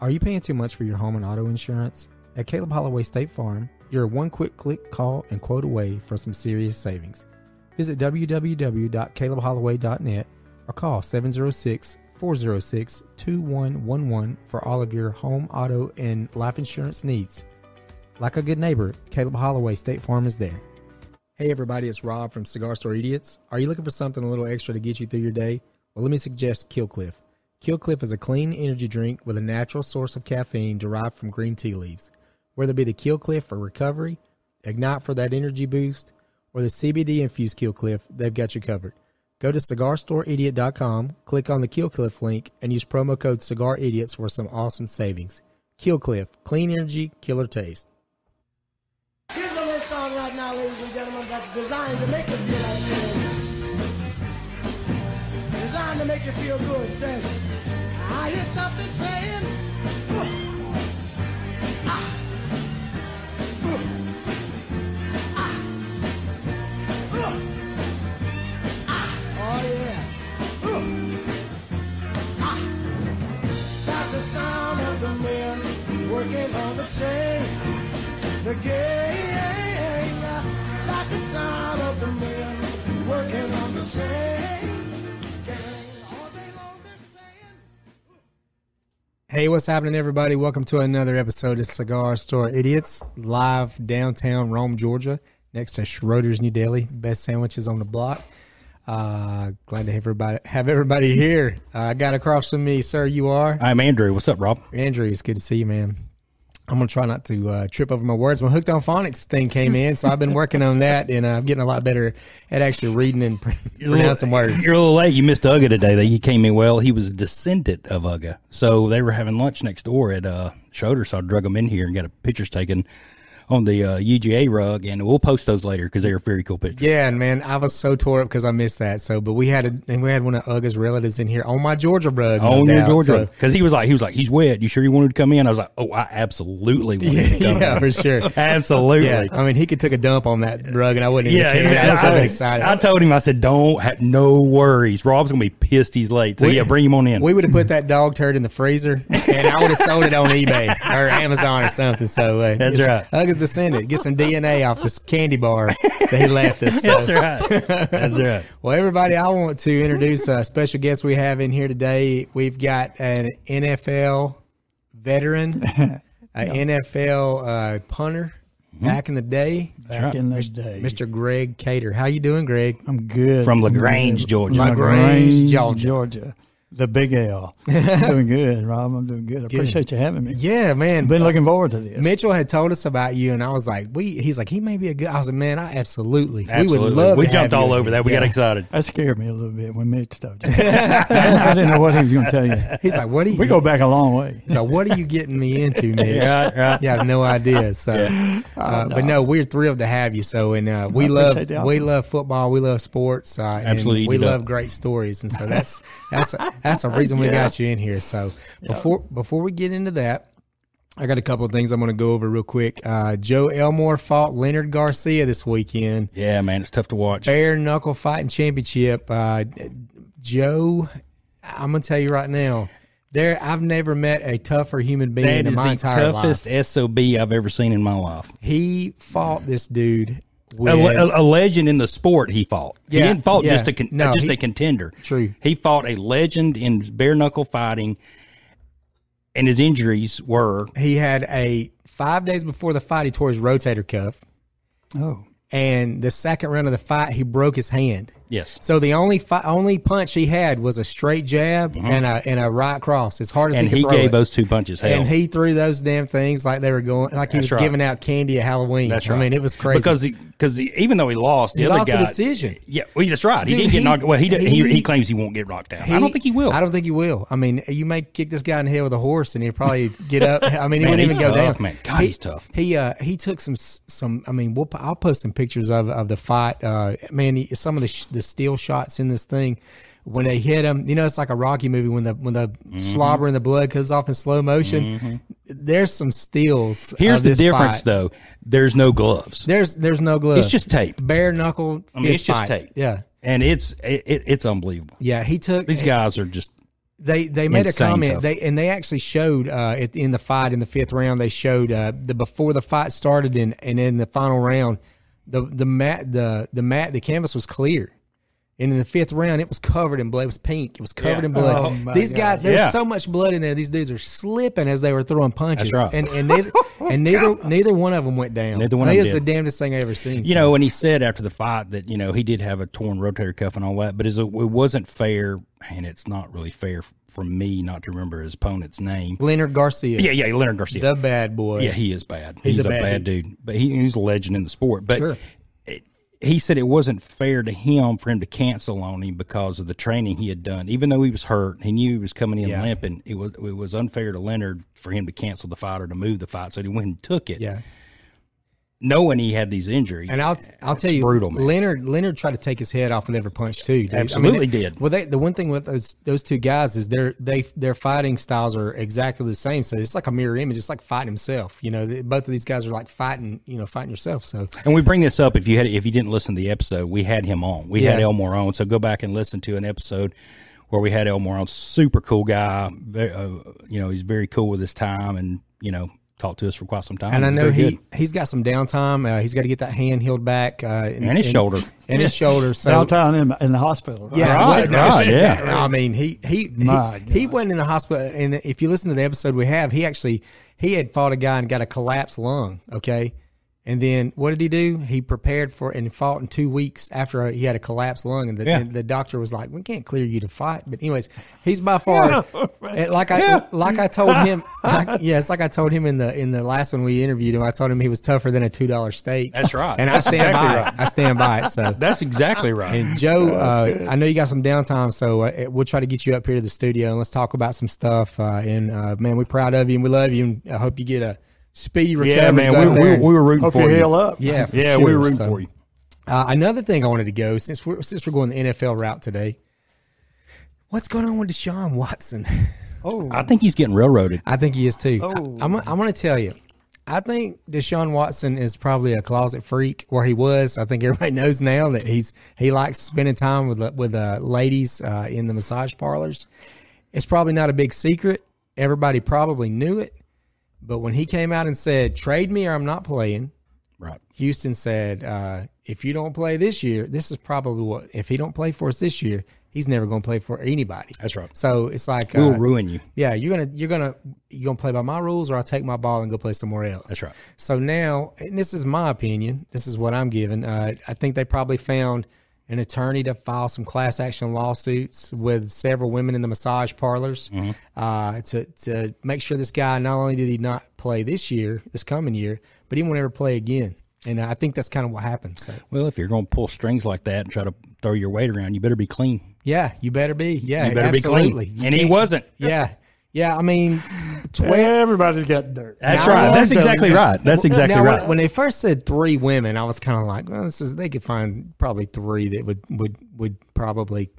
Are you paying too much for your home and auto insurance? At Caleb Holloway State Farm, you're one quick click, call, and quote away for some serious savings. Visit www.calebholloway.net or call 706 406 2111 for all of your home, auto, and life insurance needs. Like a good neighbor, Caleb Holloway State Farm is there. Hey everybody, it's Rob from Cigar Store Idiots. Are you looking for something a little extra to get you through your day? Well, let me suggest Killcliff. Killcliff is a clean energy drink with a natural source of caffeine derived from green tea leaves. Whether it be the Killcliff for recovery, Ignite for that energy boost, or the CBD infused Killcliff, they've got you covered. Go to cigarstoreidiot.com, click on the Killcliff link, and use promo code CigarIdiots for some awesome savings. Killcliff, clean energy, killer taste. Here's a little song right now, ladies and gentlemen, that's designed to make you feel like feeling. Designed to make you feel good. Says, I hear something saying. "Ooh, ah, ooh, ah, ooh, ah." Oh yeah. Ooh, ah. That's the sound of the men working on the train the game. Like the sound of the mill working on the same. All day long they're saying. Hey, what's happening, everybody? Welcome to another episode of Cigar Store Idiots, live downtown Rome, Georgia, next to Schroeder's New Deli. Best sandwiches on the block. Uh, glad to have everybody have everybody here. Uh, I got across from me, sir. You are I'm Andrew. What's up, Rob? Andrew. It's good to see you, man. I'm gonna try not to uh, trip over my words. My hooked on phonics thing came in, so I've been working on that, and uh, I'm getting a lot better at actually reading and pr- pronouncing words. You're a little late. You missed Uga today. That he came in well. He was a descendant of Uga, so they were having lunch next door at uh, Schroeder. So I drug him in here and got a pictures taken on the uh, UGA rug, and we'll post those later because they are very cool pictures. Yeah, and man, I was so tore up because I missed that. So, but we had a, and we had one of Uga's relatives in here on my Georgia rug. no On your doubt. Georgia, So- because he was like, he was like, he's wet. You sure you wanted to come in? I was like, oh, I absolutely wanted to come. yeah, in. for sure. absolutely. Yeah, I mean, he could took a dump on that rug, and I wouldn't even Yeah, care. I was so I, excited. I told him, I said, "Don't have no worries. Rob's gonna be pissed. He's late. So We- yeah, bring him on in. we would have put that dog turd in the freezer, and I would have sold it on eBay or Amazon or something. So uh, That's it's- right. Ugg's descendant. Get some DNA off this candy bar that he left us. So. That's right. That's right. Well, everybody, I want to introduce a special guest we have in here today. We've got an NFL veteran, an NFL uh, punter Mm-hmm. back in the day, back in those days. Mr. Greg Cater. How you doing, Greg? I'm good. From LaGrange, I'm good. Georgia. LaGrange, LaGrange, Georgia. Georgia. The big L. I'm doing good, Rob. I'm doing good. I appreciate you having me. Yeah, man. Uh, I've been looking forward to this. Mitchell had told us about you, and I was like, "We." He's like, "He may be a good." I was like, "Man, I absolutely, we would love." We to jumped have you all in over here. that. We got Yeah. excited. That scared me a little bit when Mitch told you. I didn't know what he was going to tell you. He's like, "What are you?" We go back a long way. So what are you getting me into, Mitch? Right, right. Yeah, I have no idea. So, uh, but no, we're thrilled to have you. So, and uh, we Oh, I love appreciate the we offer. love football, we love sports, uh, and Absolutely, you we do. love great stories, and so that's that's that's a reason we got you in here. So, before before we get into that. I got a couple of things I'm going to go over real quick. Uh, Joe Elmore fought Leonard Garcia this weekend. Yeah, man, it's tough to watch. Bare knuckle fighting championship. Uh, Joe, I'm gonna tell you right now, there I've never met a tougher human being That in is my the entire life. toughest SOB I've ever seen in my life. He fought this Uh, dude with A, le- a legend in the sport he fought. He Yeah, didn't fought yeah. just a con- No, just he- a contender. True. He fought a legend in bare knuckle fighting, and his injuries were he had a five days before the fight he tore his rotator cuff, Oh, and the second round of the fight he broke his hand. yes. So the only fi- only punch he had was a straight jab and a and a right cross, as hard as Uh-huh. And he could he throw gave it. those two punches hell. And he threw those damn things like they were going, like he That's was right. giving out candy at Halloween. That's right. I mean, it was crazy. because he, because he, even though he lost, the he other lost guy, a decision. Yeah, well, that's right. He Dude, didn't get he- knocked. Well, he, did, he- he he claims he won't get knocked out. I don't think he will. I don't think he will. I mean, you may kick this guy in the head with a horse, and he'd probably get up. I mean, he Man, wouldn't even he's go tough, down. man. God, he, he's tough. He uh, he took some some. I mean, we'll, I'll post some pictures of of the fight. Uh, man, he, some of the sh- the steel shots in this thing. When they hit him, you know it's like a Rocky movie when the when the Mm-hmm. slobber and the blood comes off in slow motion. There's some steals. of Here's the this difference, fight. though. There's no gloves. There's there's no gloves. It's just tape. Bare knuckle. I mean, it's fist just fight. tape. Yeah, and it's it, it, it's unbelievable. yeah. He took These guys are just They they made Insane a comment. tough. They and they actually showed uh, at, in the fight in the fifth round. They showed uh, the before the fight started and and in the final round, the the mat the the mat the canvas was clear, and in the fifth round it was covered in blood. It was pink. It was covered Yeah. in blood. Oh, my These God. guys, there Yeah. was so much blood in there. These dudes are slipping as they were throwing punches. That's right. And and neither Oh, and neither neither one of them went down. Neither one of That them is did. the damnedest thing I ever seen. You know, and he said after the fight that you know he did have a torn rotator cuff and all that, but it's- it wasn't fair, and it's not really fair for me not to remember his opponent's name. Leonard Garcia, Yeah, yeah, Leonard Garcia. the bad boy. Yeah, he is bad. He's He's, a a, bad bad, dude. but he, he's a legend in the sport. But Sure. it- he said it wasn't fair to him for him to cancel on him because of the training he had done. Even though he was hurt, he knew he was coming in Yeah. limping. It was it was unfair to Leonard for him to cancel the fight or to move the fight. So he went and took it, yeah. knowing he had these injuries. And I'll I'll tell you, brutal, man. Leonard Leonard tried to take his head off with every punch too. Dude. I mean, Absolutely they- did. Well, they, the one thing with those, those two guys is their they their fighting styles are exactly the same. So it's like a mirror image. It's like fighting himself. You know, th- both of these guys are like fighting. You know, fighting yourself. So And we bring this up if you had if you didn't listen to the episode, we had him on. We had Yeah. Elmore on, so go back and listen to an episode where we had Elmore on. Super cool guy, Ve- uh, you know, he's very cool with his time, and you know, talked to us for quite some time. and I He's know very he good. he's got some downtime. Uh, he's got to get that hand healed back uh, and, And his shoulder. and his shoulder. So downtown in, in the hospital. right? Yeah, Right, what- no, right, shit, yeah. no, I mean, he he My he, he went in the hospital, and if you listen to the episode we have, he actually he had fought a guy and got a collapsed lung. Okay, and then what did he do? He prepared for and fought in two weeks after he had a collapsed lung, and the, Yeah. and the doctor was like, "We can't clear you to fight." But anyways, he's by far and like I like I told him. like, yeah, it's like I told him in the in the last one we interviewed him. I told him he was tougher than a two dollar steak. That's right. and I That's stand exactly by right. it. I stand by it. So That's exactly right. and Joe, uh, I know you got some downtime, so uh, we'll try to get you up here to the studio and let's talk about some stuff. Uh, and uh, man, we're proud of you and we love you. And I hope you get a speedy recovery. yeah, man, back we, there. we, we were rooting Hope for you you. heal up. yeah, for yeah, sure. we were rooting So, for you. Uh, another thing I wanted to go since we're since we're going the NFL route today. What's going on with Deshaun Watson? I think he's getting railroaded. I think he is too. Oh. I, am I'm going to tell you. I think Deshaun Watson is probably a closet freak where he was. I think everybody knows now that he's he likes spending time with the- with uh, ladies uh, in the massage parlors. It's probably not a big secret. Everybody probably knew it. But when he came out and said, "Trade me or I'm not playing," Right. Houston said, uh, "If you don't play this year, this is probably what. If he don't play for us this year, he's never going to play for anybody." That's right. So it's like We'll uh, ruin you. yeah, you're gonna you're gonna you're gonna play by my rules, or I'll take my ball and go play somewhere else. That's right. So now, and this is my opinion. This is what I'm giving. Uh, I think they probably found an attorney to file some class action lawsuits with several women in the massage parlors Mm-hmm. uh, to to make sure this guy not only did he not play this year, this coming year, but he won't ever play again. And I think that's kind of what happened. So Well, if you're going to pull strings like that and try to throw your weight around, you better be clean. yeah, you better be. Yeah, You better absolutely. be You clean. And he can't- wasn't. Yeah, yeah. I mean, twelve. Everybody's got dirt. That's Now right. That's I'm done. exactly right. That's exactly now, when- right. When they first said three women, I was kind of like, well, this is they could find probably three that would would would probably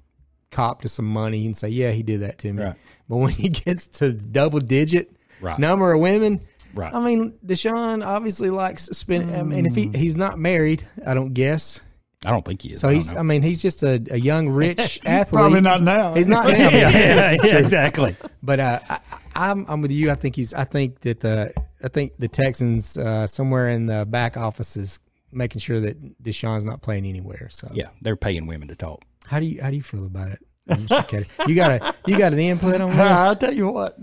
cop to some money and say, yeah, he did that to me. Right. But when he gets to double digit Right. number of women, Right. I mean, Deshaun obviously likes spend. I mean, if he he's not married, I don't guess. I don't think he is. So Mm. I don't he's. know. I mean, he's just a, a young rich athlete. Probably not now. He's not. now, yeah, yeah, yeah, exactly. But uh, I, I- I'm I'm with you. I think he's. I think that the I think the Texans uh, somewhere in the back office is making sure that Deshaun's not playing anywhere. So Yeah, they're paying women to talk. how do you how do you feel about it? I'm just kidding. you got a you got an input on I'll this? tell you what.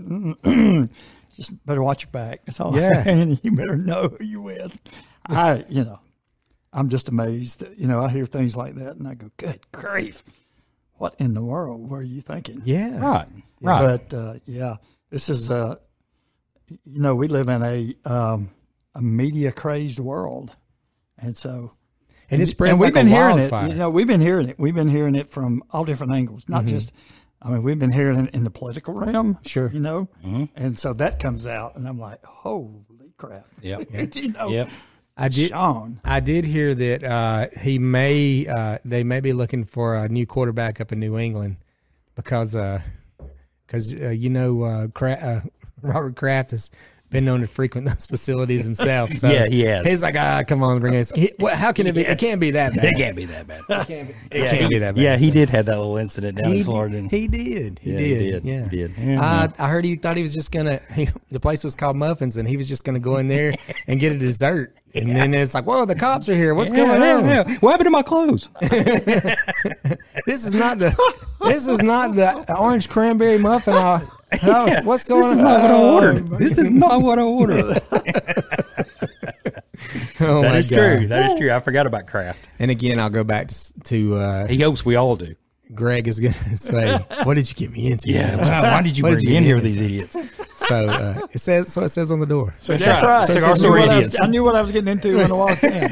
Just better watch your back. That's all. Yeah. and you better know who you're with. I, you know, I'm just amazed. that, You know, I hear things like that, and I go, "Good grief, what in the world were you thinking?" Yeah, Right, right. But uh, yeah, this is uh, you know, we live in a um, a media crazed world, and so and it spreads and like we've been a hearing wildfire. Mm-hmm. it. You know, we've been hearing it. We've been hearing it from all different angles. Not just, I mean, we've been hearing it in the political realm. Sure. Mm-hmm. You know, and so that comes out, and I'm like, holy crap. Yep. you know, Yep. I did Sean. I did hear that uh, he may uh, they may be looking for a new quarterback up in New England because because uh, you know uh, Cra- uh, Robert Kraft has been known to frequent those facilities himself. So Yeah, he has. He's like, ah, come on, bring us. He, well, how can it be? It can't be that bad. It can't be that bad. It can't be, it can't be that bad. Yeah, he did have that little incident down He, in Florida. did. and- he did. He Yeah, he did. did. He Yeah. did. Mm-hmm. Yeah. Uh, I heard he thought he was just gonna. He, the place was called Muffins, and he was just gonna go in there and get a dessert. And then it's like, whoa, the cops are here. What's Yeah, going yeah, on? yeah. What happened to my clothes? This is not the. This is not the orange cranberry muffin. I, I was- what's going This on? is not what I Oh, ordered. This is not what I ordered. Oh That my is God. true. That is true. I forgot about Kraft. And again, I'll go back to, s- to uh, He hopes we all do. Greg is going to say, "What did you get me into?" Why did you What bring did you me in get here with me these idiots? so uh, it says. So it says on the door. That's, right. Says I, also knew what I, idiots. was, I knew what I was getting into when I walked in.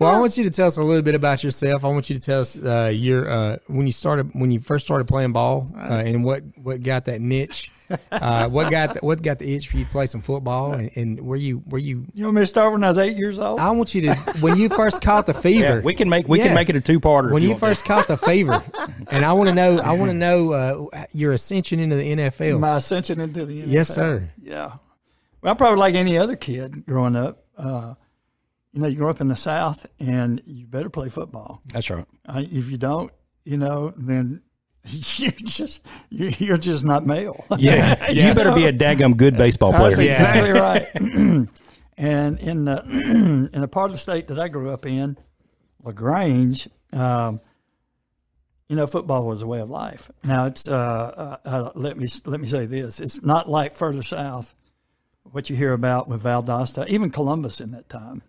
Well, I want you to tell us a little bit about yourself. I want you to tell us uh, your uh, when you started when you first started playing ball uh, and what what got that niche. Uh, what got the, what got the itch for you to play some football and, and where you where you. You want me to start when I was eight years old? I want you to when you first caught the fever. Yeah, we can make we Yeah. can make it a two parter. when you, first caught the fever, and I want to know, I want to know uh, your ascension into the NFL. My ascension into the NFL. yes, sir. Yeah. Well, I'm probably like any other kid growing up. Uh, you know, you grow up in the South, and you better play football. That's right. Uh, if you don't, you know, then you just you, you're just not male. Yeah, you better be a daggum good baseball That's player. exactly right. and in the in the part of the state that I grew up in, Lagrange, um, you know, football was a way of life. Now it's uh, uh, uh, let me let me say this: it's not like further south, what you hear about with Valdosta, even Columbus in that time.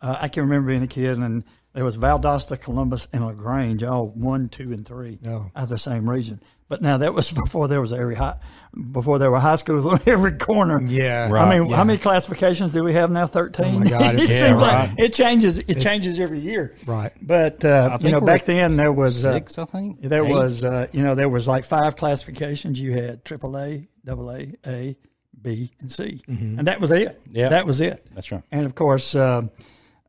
Uh, I can remember being a kid, and there was Valdosta, Columbus, and Lagrange, all one, two, and three Oh. out of the same region. But now that was before there was every high, before there were high schools on every corner. Yeah. Right. Oh I mean, yeah. how many classifications do we have now? Thirteen. God, it's- it seems yeah, like right. it changes. It changes every year. Right. But uh, you think know, we're back then there was uh, Six, I think. there Eight? was uh, you know there was like five classifications. You had AAA, AA, A, B, and C, and that was it. Mm-hmm. Yeah. that was it. That's right. And of course, uh,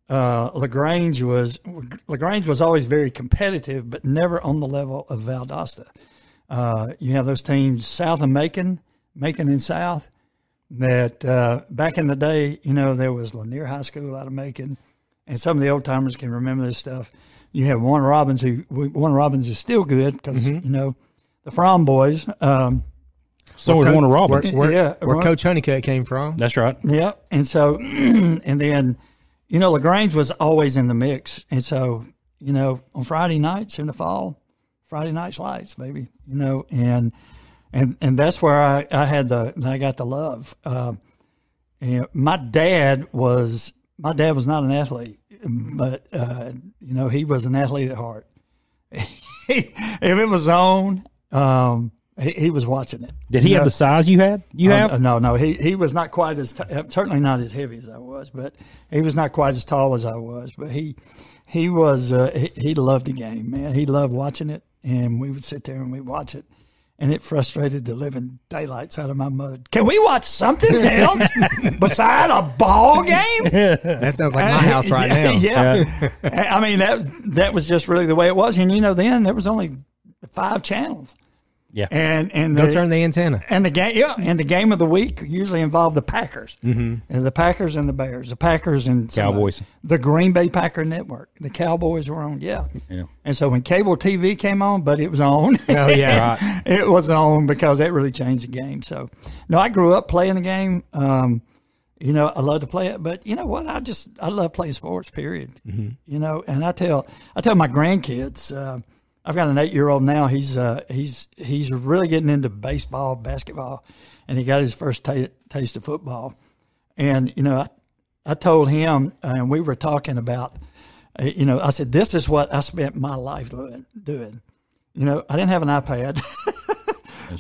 uh, Lagrange was Lagrange was always very competitive, but never on the level of Valdosta. Uh, you have those teams south of Macon, Macon and South. That uh, back in the day, you know, there was Lanier High School out of Macon, and some of the old timers can remember this stuff. You have Warren Robbins, who Warren Robbins is still good because you know the Fromm boys. Um, So was Coach- Warner Robbins. Where, where, Yeah, where right. Coach Honeycutt came from. That's right. Yeah, and so and then you know Lagrange was always in the mix, and so you know on Friday nights in the fall, Friday nights lights, baby, you know, and and and that's where I I had the I got the love. Uh, and my dad was my dad was not an athlete, but uh, you know he was an athlete at heart. if it was on, um, he, he was watching it. Did he You have know? the size you had? You Oh, have? no, no. He he was not quite as t- uh, certainly not as heavy as I was, but he was not quite as tall as I was. But he he was uh, he, he loved the game, man. He loved watching it, and we would sit there and we would watch it, and it frustrated the living daylights out of my mother. Can we watch something else beside a ball game? That sounds like my house right yeah, now. Yeah, I mean that that was just really the way it was, and you know then there was only five channels, yeah. and and Go the- turn the antenna. and the game, yeah, and the game of the week usually involved the Packers, mm-hmm. and the Packers and the Bears, the Packers and somebody- Cowboys. the Green Bay Packer network. The Cowboys were on, yeah, Yeah. And so when cable TV came on, but it was on, Oh yeah, it was on because that really changed the game. So, no, I grew up playing the game. Um, you know, I love to play it, but you know what? I just I love playing sports. Period. You know, and I tell I tell my grandkids. Uh, I've got an eight year old now. He's uh, he's he's really getting into baseball, basketball, and he got his first ta taste of football. And you know, I, I told him, and we were talking about, uh, you know, I said this is what I spent my life doing. doing. You know, I didn't have an iPad.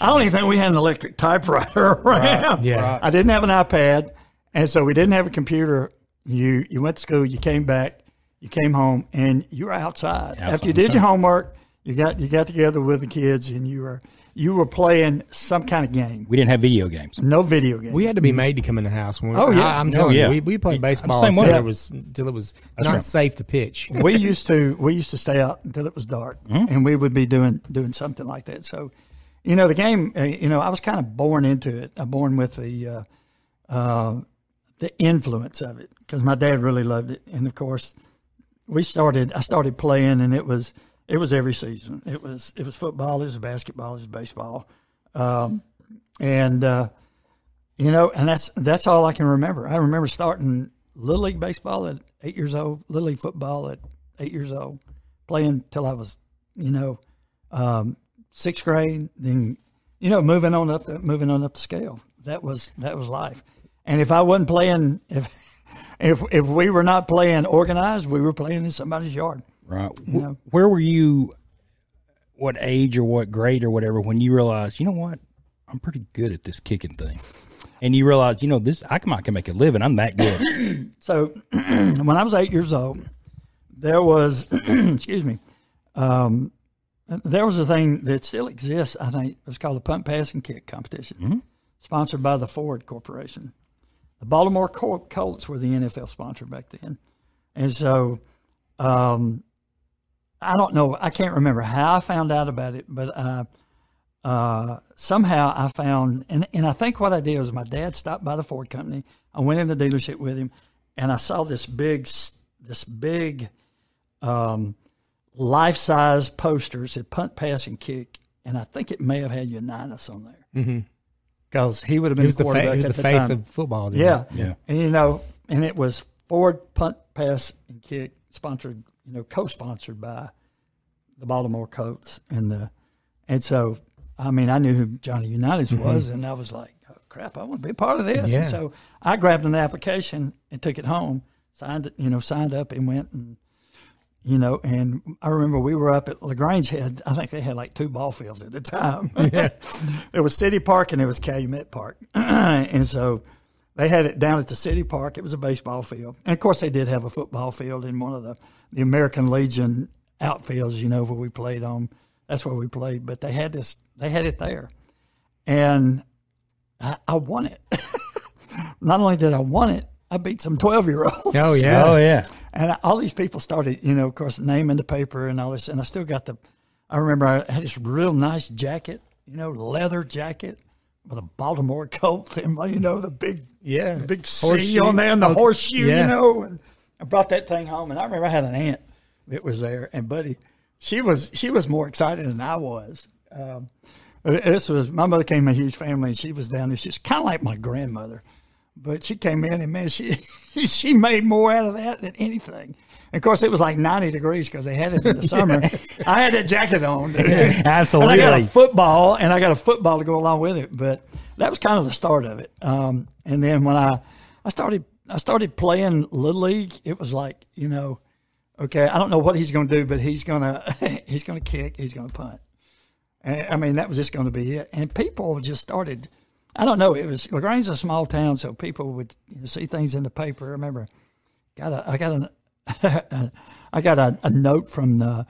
I don't even think we had an electric typewriter around. Yeah. I didn't have an iPad, and so we didn't have a computer. You you went to school, you came back, you came home, and you were outside. After you did your homework, you got you got together with the kids, and you were you were playing some kind of game. We didn't have video games. No video game. we had to be made to come in the house. When Oh, yeah. I, am telling yeah. you, we, we played baseball same until way. it was until it was not right. safe to pitch. we used to we used to stay out until it was dark, and we would be doing doing something like that. So, you know, the game. uh, You know, I was kind of born into it. I'm born with the uh, uh, the influence of it because my dad really loved it, and of course, we started. I started playing, and it was it was every season. It was it was football, it was basketball, it was baseball, um, and uh, you know, and that's that's all I can remember. I remember starting little league baseball at eight years old, little league football at eight years old, playing till I was you know um, sixth grade, then you know moving on up the moving on up the scale. That was that was life. And if I wasn't playing, if if if we were not playing organized, we were playing in somebody's yard. Right. Wh- Where were you? What age or what grade or whatever when you realized you know what I'm pretty good at this kicking thing, and you realized you know this I can I can make a living. I'm that good. So when I was eight years old, there was, excuse me, um, there was a thing that still exists. I think it was called the punt, pass, and kick competition, sponsored by the Ford Corporation. The Baltimore Col- Colts were the NFL sponsor back then, and so um, I don't know. I can't remember how I found out about it, but uh, uh, somehow I found, and, and I think what I did was my dad stopped by the Ford company. I went in the dealership with him, and I saw this big, s- this big, um, life size poster It said punt, pass, and kick, and I think it may have had Unitas on there because he would have Mm-hmm. been He was the, quarterback fa- he was at the the face time. of football. dude. Yeah. Yeah. And you know, and it was Ford punt, pass, and kick sponsored, you know, co sponsored by the Baltimore Colts and the and so I mean I knew who Johnny Unitas was and I was like, oh, crap, I want to be a part of this. Yeah. And so I grabbed an application and took it home, signed it, you know, signed up and went and you know, and I remember we were up at Lagrange Head. I think they had like two ball fields at the time. it was City Park and it was Calumet Park, and so they had it down at the City Park. It was a baseball field, and of course they did have a football field in one of the the American Legion outfields. You know where we played on. That's where we played, but they had this. They had it there, and I, I won it. Not only did I won it, I beat some twelve year olds. Oh yeah. Oh yeah. And I- all these people started, you know, of course, name in the paper and all this. And I still got the, I remember I had this real nice jacket, you know, leather jacket with a Baltimore Colts in my, you know, the big, Yeah. the big C Horseshoe. on there and the Oh, horseshoe, yeah. you know. And I brought that thing home. And I remember I had an aunt that was there. And buddy, she was, she was more excited than I was. Um, this was, my mother came from a huge family and she was down there. She's kind of like my grandmother but she came in and man, she she made more out of that than anything. And of course, it was like ninety degrees because they had it in the summer. I had that jacket on, dude. Absolutely. And I got a football, and I got a football to go along with it. But that was kind of the start of it. Um, and then when I I started I started playing little league, it was like you know, okay, I don't know what he's going to do, but he's gonna he's gonna kick, he's gonna punt. And, I mean, that was just going to be it. And people just started. I don't know. It was Lagrange's a small town, so people would you know, see things in the paper. I remember, got a I got an I got a, a note from the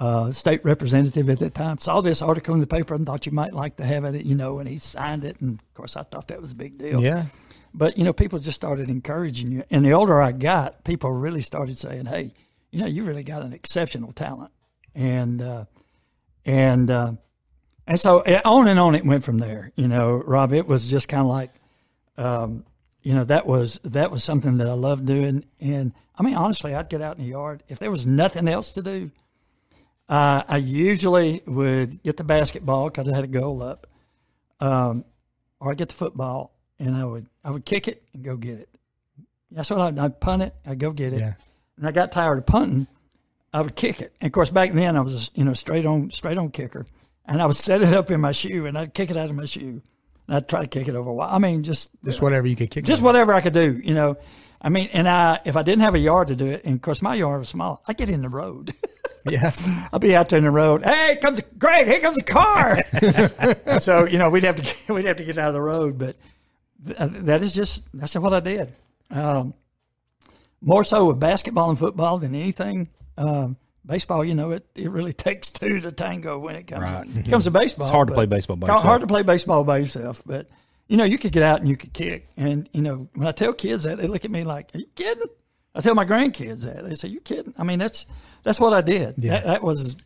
uh, state representative at that time. Saw this article in the paper and thought you might like to have it, you know. And he signed it, and of course, I thought that was a big deal. Yeah. But you know, people just started encouraging you. And the older I got, people really started saying, "Hey, you know, you've really got an exceptional talent." And uh, and uh, and so eh, on and on it went from there. You know, Rob, it was just kind of like, um, you know, that was that was something that I loved doing. And I mean, honestly, I'd get out in the yard if there was nothing else to do. Uh, I usually would get the basketball because I had a goal up, um, or I'd get the football and I would I would kick it and go get it. That's what I'd, I'd punt it. I'd go get it. Yeah. And I got tired of punting. I would kick it. And of course, back then I was you know straight on straight on kicker, and I would set it up in my shoe and I'd kick it out of my shoe, and I'd try to kick it over a while. I mean, just Just whatever you could kick. just whatever I could do, you know. I mean, and I if I didn't have a yard to do it, and of course my yard was small, I would get in the road. Yeah. I'd be out there in the road. Hey, comes Greg. Here comes a car. so you know we'd have to get, we'd have to get out of the road, but th- uh, that is just that's what I did. Um, more so with basketball and football than anything. Um, baseball, you know, it, it really takes two to tango when it comes Right. to, when it comes to baseball. It's hard to but- play baseball by hard- yourself. Hard to play baseball by yourself, but you know you could get out and you could kick. And you know when I tell kids that, they look at me like, "Are you kidding?" I tell my grandkids that they say, "You kidding?" I mean that's that's what I did. That, that was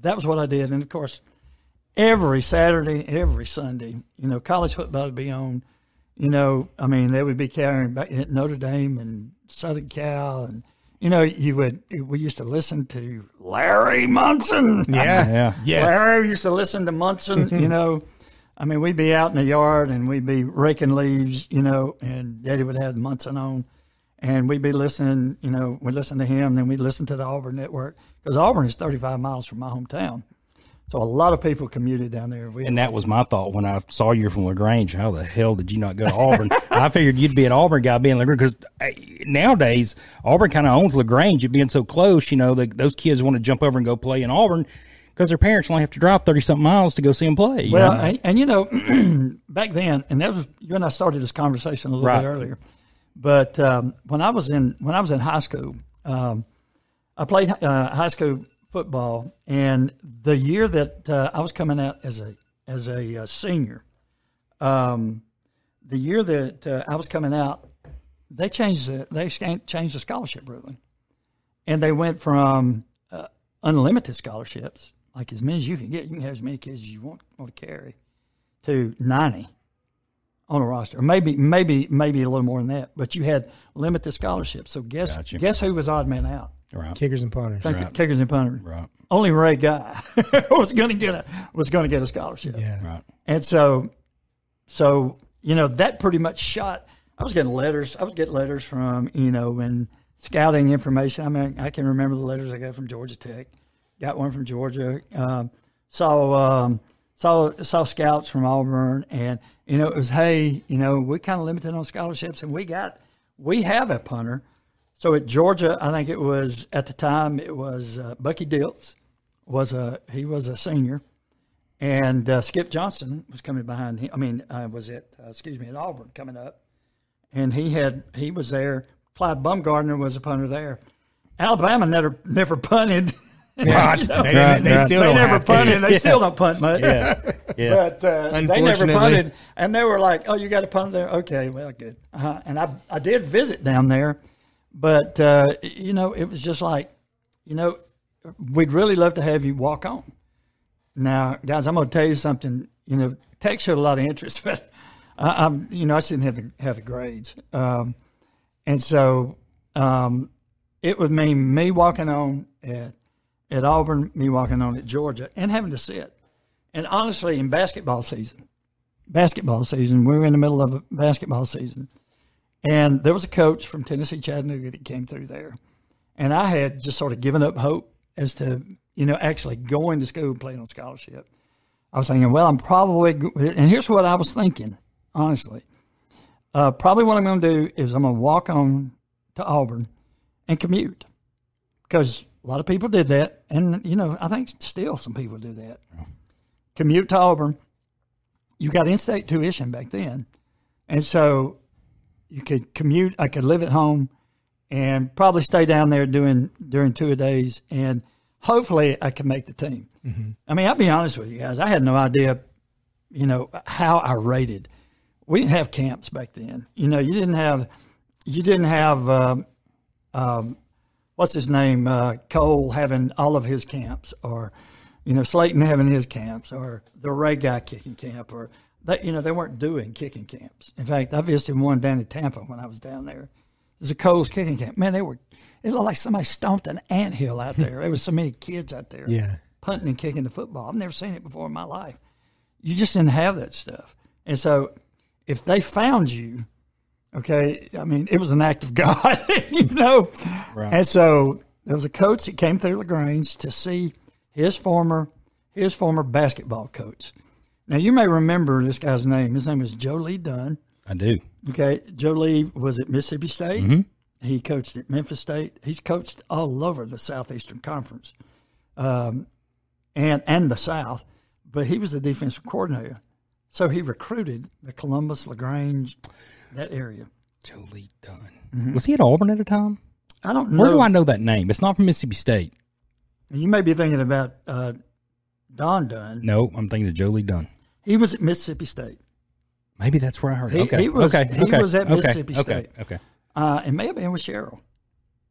that was what I did. And of course, every Saturday, every Sunday, you know, college football would be on, you know, I mean, they would be carrying back at Notre Dame and Southern Cal, and you know, you would. We used to listen to Larry Munson. Yeah. Yeah. Yes. Larry used to listen to Munson. you know, I mean, we'd be out in the yard and we'd be raking leaves. You know, and Daddy would have Munson on, and we'd be listening. You know, we'd listen to him, then we'd listen to the Auburn network because Auburn is thirty-five miles from my hometown. So a lot of people commuted down there. We And that was my thought when I saw you from Lagrange. How the hell did you not go to Auburn? I figured you'd be an Auburn guy being Lagrange because nowadays Auburn kind of owns Lagrange. It being so close, you know, that those kids want to jump over and go play in Auburn because their parents only have to drive thirty something miles to go see them play. you Well, know? and, and you know, back then, and that was you and I started this conversation a little Right. bit earlier. But um, when I was in when I was in high school, um, I played uh, high school football, and the year that uh, I was coming out as a as a uh, senior, um, the year that uh, I was coming out, they changed the they scan- changed the scholarship ruling, and they went from uh, unlimited scholarships, like as many as you can get, you can have as many kids as you want want to carry, to ninety on a roster, or maybe maybe maybe a little more than that, but you had limited scholarships. So guess Gotcha. guess who was odd man out? right, Kickers and punters. Thank you, kickers and punters. right, Only Ray Guy was going to get a was going to get a scholarship. Yeah. right. And so, so you know that pretty much shot. I was getting letters. I was getting letters from you know and scouting information. I mean, I can remember the letters I got from Georgia Tech. Got one from Georgia. Um, saw um, saw saw scouts from Auburn, and you know it was hey, you know we're kind of limited on scholarships, and we got we have a punter. So at Georgia, I think it was at the time it was uh, Bucky Diltz was a he was a senior and uh, Skip Johnson was coming behind him. I mean, uh, was it uh, excuse me at Auburn coming up, and he had he was there. Clyde Bumgardner was a punter there. Alabama never never punted. Right. They, Right, they right. still they don't never have punted. to. They still don't punt much. Yeah, But uh, they never Unfortunately. punted, and they were like, "Oh, you got a punt there? Okay, well, good." Uh-huh. And I, I did visit down there, but uh, you know, it was just like, you know, we'd really love to have you walk on. Now, guys, I'm going to tell you something. You know, tech showed a lot of interest, but I, I'm, you know, I just didn't have the, have the grades, um, and so um, it would mean me walking on at at Auburn, me walking on at Georgia, and having to sit. And honestly, in basketball season, basketball season, we were in the middle of a basketball season, and there was a coach from Tennessee Chattanooga that came through there, and I had just sort of given up hope as to you know actually going to school and playing on scholarship. I was thinking, well, I'm probably, go- and here's what I was thinking, honestly. Uh, probably what I'm going to do is I'm going to walk on to Auburn and commute because a lot of people did that. And, you know, I think still some people do that. Commute to Auburn. You got in state tuition back then. And so you could commute. I could live at home and probably stay down there doing during two a days. And hopefully I could make the team. I mean, I'll be honest with you guys. I had no idea, you know, how I rated. We didn't have camps back then. You know, you didn't have, you didn't have, um, what's his name uh, Cole having all of his camps, or you know Slayton having his camps, or the Ray guy kicking camp, or that you know they weren't doing kicking camps. In fact, I visited one down in Tampa when I was down there. It was a Cole's kicking camp. Man, they were. It looked like somebody stomped an anthill out there. there was so many kids out there Yeah. punting and kicking the football. I've never seen it before in my life. You just didn't have that stuff. And so if they found you, okay, I mean, it was an act of God, you know? And so there was a coach that came through LaGrange to see his former his former basketball coach. Now you may remember this guy's name. His name is Joe Lee Dunn. I do. Okay, Joe Lee was at Mississippi State. He coached at Memphis State. He's coached all over the Southeastern Conference, um, and and the South. But he was the defensive coordinator, so he recruited the Columbus Lagrange that area. Jolie Dunn Mm-hmm. was he at Auburn at the time? I don't know. Where do I know that name? It's not from Mississippi State. You may be thinking about uh, Don Dunn. No, I'm thinking of Jolie Dunn. He was at Mississippi State. Maybe that's where I heard. it. He- okay, he was- okay, he okay, was at okay, Mississippi okay, State. Okay, Uh, it may have been with Cheryl.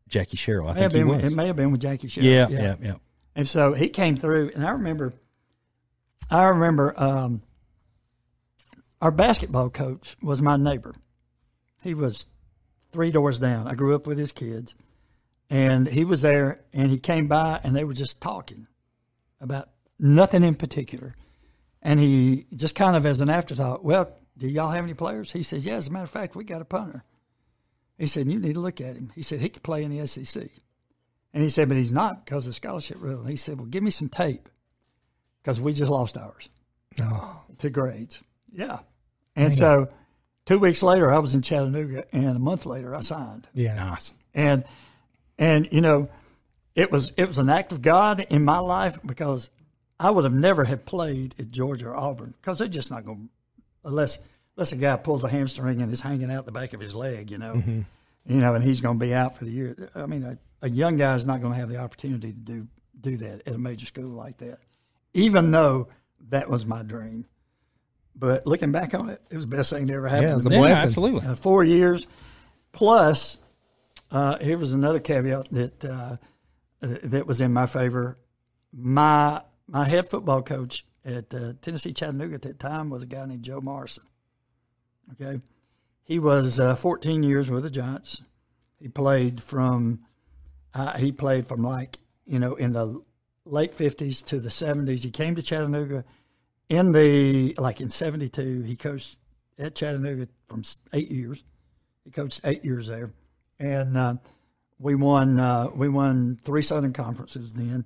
Jackie Sherrill, I May have think he been, was. It may have been with Jackie Cheryl. yeah, yeah, yeah. And so he came through, and I remember, I remember, um, our basketball coach was my neighbor. He was three doors down. I grew up with his kids, and he was there, and he came by, and they were just talking about nothing in particular. And he just kind of as an afterthought, well, do y'all have any players? He says, yeah, as a matter of fact, we got a punter. He said, you need to look at him. He said, he could play in the E SEC. And he said, but he's not because of scholarship rule. He said, well, give me some tape because we just lost ours Oh, to grades. Yeah. And so two weeks later, I was in Chattanooga, and a month later, I signed. yeah. Nice. And, and you know, it was it was an act of God in my life because I would have never have played at Georgia or Auburn because they're just not going to unless unless a guy pulls a hamstring and is hanging out the back of his leg, you know, Mm-hmm. you know, and he's going to be out for the year. I mean, a, a young guy is not going to have the opportunity to do do that at a major school like that, even though that was my dream. But looking back on it, it was the best thing that ever happened. Yeah, it was to a me Yeah, blessing. absolutely. uh, four years. Plus, uh, here was another caveat that uh, that was in my favor. My my head football coach at uh, Tennessee Chattanooga at that time was a guy named Joe Morrison. Okay, he was uh, 14 years with the Giants. He played from uh, he played from like you know in the late 50s to the 70s. He came to Chattanooga in the like in 72 he coached at chattanooga from s- eight years he coached eight years there and uh, we won uh, we won three southern conferences then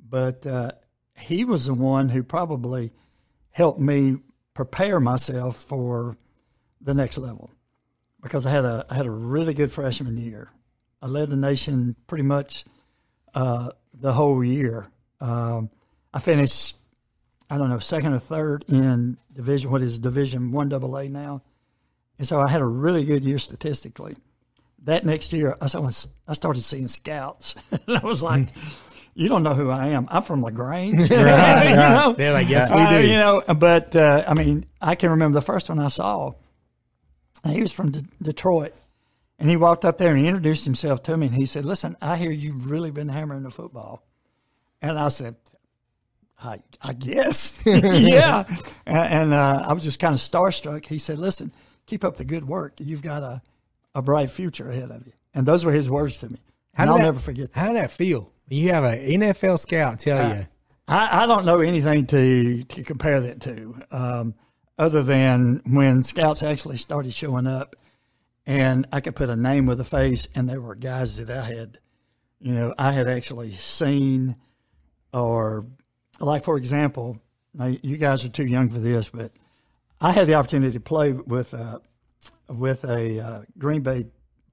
but uh, he was the one who probably helped me prepare myself for the next level because i had a i had a really good freshman year i led the nation pretty much uh, the whole year um, i finished I don't know, second or third in division what is division one double A now. And so I had a really good year statistically. That next year I saw I started seeing scouts. and I was like, You don't know who I am. I'm from LaGrange. you know? They're like, yes, we Uh, do. you know, but uh, I mean, I can remember the first one I saw. He was from De- Detroit, and he walked up there and he introduced himself to me, and he said, "Listen, I hear you've really been hammering the football," and I said, "I, I guess, yeah." And, and uh, I was just kind of starstruck. He said, "Listen, keep up the good work. You've got a a bright future ahead of you." And those were his words to me, and did I'll that- never forget. How did that feel? You have an NFL scout tell you, I, I don't know anything to, to compare that to, um, other than when scouts actually started showing up, and I could put a name with a face, and there were guys that I had, you know, I had actually seen, or like for example, now you guys are too young for this, but I had the opportunity to play with a, with a uh, Green Bay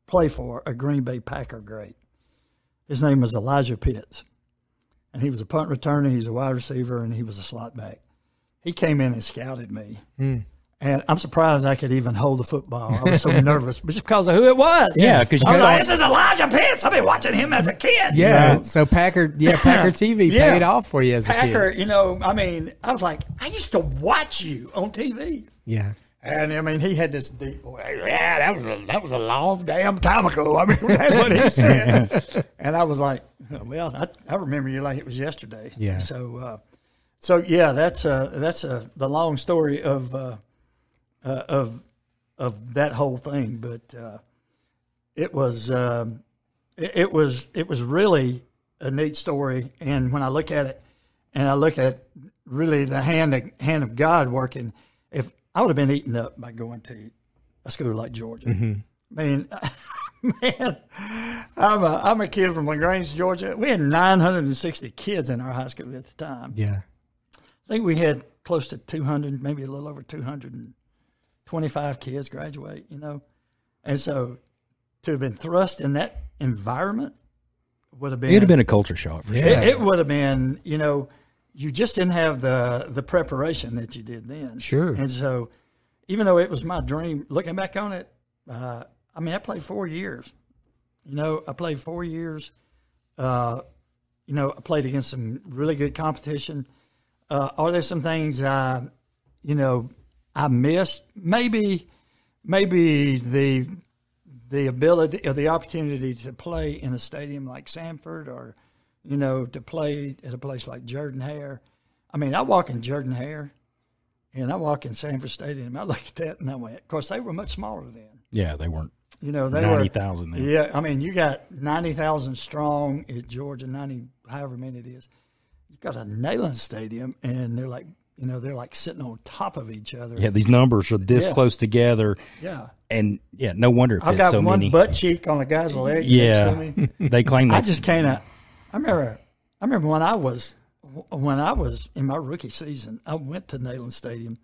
play for a Green Bay Packer great. His name was Elijah Pitts and he was a punt returner. He was a wide receiver, and he was a slot back. He came in and scouted me, and I'm surprised I could even hold the football. I was so nervous just because of who it was. Yeah, 'cause you I was got- like, "This is Elijah Pitts. I've been watching him as a kid." yeah. So Packer, yeah, Packer TV Yeah. paid off for you as Packer. a kid. You know, I mean, I was like, I used to watch you on TV. Yeah. And I mean, he had this deep voice. Yeah, that was a, that was a long damn time ago. I mean, that's what he said. and I was like, well, I, I remember you like it was yesterday. Yeah. So, uh, so yeah, that's uh, that's uh, the long story of uh, uh, of of that whole thing. But uh, it was um, it, it was it was really a neat story. And when I look at it, and I look at really the hand of, hand of God working, if I would have been eaten up by going to a school like Georgia, I mean, man, I'm a I'm a kid from Lagrange, Georgia. We had 960 kids in our high school at the time. Yeah. I think we had close to 200, maybe a little over 225 kids graduate, you know. And so to have been thrust in that environment would have been, It'd have been a culture shock for sure. it, it would have been, you know, you just didn't have the, the preparation that you did then. Sure. And so even though it was my dream, looking back on it, uh, I mean, I played four years. You know, I played four years. Uh, you know, I played against some really good competition. Uh, are there some things I, you know, I missed? Maybe, maybe the the ability or the opportunity to play in a stadium like Sanford, or you know, to play at a place like Jordan Hare. I mean, I walk in Jordan Hare, And I walk in Sanford Stadium. I look at that and I went, of course, they were much smaller then. Yeah, they weren't You know, they ninety were. thousand. then. Yeah, I mean, you got 90,000 strong at Georgia, 90, however many it is. You got a Neyland Stadium, and they're like, you know, they're like sitting on top of each other. Yeah, these numbers are this Yeah. close together, Yeah. and yeah, no wonder it I've fits got so one many. butt cheek on a guy's leg. next yeah, to me. they claim I that. just kind of. I remember. I remember when I was when I was in my rookie season. I went to Neyland Stadium,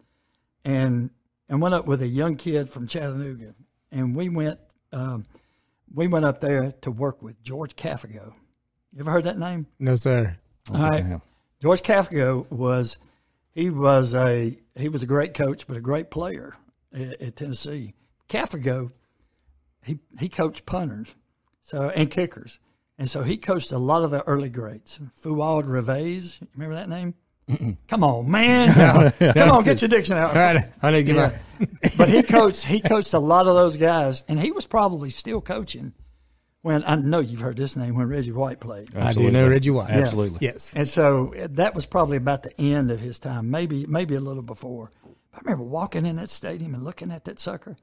and and went up with a young kid from Chattanooga, and we went um, we went up there to work with George Caffigo. You ever heard that name? No, sir. All right. George Kafka was he was a he was a great coach, but a great player at, at Tennessee. Kafka, he he coached punters, so and kickers, and so he coached a lot of the early grades. Fouad Reves, you remember that name? Come on, man! Come on, get your dictionary. out. All right, I need to get Yeah. my. but he coached he coached a lot of those guys, and he was probably still coaching when I know you've heard this name when Reggie White played. I do know Reggie White. Absolutely. Yes. And so uh, that was probably about the end of his time, maybe maybe a little before. I remember walking in that stadium and looking at that sucker.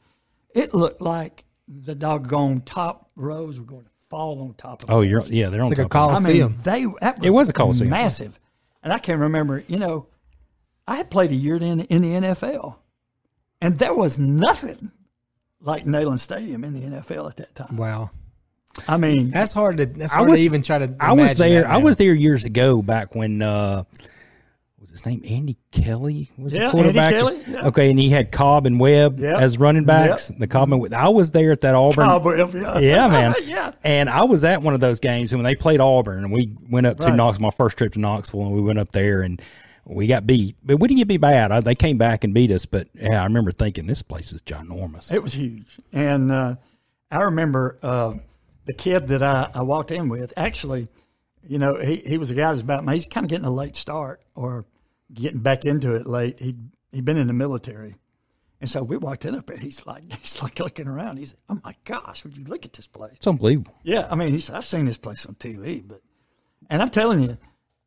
It looked like the doggone top rows were going to fall on top of. Oh, us. you're yeah, they're on It's like a col- top. of I mean, Coliseum. they that was It was a Coliseum. massive, and I can remember. You know, I had played a year in in the NFL, and there was nothing like Neyland Stadium in the NFL at that time. Wow. I mean, That's hard to. That's I hard was- to even try to. I was imagine that there. I now. was there years ago, back when uh, what was his name Andy Kelly was Yeah, the Andy quarterback. Kelly, yeah. Okay, and he had Cobb and Webb Yep. as running backs. The Cobb and Webb. I was there at that Auburn. Cowboy- Yeah, man. yeah. And I was at one of those games when they played Auburn, and we went up to Right. Knoxville. My first trip to Knoxville, and we went up there and we got beat, but we didn't get beat bad. I, they came back and beat us, but yeah, I remember thinking this place is ginormous. It was huge. And uh, I remember uh, the kid that I, I walked in with, actually, you know, he, he was a guy that's about me. He's kind of getting a late start or getting back into it late. He'd, he'd been in the military. And so we walked in up there. He's like, he's like looking around. He's like, oh my gosh, would you look at this place? It's unbelievable. Yeah, I mean, he said, I've seen this place on TV, but, and I'm telling you,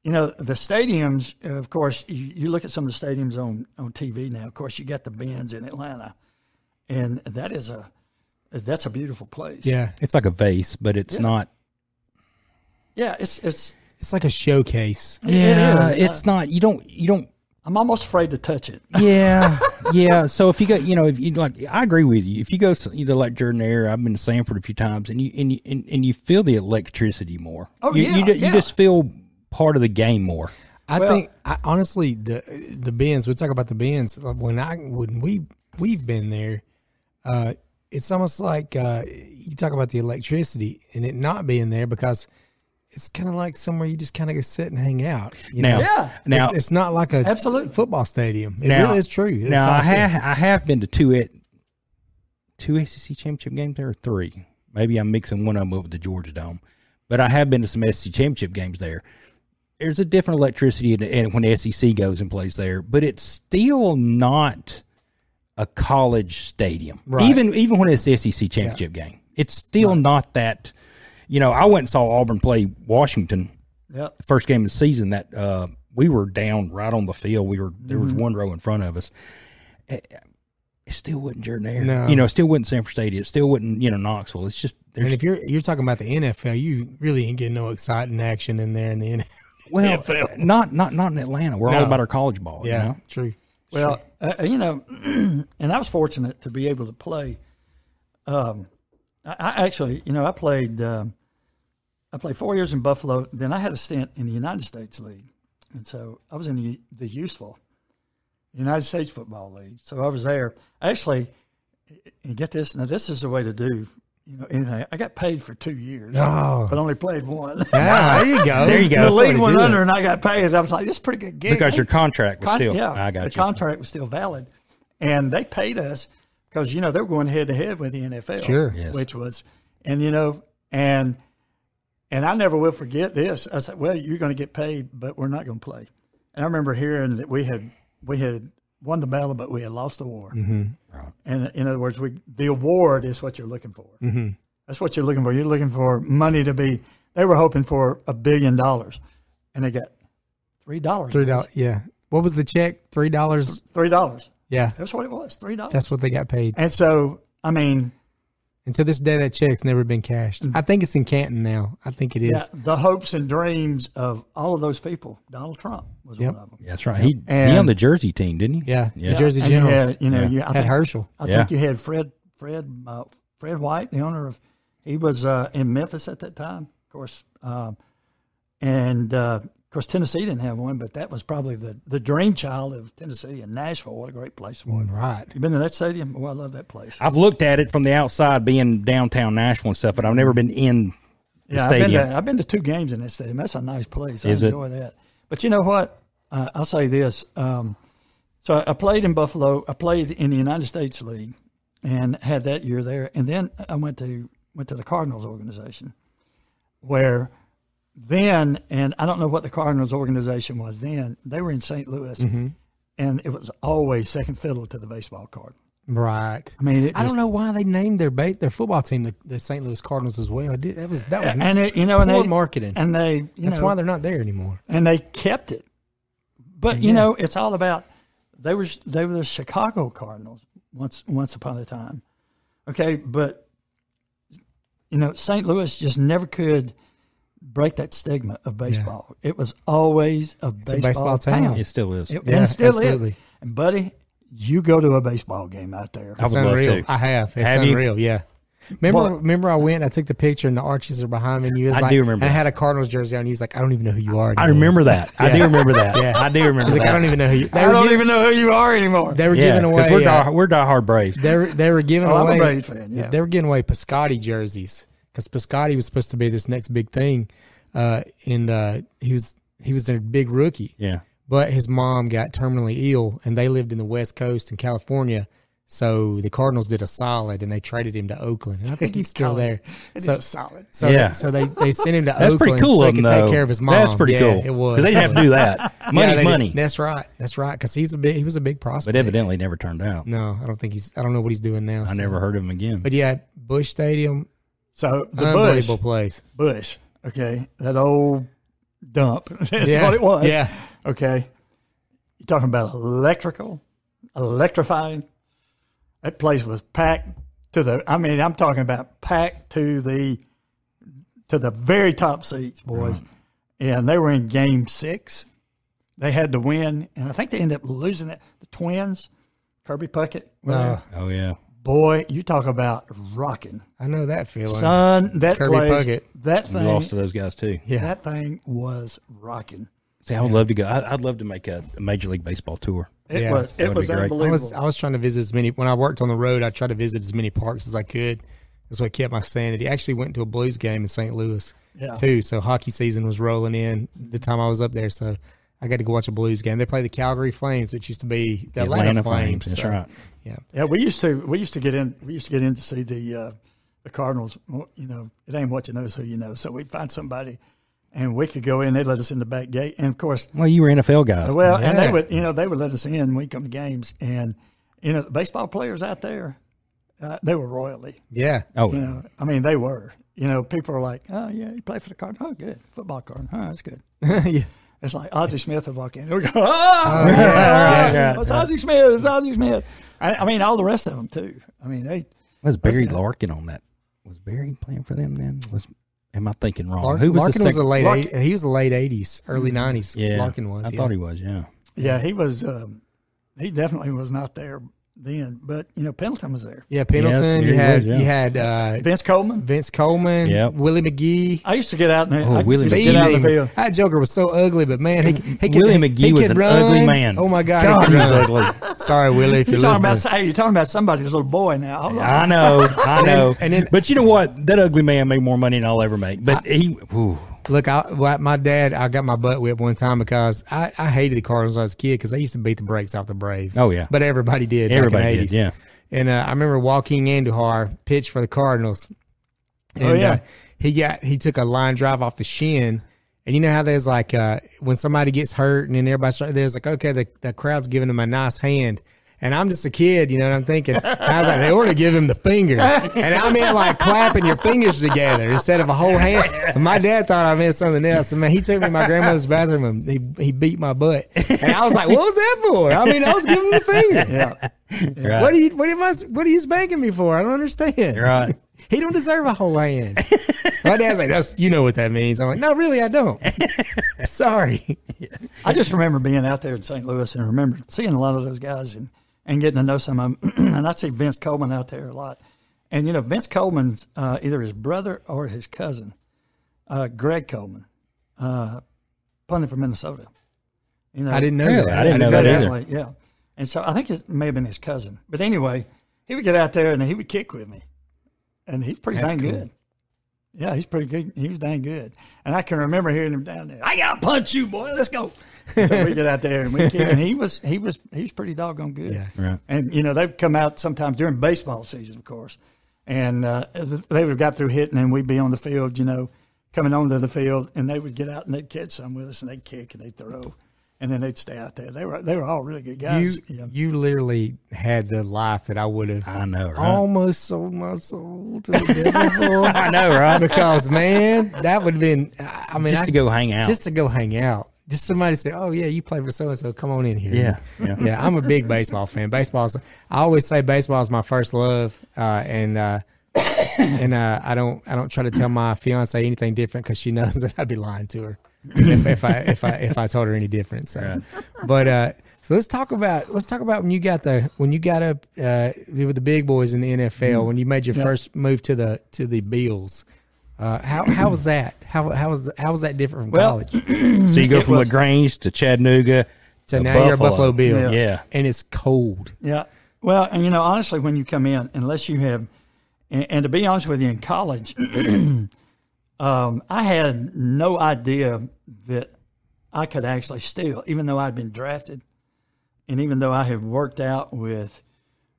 you know, the stadiums, of course, you, you look at some of the stadiums on, on TV now, of course, you got the Benz in Atlanta, and that is a, that's a beautiful place. Yeah, It's like a vase, but it's not. Yeah, it's, it's, it's like a showcase. Yeah, it is. it's not. You don't. You don't. I'm almost afraid to touch it. Yeah, yeah. So if you go, you know, if you like, I agree with you. If you go, s- you know, like Jordan Air, I've been to Sanford a few times, and you and you, and, and you feel the electricity more. Oh, you, yeah, you, ju- yeah. you just feel part of the game more. I Well- think I, honestly the the bins. We talk about the bins. uh, When I when we we've been there, uh, it's almost like uh, you talk about the electricity and it not being there because it's kind of like somewhere you just kind of go sit and hang out. You Now, know? Yeah. now, it's, it's not like a Absolutely. football stadium. It now, really is true. It's now all I true. have I have been to two it two SEC championship games. There are three. Maybe I'm mixing one of them up with the Georgia Dome, but I have been to some SEC championship games there. There's a different electricity in, in, when the SEC goes and plays there, but it's still not a college stadium. Right. Even even when it's the SEC championship game, it's still not that. You know, I went and saw Auburn play Washington Yeah. the first game of the season that uh, we were down right on the field. We were there Mm-hmm. was one row in front of us. Eh, It, it still wasn't Jordan Air. No. You know, it still wasn't Sanford Stadium. It still wasn't you know Knoxville. It's just And there's if you're you're talking about the NFL, you really ain't getting no exciting action in there in the NFL. well eh, not not not in Atlanta. We're all No. about our college ball. Yeah, You know? true. Well, uh, you know, and I was fortunate to be able to play. Um, I, I actually, you know, I played. Um, I played four years in Buffalo. Then I had a stint in the United States League, and so I was in the, the useful United States Football League. So I was there. Actually, and get this now, this is the way to do. You know, anything. I got paid for two years, Oh. but only played one. Ah, Yeah, there you go. There you the league went under, and I got paid. I was like, "This is a pretty good gig." Because Hey, your contract was Con- still yeah, I got the you. contract was still valid, and they paid us because you know they were going head to head with the NFL, Sure. Yes. which was, and you know, and and I never will forget this. I said, "Well, you're going to get paid, but we're not going to play." And I remember hearing that we had we had won the battle, but we had lost the war. Mm-hmm. And in other words, we the award is what you're looking for. Mm-hmm. That's what you're looking for. You're looking for money to be. They were hoping for a billion dollars, and they got three dollars. Three dollars. Yeah, What was the check? Three dollars. Three dollars. Yeah, That's what it was. Three dollars. that's what they got paid. And so, I mean, And to this day, that check's never been cashed. I think it's in Canton now. I think it is. Mm. yeah, the hopes and dreams of all of those people. Donald Trump was Yep. one of them. That's right. He he And- on the Jersey team, didn't he? Yeah, Yeah. the Jersey And you Generals had, you know, Yeah. you, I had think- Herschel. I Yeah. think you had Fred Fred uh, Fred White, the owner of he was uh, in Memphis at that time, of course, um, and uh, of course Tennessee didn't have one, but that was probably the the dream child of Tennessee and Nashville. What a great place for it! Right. You been to that stadium? Oh, I love that place. I've looked at it from the outside, being downtown Nashville and stuff, but I've never been in the Yeah, I've been, stadium. to, I've been to two games in that stadium. That's a nice place. I Is it? enjoy that. But you know what? Uh, I'll say this. Um, so I- I played in Buffalo. I played in the United States League and had that year there. And then I went to went to the Cardinals organization, where then and I don't know what the Cardinals organization was then. They were in St. Louis, Mm-hmm. and it was always second fiddle to the baseball card. Right. I mean, it I just- don't know why they named their ba- their football team the, the St. Louis Cardinals as well. I did, that was that was And it, you know, and poor they marketing. and they you That's know, why they're not there anymore. and they kept it. But you Yeah. know, it's all about they were they were the Chicago Cardinals once once upon a time. Okay, but you know, St. Louis just never could break that stigma of baseball. It was always a a baseball, baseball town. town. it still is. It- Yeah, and still absolutely. is. And buddy, you go to a baseball game out there. I It's would love unreal. to. I have. It's Have you? unreal. Yeah. Remember, Well- remember, I went. I took the picture, and the Archies are behind me. And you was I like, do And remember I that. had a Cardinals jersey on. He's like, I don't even know who you are. I anymore." remember that. I do remember that. I do remember He's like, that. I don't even know who you. They I were don't giving, even know who you are anymore. They were yeah, giving 'cause away. we're, uh, die, we're diehard Braves. they were they were giving Oh, I'm a away. Braves fan, yeah. They were giving away Piscotti jerseys because Piscotti was supposed to be this next big thing, uh, and uh, he was he was their big rookie. yeah. But his mom got terminally ill, and they lived in the West Coast in California. So the Cardinals did a solid, and they traded him to Oakland, and I think he's still there. So solid. so Yeah. they, so they, they sent him to That's Oakland pretty cool so of he them, could take though. care of his mom. That's pretty Yeah, cool. It was 'Cause they didn't have to do that. Yeah, Money's they did. money. That's right. That's right. Because he's a big he was a big prospect. But evidently never turned out. no, I don't think he's. I don't know what he's doing now. I so. never heard of him again. But yeah, Bush Stadium, So the Bush, unbelievable place. Bush. Okay, that old dump. That's Yeah, what it was. yeah. Okay. You're talking about electrical, electrifying. That place was packed to the. I mean, I'm talking about packed to the to the very top seats, boys. Mm-hmm. And they were in Game Six. They had to win, and I think they ended up losing it. The Twins, Kirby Uh, Puckett. were there. oh yeah. Boy, you talk about rocking, I know that feeling. son. That Kirby place, Puckett. that We thing, lost to those guys too. yeah. that thing was rocking. See, I would love to go. I, I'd love to make a, a major league baseball tour. It Yeah, was that it would was be great. I unbelievable. was I was trying to visit as many when I worked on the road. I tried to visit as many parks as I could. That's what kept my sanity. I actually went to a Blues game in St. Louis Yeah. too. So hockey season was rolling in the time I was up there. So I got to go watch a Blues game. They play the Calgary Flames, which used to be the Atlanta, Flames. That's So, right. Yeah. yeah, we used to we used to get in we used to get in to see the uh, the Cardinals. Well, You know, it ain't what you know is who you know. So we'd find somebody, and we could go in. They'd let us in the back gate, and of course, Well, you were NFL guys. well, and yeah. they would you know they would let us in. We would come to games, and you know the baseball players out there, uh, they were royally. Yeah. oh, You know, I mean they were. You know, people are like, oh yeah, you play for the Cardinals. Oh, good football Cardinals. Oh, that's good. yeah. It's like Ozzie Smith would walk in. We go, ah, yeah, yeah. it's Ozzie Smith. It's Ozzie Smith. I, I mean, all the rest of them too. I mean, they. was Barry Larkin on that? Was Barry playing for them then? Was am I thinking wrong? Larkin, Oh, Who was Larkin the was a second? Mm, late Larkin- eight- he was the late eighties, early nineties. yeah, Larkin was. I yeah. thought he was. Yeah. Yeah, he was. Um, he definitely was not there then. But you know, Pendleton was there. yeah, Pendleton. he you had was, yeah. you had uh, Vince Coleman. Vince Coleman, Yep. Willie McGee. I used to get out and Oh, I used Willie to just McGee. get out of the Stevens. field. That Joker was so ugly, but man, he, he could, Willie he- McGee he was could an run. ugly man. Oh my god, he God, could he was run. ugly. Sorry, Willie, if you're You're talking listening. about hey, you're talking about somebody's little boy now. Hold on. I know, I know. and then- but you know what? That ugly man made more money than I'll ever make. But he, whew, Look, I, well, my dad, I got my butt whipped one time because I, I hated the Cardinals as a kid because they used to beat the brakes off the Braves. Oh, yeah. but everybody did. back Everybody in did, the 80s. yeah. And uh, I remember Joaquin Andujar pitched for the Cardinals. And, Oh, yeah. uh, he got he took a line drive off the shin. And you know how there's like uh, when somebody gets hurt and then everybody's there's like okay the, the crowd's giving them a nice hand And I'm just a kid, you know what I'm thinking? And I was like, they ought to give him the finger. And I meant like clapping your fingers together instead of a whole hand. And my dad thought I meant something else. And man, he took me to my grandmother's bathroom and he, he beat my butt. And I was like, what was that for? I mean, I was giving him the finger. Yeah. Right. What are you, what am I, what are you spanking me for? I don't understand. Right. He don't deserve a whole hand. my dad's like, that's, you know what that means. I'm like, no, really, I don't. Sorry. I just remember being out there in St. Louis and remember seeing a lot of those guys and, and getting to know some of them. and I'd see Vince Coleman out there a lot. And, you know, Vince Coleman's uh, either his brother or his cousin, uh, Greg Coleman, uh, punted from Minnesota. You know, I didn't know Really? that. I didn't know go that down either. way, yeah. And so I think it may have been his cousin. But anyway, he would get out there and he would kick with me. And he's pretty That's dang cool. good. Yeah, he's pretty good. He was dang good. And I can remember hearing him down there. I gotta punch you, boy. Let's go. so we get out there and we kick. And he was he was he was pretty doggone good. Yeah. Right. And you know they've come out sometimes during baseball season, of course, and uh, they would have got through hitting, and we'd be on the field, you know, coming onto the field, and they would get out and they'd catch some with us, and they'd kick and they'd throw, and then they'd stay out there. They were they were all really good You, guys. yeah. you literally had the life that I would have I know, right? almost sold my soul to the devil for. I know, right? because man, that would have been. I mean, Just I- to go hang out. just to go hang out. Just somebody say, "Oh yeah, you play for so and so. Come on in here." Yeah, yeah. yeah. I'm a big baseball fan. Baseball's. I always say baseball is my first love, uh, and uh, and uh, I don't I don't try to tell my fiance anything different because she knows that I'd be lying to her if, if I if I if I told her any different. So, but uh, so let's talk about let's talk about when you got the when you got up uh, with the big boys in the NFL when you made your first move to the to the Bills. Uh, how how was that? How how was how was that different from Well, college? So you go It from was- Lagrange to Chattanooga So now you're a Buffalo Bill. Yeah. And it's cold. Yeah. Well, and you know, honestly, when you come in, unless you have, and, and to be honest with you, in college, um, I had no idea that I could actually steal, even though I'd been drafted, and even though I had worked out with,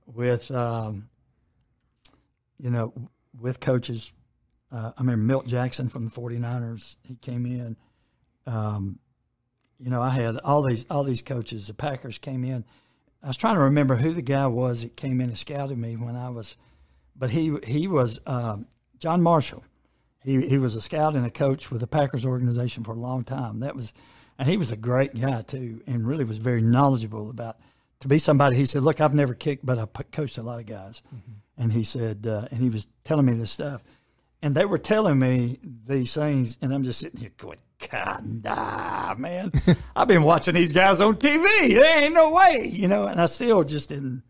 with, um, you know, with coaches. Uh, I mean, Milt Jackson from the 49ers, he came in Um, you know, I had all these all these coaches. The Packers came in. I was trying to remember who the guy was that came in and scouted me when I was, but he he was um, John Marshall. He he was a scout and a coach with the Packers organization for a long time. That was, and he was a great guy too, and really was very knowledgeable about to be somebody. He said, "Look, I've never kicked, but I p- coached a lot of guys," and he said, uh, and he was telling me this stuff, and they were telling me these things, and I'm just sitting here going, God, nah, man. I've been watching these guys on TV. There ain't no way, you know. And I still just didn't.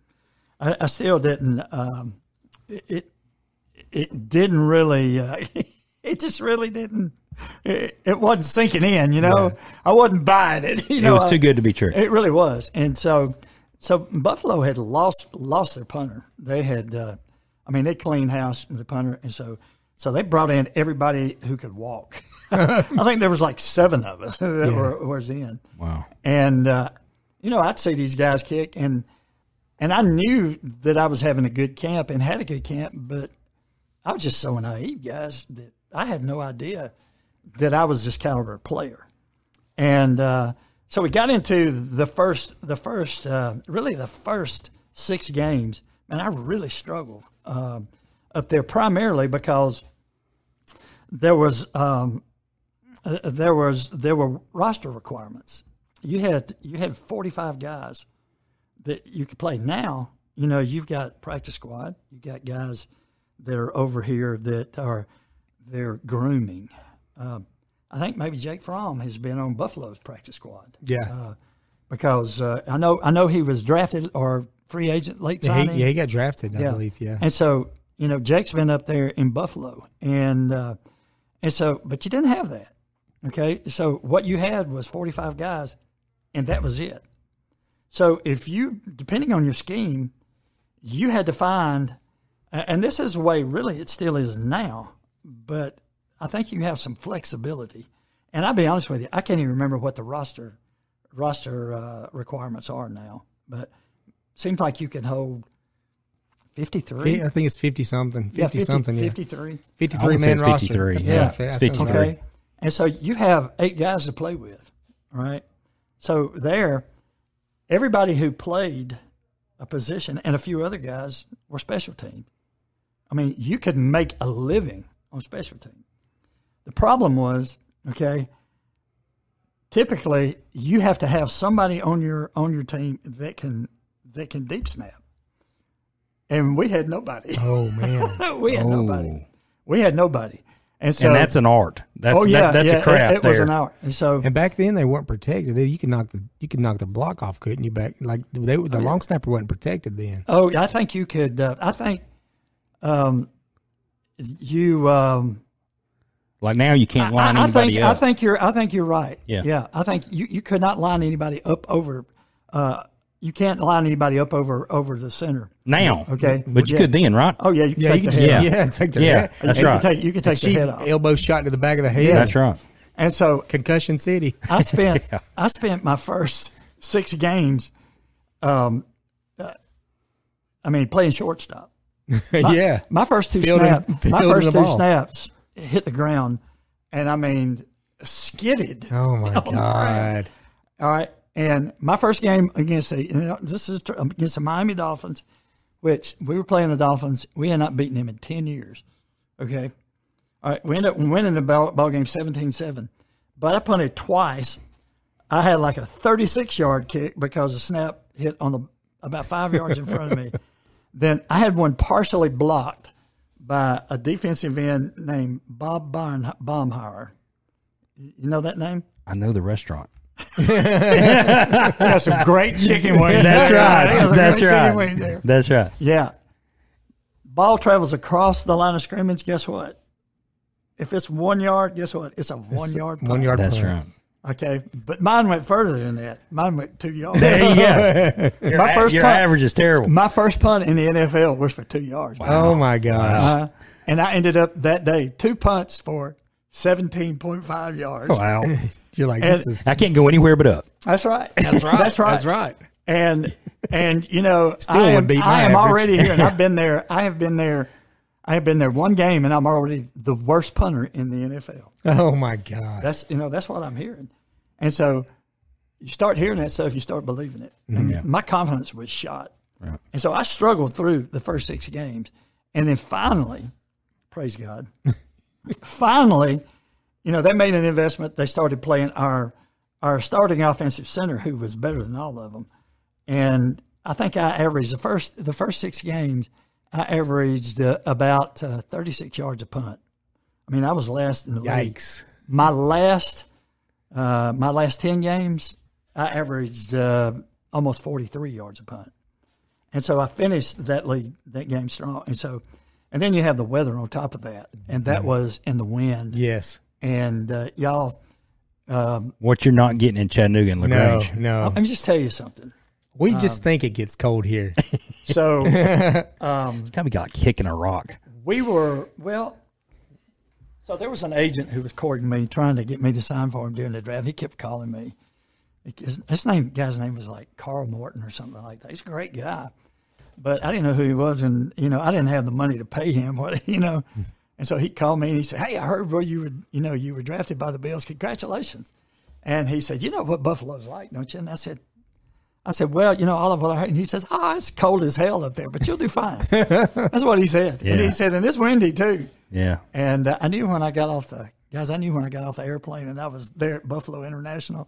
I, I still didn't. Um, it, it it didn't really. Uh, it just really didn't. It, it wasn't sinking in, you know. I wasn't buying it. You It know, was I- too good to be true. it really was, and so so Buffalo had lost lost their punter. They had, uh, I mean, they cleaned house with the punter, and so so they brought in everybody who could walk. I think there was like seven of us that were was in, Wow. and uh, you know I'd see these guys kick, and and I knew that I was having a good camp and had a good camp, but I was just so naive, guys, that I had no idea that I was this caliber of player and uh, so we got into the first, the first, uh, really the first six games, and I really struggled um, up there primarily because there was um, uh, there was there were roster requirements. You had you had forty five guys that you could play. Now you know you've got practice squad. You got guys that are over here that are they're grooming. Um, I think maybe Jake Fromm has been on Buffalo's practice squad Yeah. because uh, I know I know he was drafted or free agent late signing. he, yeah, he got drafted, I believe. Yeah. And so, you know, Jake's been up there in Buffalo, and uh, and so, but you didn't have that. Okay, so what you had was forty five guys, and that was it. So if you, depending on your scheme, you had to find, a- and this is the way really it still is now, but I think you have some flexibility. And I'll be honest with you, I can't even remember what the roster roster uh, requirements are now, but seems like you can hold fifty three. I think it's 50 something. 50 something. Yeah. 53. 53 I man wanna say it's roster. 53, That yeah. sounds fair. That Sticky sounds three. right. Okay. And so you have eight guys to play with, all right? So there, everybody who played a position, and a few other guys were special team. I mean, you could make a living on special team. The problem was, okay, typically you have to have somebody on your on your team that can that can deep snap. And we had nobody. Oh man. we had nobody. We had nobody. And so and that's an art. That's oh yeah, that, that's yeah, a it- craft It, there. was an hour. And so and back then they weren't protected. You could knock the you could knock the block off, couldn't you? Back like they the long snapper wasn't protected then. Oh, I think you could. Uh, I think um, you. Um, Like now, you can't line I, I anybody think. up. I think you're. I think you're right. Yeah. Yeah. I think you, you could not line anybody up over. Uh, you can't line anybody up over over the center. now, Okay. but you Yeah. could then, right? Oh yeah. You can Yeah, take you could the just, head. yeah. off. take the Yeah, head. that's you right. Can take, you can take the Cheap head off. elbow shot to the back of the head. That's right. and so Concussion City. I spent I spent my first six games. Um, uh, I mean, playing shortstop. yeah. My first two Fielding- snaps, my fielding the first two ball. snaps hit the ground, and I mean skidded. Oh my God. All right, and my first game against the and this is tr- against the Miami Dolphins, which we were playing the Dolphins. We had not beaten them in ten years. Okay, all right, we ended up winning the ball, ball game 17-7, but I punted twice. I had like a thirty six yard kick because the snap hit on the about five yards in front of me. Then I had one partially blocked by a defensive end named Bob Bon- Baumhauer. You know that name? I know the restaurant. They got some great chicken wings. That's They got right. some That's great chicken right. wings there. That's right. Yeah. Ball travels across the line of scrimmage. Guess what? If it's one yard, guess what? It's a one yard. One yard. That's punt. right. Okay, but mine went further than that. Mine went two yards. There you go. My your, first your punt- average is terrible. My first punt in the NFL was for two yards, Oh my gosh. Uh, and I ended up that day two punts for seventeen point five yards. wow. You're like, And- this is I can't go anywhere but up. That's right. That's right. That's right. that's right. and and you know Still I am, would beat my I am average. already here and I've been there I have been there I have been there one game and I'm already the worst punter in the NFL. Oh my God. That's you know that's what I'm hearing. And so you start hearing that stuff you start believing it. And my confidence was shot. And so I struggled through the first 6 games and then finally praise God. finally, you know, they made an investment. They started playing our our starting offensive center who was better than all of them and I think I averaged the first the first six games. I averaged uh, about uh, thirty six yards a punt. I mean, I was last in the league. Yikes. My last uh, my last ten games, I averaged uh, almost forty three yards a punt, and so I finished that league that game strong. And so, and then you have the weather on top of that, and that was in the wind. Yes. And uh, y'all, What you're not getting in Chattanooga and No, LaGrange. no. let me just tell you something. We just think it gets cold here. So. It's kind of like kicking a rock. we were well. So there was an agent who was courting me, trying to get me to sign for him during the draft. He kept calling me. His, his name, guy's name was like Carl Morton or something like that. He's a great guy, but I didn't know who he was, and you know I didn't have the money to pay him. What you know, and so he called me and he said, "Hey, I heard where you were. You know, you were drafted by the Bills. Congratulations." And he said, "You know what Buffalo's like, don't you?" And I said, "I said, well, you know, all of what I heard." And he says, "Oh, it's cold as hell up there, but you'll do fine." That's what he said. And Yeah. he said, and it's windy too. Yeah. And uh, I knew when I got off the guys, I knew when I got off the airplane, and I was there at Buffalo International,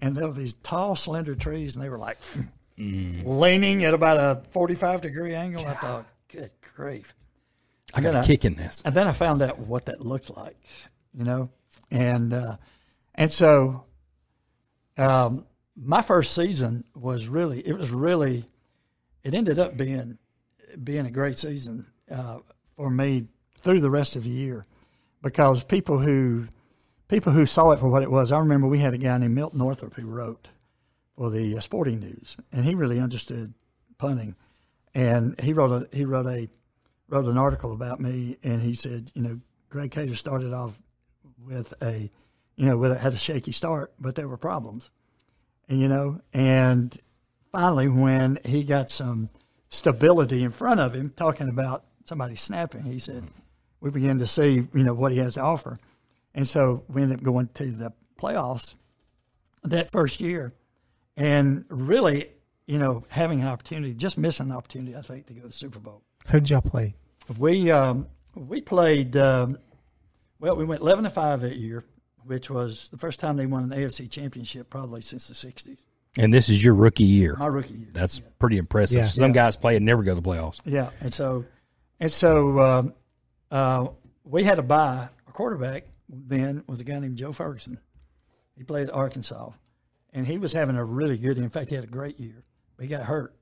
and there were these tall, slender trees, and they were like Mm. leaning at about a forty-five degree angle. I thought, good grief! I got then a kick in this. And then I found out what that looked like, you know, and uh, and so um, my first season was really it was really it ended up being being a great season uh, for me through the rest of the year because people who people who saw it for what it was. I remember we had a guy named Milton Northrop who wrote for the uh, Sporting News, and he really understood punting, and he wrote a he wrote a wrote an article about me, and he said, you know, Greg Cater started off with a, you know, with a, had a shaky start, but there were problems, and you know, and finally when he got some stability in front of him, talking about somebody snapping, he said, we began to see, you know, what he has to offer, and so we ended up going to the playoffs that first year, and really you know, having an opportunity, just missing an opportunity, I think, to go to the Super Bowl. Who did y'all play? We um, we played. Um, well, we went eleven to five that year, which was the first time they won an AFC championship probably since the '60s. And this is your rookie year. My rookie year. That's pretty impressive. Yeah. Some guys play and never go to the playoffs. Yeah, and so, and so um, uh, we had a buy a quarterback. Then was a guy named Joe Ferguson. He played at Arkansas, and he was having a really good. In fact, he had a great year. But he got hurt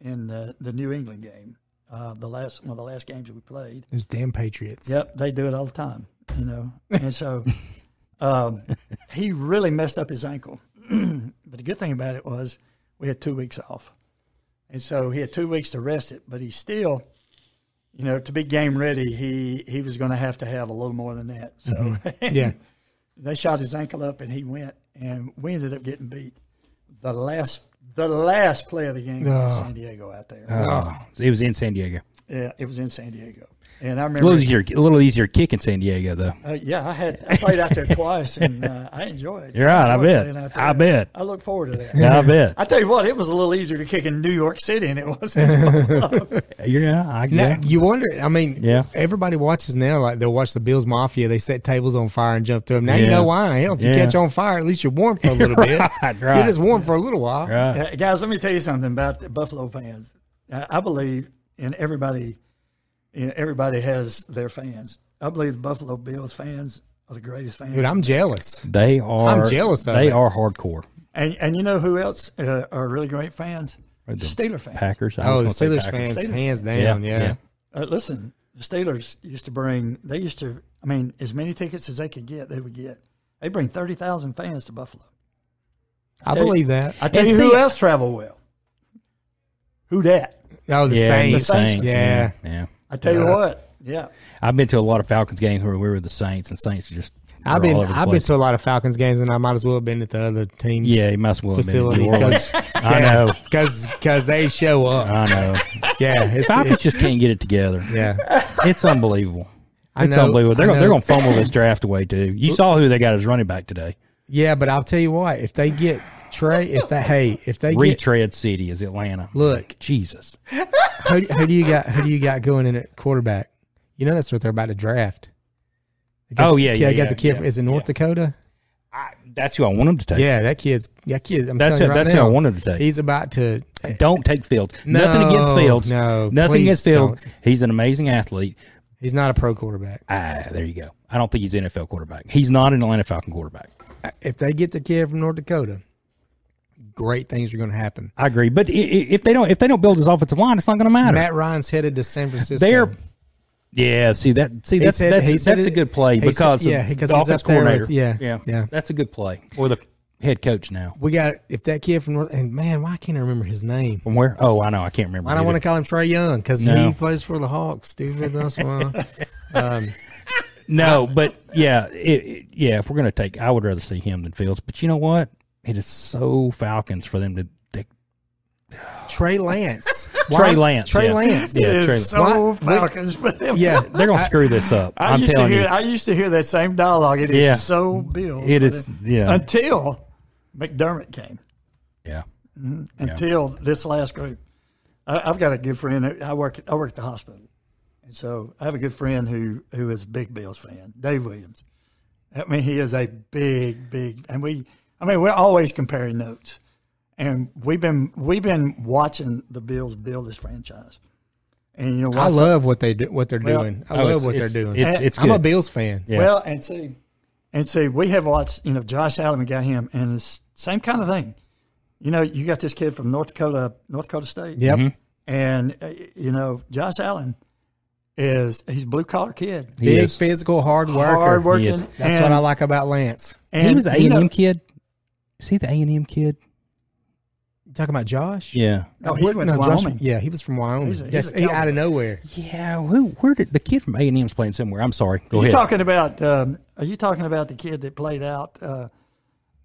in uh, the New England game, uh, the last one of the last games we played. Those damn Patriots. Yep, they do it all the time, you know. And so um, he really messed up his ankle. but the good thing about it was we had two weeks off. And so he had two weeks to rest it, but he still, you know, to be game ready, he, he was going to have to have a little more than that. So Yeah. they shot his ankle up and he went, and we ended up getting beat. The last the last play of the game Oh. was in San Diego out there. Uh, it was in San Diego. yeah, it was in San Diego. And I A remember little easier, a little easier kick in San Diego, though. Uh, yeah, I had I played out there twice, and uh, I enjoyed it. You're right, I enjoyed bet. playing out I there. bet. I look forward to that. Yeah, I bet. I tell you what, it was a little easier to kick in New York City than it was. In Yeah, I Now, get. You wonder. I mean, Yeah. Everybody watches now. Like they'll watch the Bills Mafia. They set tables on fire and jump to them. Now you Yeah. know why. Hell, if you Yeah. catch on fire, at least you're warm for a little Right, bit. right. You're just warm for a little while. Right. Uh, guys, let me tell you something about the Buffalo fans. I, I believe in everybody. You know, everybody has their fans. I believe the Buffalo Bills fans are the greatest fans. Dude, I'm jealous. They are. I'm jealous of They it. are hardcore and and you know who else uh, are really great fans? Steeler fans. Packers. Oh, I the was gonna say Steelers Packers. fans, Steelers. hands down. Yeah. Yeah, yeah. Uh, listen, the Steelers used to bring. They used to. I mean, as many tickets as they could get, they would get. They bring thirty thousand fans to Buffalo. I Tell you- believe that. I tell And you who see- else travel well. Who dat? Oh, the Yeah, and Saints. the Saints. Yeah. yeah, yeah. I tell you what. Yeah, I've been to a lot of Falcons games where we were the Saints, and Saints just. I've they're been all over the I've been place. to a lot of Falcons games, and I might as well have been at the other team's Yeah, you must well have been in facility New Orleans. because I know. because they show up. I know. Yeah, it's, Falcons it's just can't get it together. yeah. It's unbelievable. I It's know, unbelievable. They're I gonna, they're know. going to fumble this draft away too. You saw who they got as running back today. Yeah, but I'll tell you what, if they get Trey, if they hey, if they get Retread City is Atlanta. look, Jesus. who, who do you got? Who do you got going in at quarterback? You know that's what they're about to draft. They got Oh, the yeah, kid- yeah, they got yeah, the kid. yeah, is it North Dakota? I, that's who I want them to take. Yeah, that kid's that kid. I'm That's telling you who- right that's who now, I wanted to take. He's about to. Don't take Fields. No, Nothing against Fields. no, Nothing against please Fields. don't. He's an amazing athlete. He's not a pro quarterback. Ah, there you go. I don't think he's an NFL quarterback. He's not an Atlanta Falcon quarterback. If they get the kid from North Dakota, great things are going to happen. I agree. But i- i- if they don't, if they don't build his offensive line, it's not going to matter. Matt Ryan's headed to San Francisco. They're yeah. See that. See He that's said- he that's, said that's a it- good play he because said- yeah, of because the he's offense up there with- coordinator. yeah, yeah, yeah. That's a good play or the head coach now. we got if that kid from North and man, why can't I remember his name? From where? Oh, I know. I can't remember. I don't want to either. call him Trey Young because No. he plays for the Hawks. Stupid, that's why. No, but yeah, it, it- yeah. If we're gonna take, I would rather see him than Fields. But you know what? It is so Falcons for them to. They, Trey Lance. Trey Lance. Trey yeah. Lance. Yeah, It is Trey, so Why- Falcons for them. Yeah, they're gonna screw this up. I am used to telling hear. you. I used to hear that same dialogue. It is Yeah. so Bills. It for is- them. yeah. Until McDermott came. yeah. until this last group. I, I've got a good friend. who- I work. I work at the hospital, and so I have a good friend who who is a big Bills fan, Dave Williams. I mean, he is a big, big, and we. I mean, we're always comparing notes, and we've been we've been watching the Bills build this franchise, and you know, I what's- love what they do, what they're Well, doing. I oh, love it's- what they're it's- doing. it's- it's I'm a good. Bills fan. Yeah. Well, and see, and see, we have watched, you know, Josh Allen, we got him, and it's same kind of thing. You know, you got this kid from North Dakota, North Dakota State. Yep. And uh, you know, Josh Allen is he's a blue collar kid, He Big is. physical hard worker. hard working. is. That's what I like about Lance. he was the A and M kid. Is he the A and M kid? You talking about Josh? Yeah. No, Oh, he went to Josh- Wyoming. yeah, he was from Wyoming. He's a- he's yes, a he, out cowboy. of nowhere. Yeah. Who? Where did the kid from A and M's playing somewhere? I'm sorry. Go Are you ahead. talking about? Um, are you talking about the kid that played out? Uh,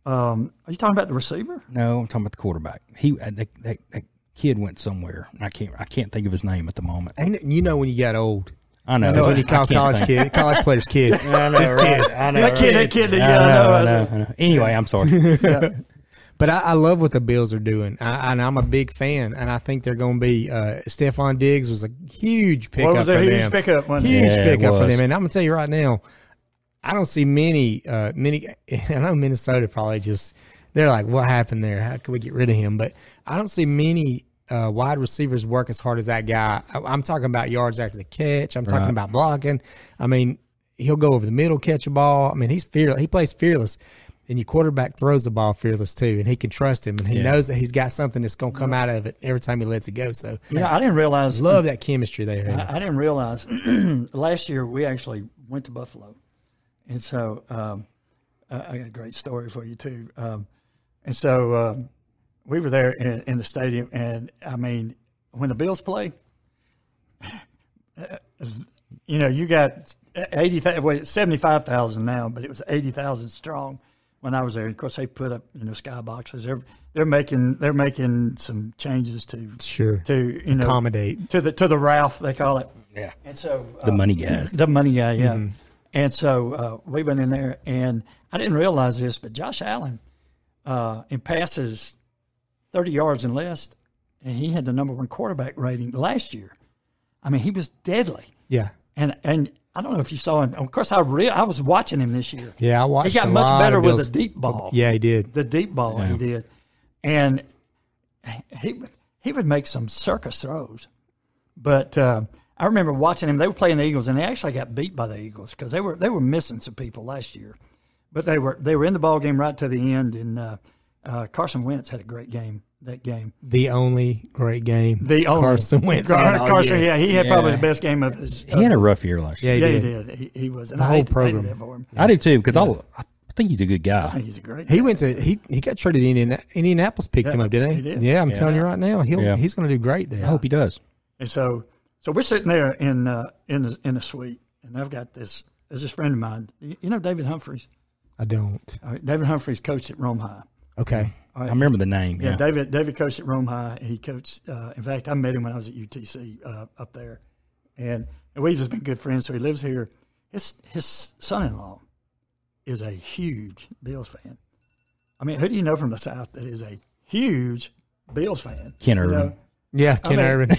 um, are you talking about the receiver? No, I'm talking about the quarterback. He uh, that, that, that kid went somewhere. I can't I can't think of his name at the moment. And you know when you got old. I know. That's when you I call can't college think. kid, college players kids. I know, It's right. kids. I know, that kid, that right. kid, that I yeah, know, uh, I know, I know, I know. Anyway, I'm sorry. But But I, I love what the Bills are doing, I, and I'm a big fan. And I think they're going to be. Uh, Stephon Diggs was a huge pickup. Well, it was a for huge them. pickup, wasn't it? Huge Yeah, it pickup for was. them. And I'm going to tell you right now, I don't see many, uh, many. I know Minnesota probably just they're like, what happened there? How can we get rid of him? But I don't see many uh, wide receivers work as hard as that guy. I, I'm talking about yards after the catch. I'm talking about blocking. I mean, he'll go over the middle, catch a ball. I mean, he's fearless. He plays fearless. And your quarterback throws the ball fearless too, and he can trust him, and he knows that he's got something that's going to come out of it every time he lets it go. So, Yeah, I didn't realize. love that chemistry they have. I, I didn't realize last year we actually went to Buffalo, and so um, I, I got a great story for you too. Um, and so um, we were there in, in the stadium, and I mean, when the Bills play, you know, you got eighty thousand, well, seventy five thousand now, but it was eighty thousand strong when I was there. And of course, they put up you know skyboxes. They're they're making they're making some changes to Sure. to you know Accommodate. to the to the Ralph they call it. Yeah. And so uh, The money guys. the money guy, yeah. Mm-hmm. And so uh, we went in there, and I didn't realize this, but Josh Allen uh, in passes thirty yards and less, and he had the number one quarterback rating last year. I mean, he was deadly, Yeah. and and I don't know if you saw him. Of course, I re- I was watching him this year. Yeah, I watched He got a much lot better of with Bills- the deep ball. Yeah, he did. the deep ball he did, and he he would make some circus throws. But uh, I remember watching him. They were playing the Eagles, and they actually got beat by the Eagles because they were they were missing some people last year. But they were they were in the ball game right to the end, and uh, uh, Carson Wentz had a great game that game. the only great game The only, Carson Wentz had all Oh, Carson, year. yeah, he had probably the best game of his. He had a rough year last year. Yeah, he yeah, did. he did. He, he was. And The I whole hate to- hated program. that for him. I do too because I think he's a good guy. He's a great. He went to he he got traded to Indiana, Indianapolis picked him up, didn't he? he did. Yeah, I'm telling you right now, he'll Yeah. he's going to do great there. I hope he does. And so, so we're sitting there in uh, in the, in the suite, and I've got this there's this friend of mine. You you know David Humphreys. I don't. All right, David Humphreys coached at Rome High. Okay. I remember the name. Yeah, Yeah. David David coached at Rome High. He coached. Uh, in fact, I met him when I was at UTC uh, up there, and, and we've just been good friends. So he lives here. His his son-in-law is a huge Bills fan. I mean, who do you know from the South that is a huge Bills fan? Ken You know? Irvin. Yeah, Ken mean- Irvin.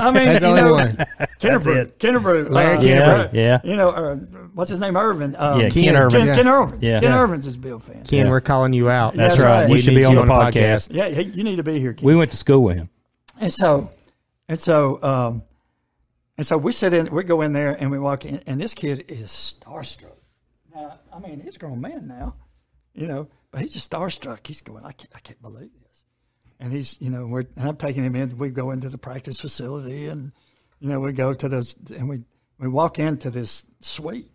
I mean, That's the you only know, one. Kennebrew. Kennebrew. Larry uh, Kennebrew. yeah. Yeah. You know, uh, what's his name? Irvin. Uh, Yeah, Ken, Ken Irvin. Ken, yeah. Ken Irvin. Yeah. Ken Yeah. Irvin is a Bill fan. Ken, we're calling you out. That's right. You We should need be on you the on the podcast. Yeah, he- you need to be here, Ken. We went to school with him. and so, and so, um, and so we sit in, we go in there and we walk in, and this kid is starstruck. Now, I mean, he's a grown man now, you know, but he's just starstruck. He's going, I can't, I can't believe this. And he's, you know, we're, and I'm taking him in. We go into the practice facility and, you know, we go to those, and we, we walk into this suite.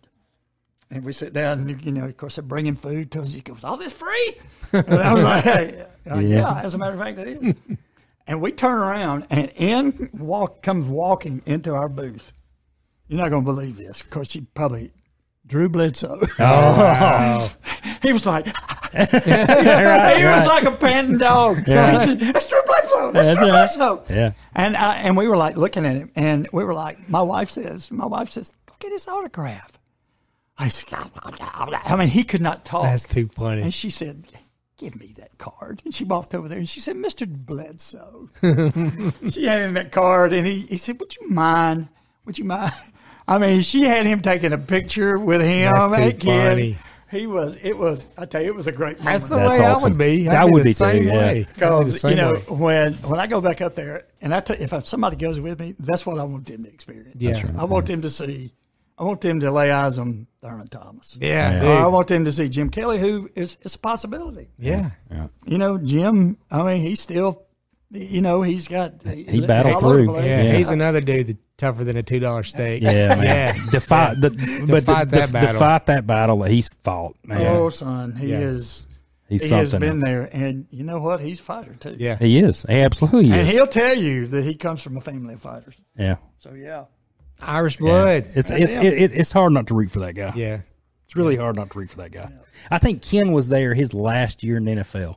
And we sit down, and you know, of course, they're bringing food to us. He goes, "All this free?" And I was like, hey. Uh, "Yeah." As a matter of fact, it is. and we turn around, and in walk comes walking into our booth. You're not going to believe this. Of course, he probably Drew Bledsoe. he was like, he was like a panting dog. That's Drew Bledsoe. That's, That's Drew right. Bledsoe. Yeah. And I, and we were like looking at him, and we were like, my wife says, my wife says, go get his autograph. I said, I mean, he could not talk. That's too funny. and she said, give me that card. And she walked over there and she said, Mr. Bledsoe. she had him that card and he, he said, would you mind? Would you mind? I mean, she had him taking a picture with him. That's too that kid. funny. He was, it was, I tell you, it was a great moment. That's the That's way I awesome. would be. I'd That would the be too, same yeah. way. I'd be the Because same you know way. when when I go back up there, and I tell- if I, somebody goes with me, that's what I want them to experience. That's right. I want them to see. I want them to lay eyes on Thurman Thomas. Yeah, Or dude. I want them to see Jim Kelly, who is it's a possibility. yeah. You know, Jim. I mean, he's still. You know, he's got he, battled all over the through. place. Yeah, Yeah. he's another dude that tougher than a two dollar steak. Yeah, man. Yeah. Defy, The, but Defy the, that the, battle. defy that battle that he's fought, man. Oh, son, he Yeah. is. he's He has something. been there, and you know what? He's a fighter too. yeah. he is. He absolutely and is. he'll tell you that he comes from a family of fighters. yeah. So yeah, Irish blood. It's it's him. it, it, it's hard not to root for that guy. Yeah. It's really hard not to root for that guy. I think Ken was there his last year in the NFL.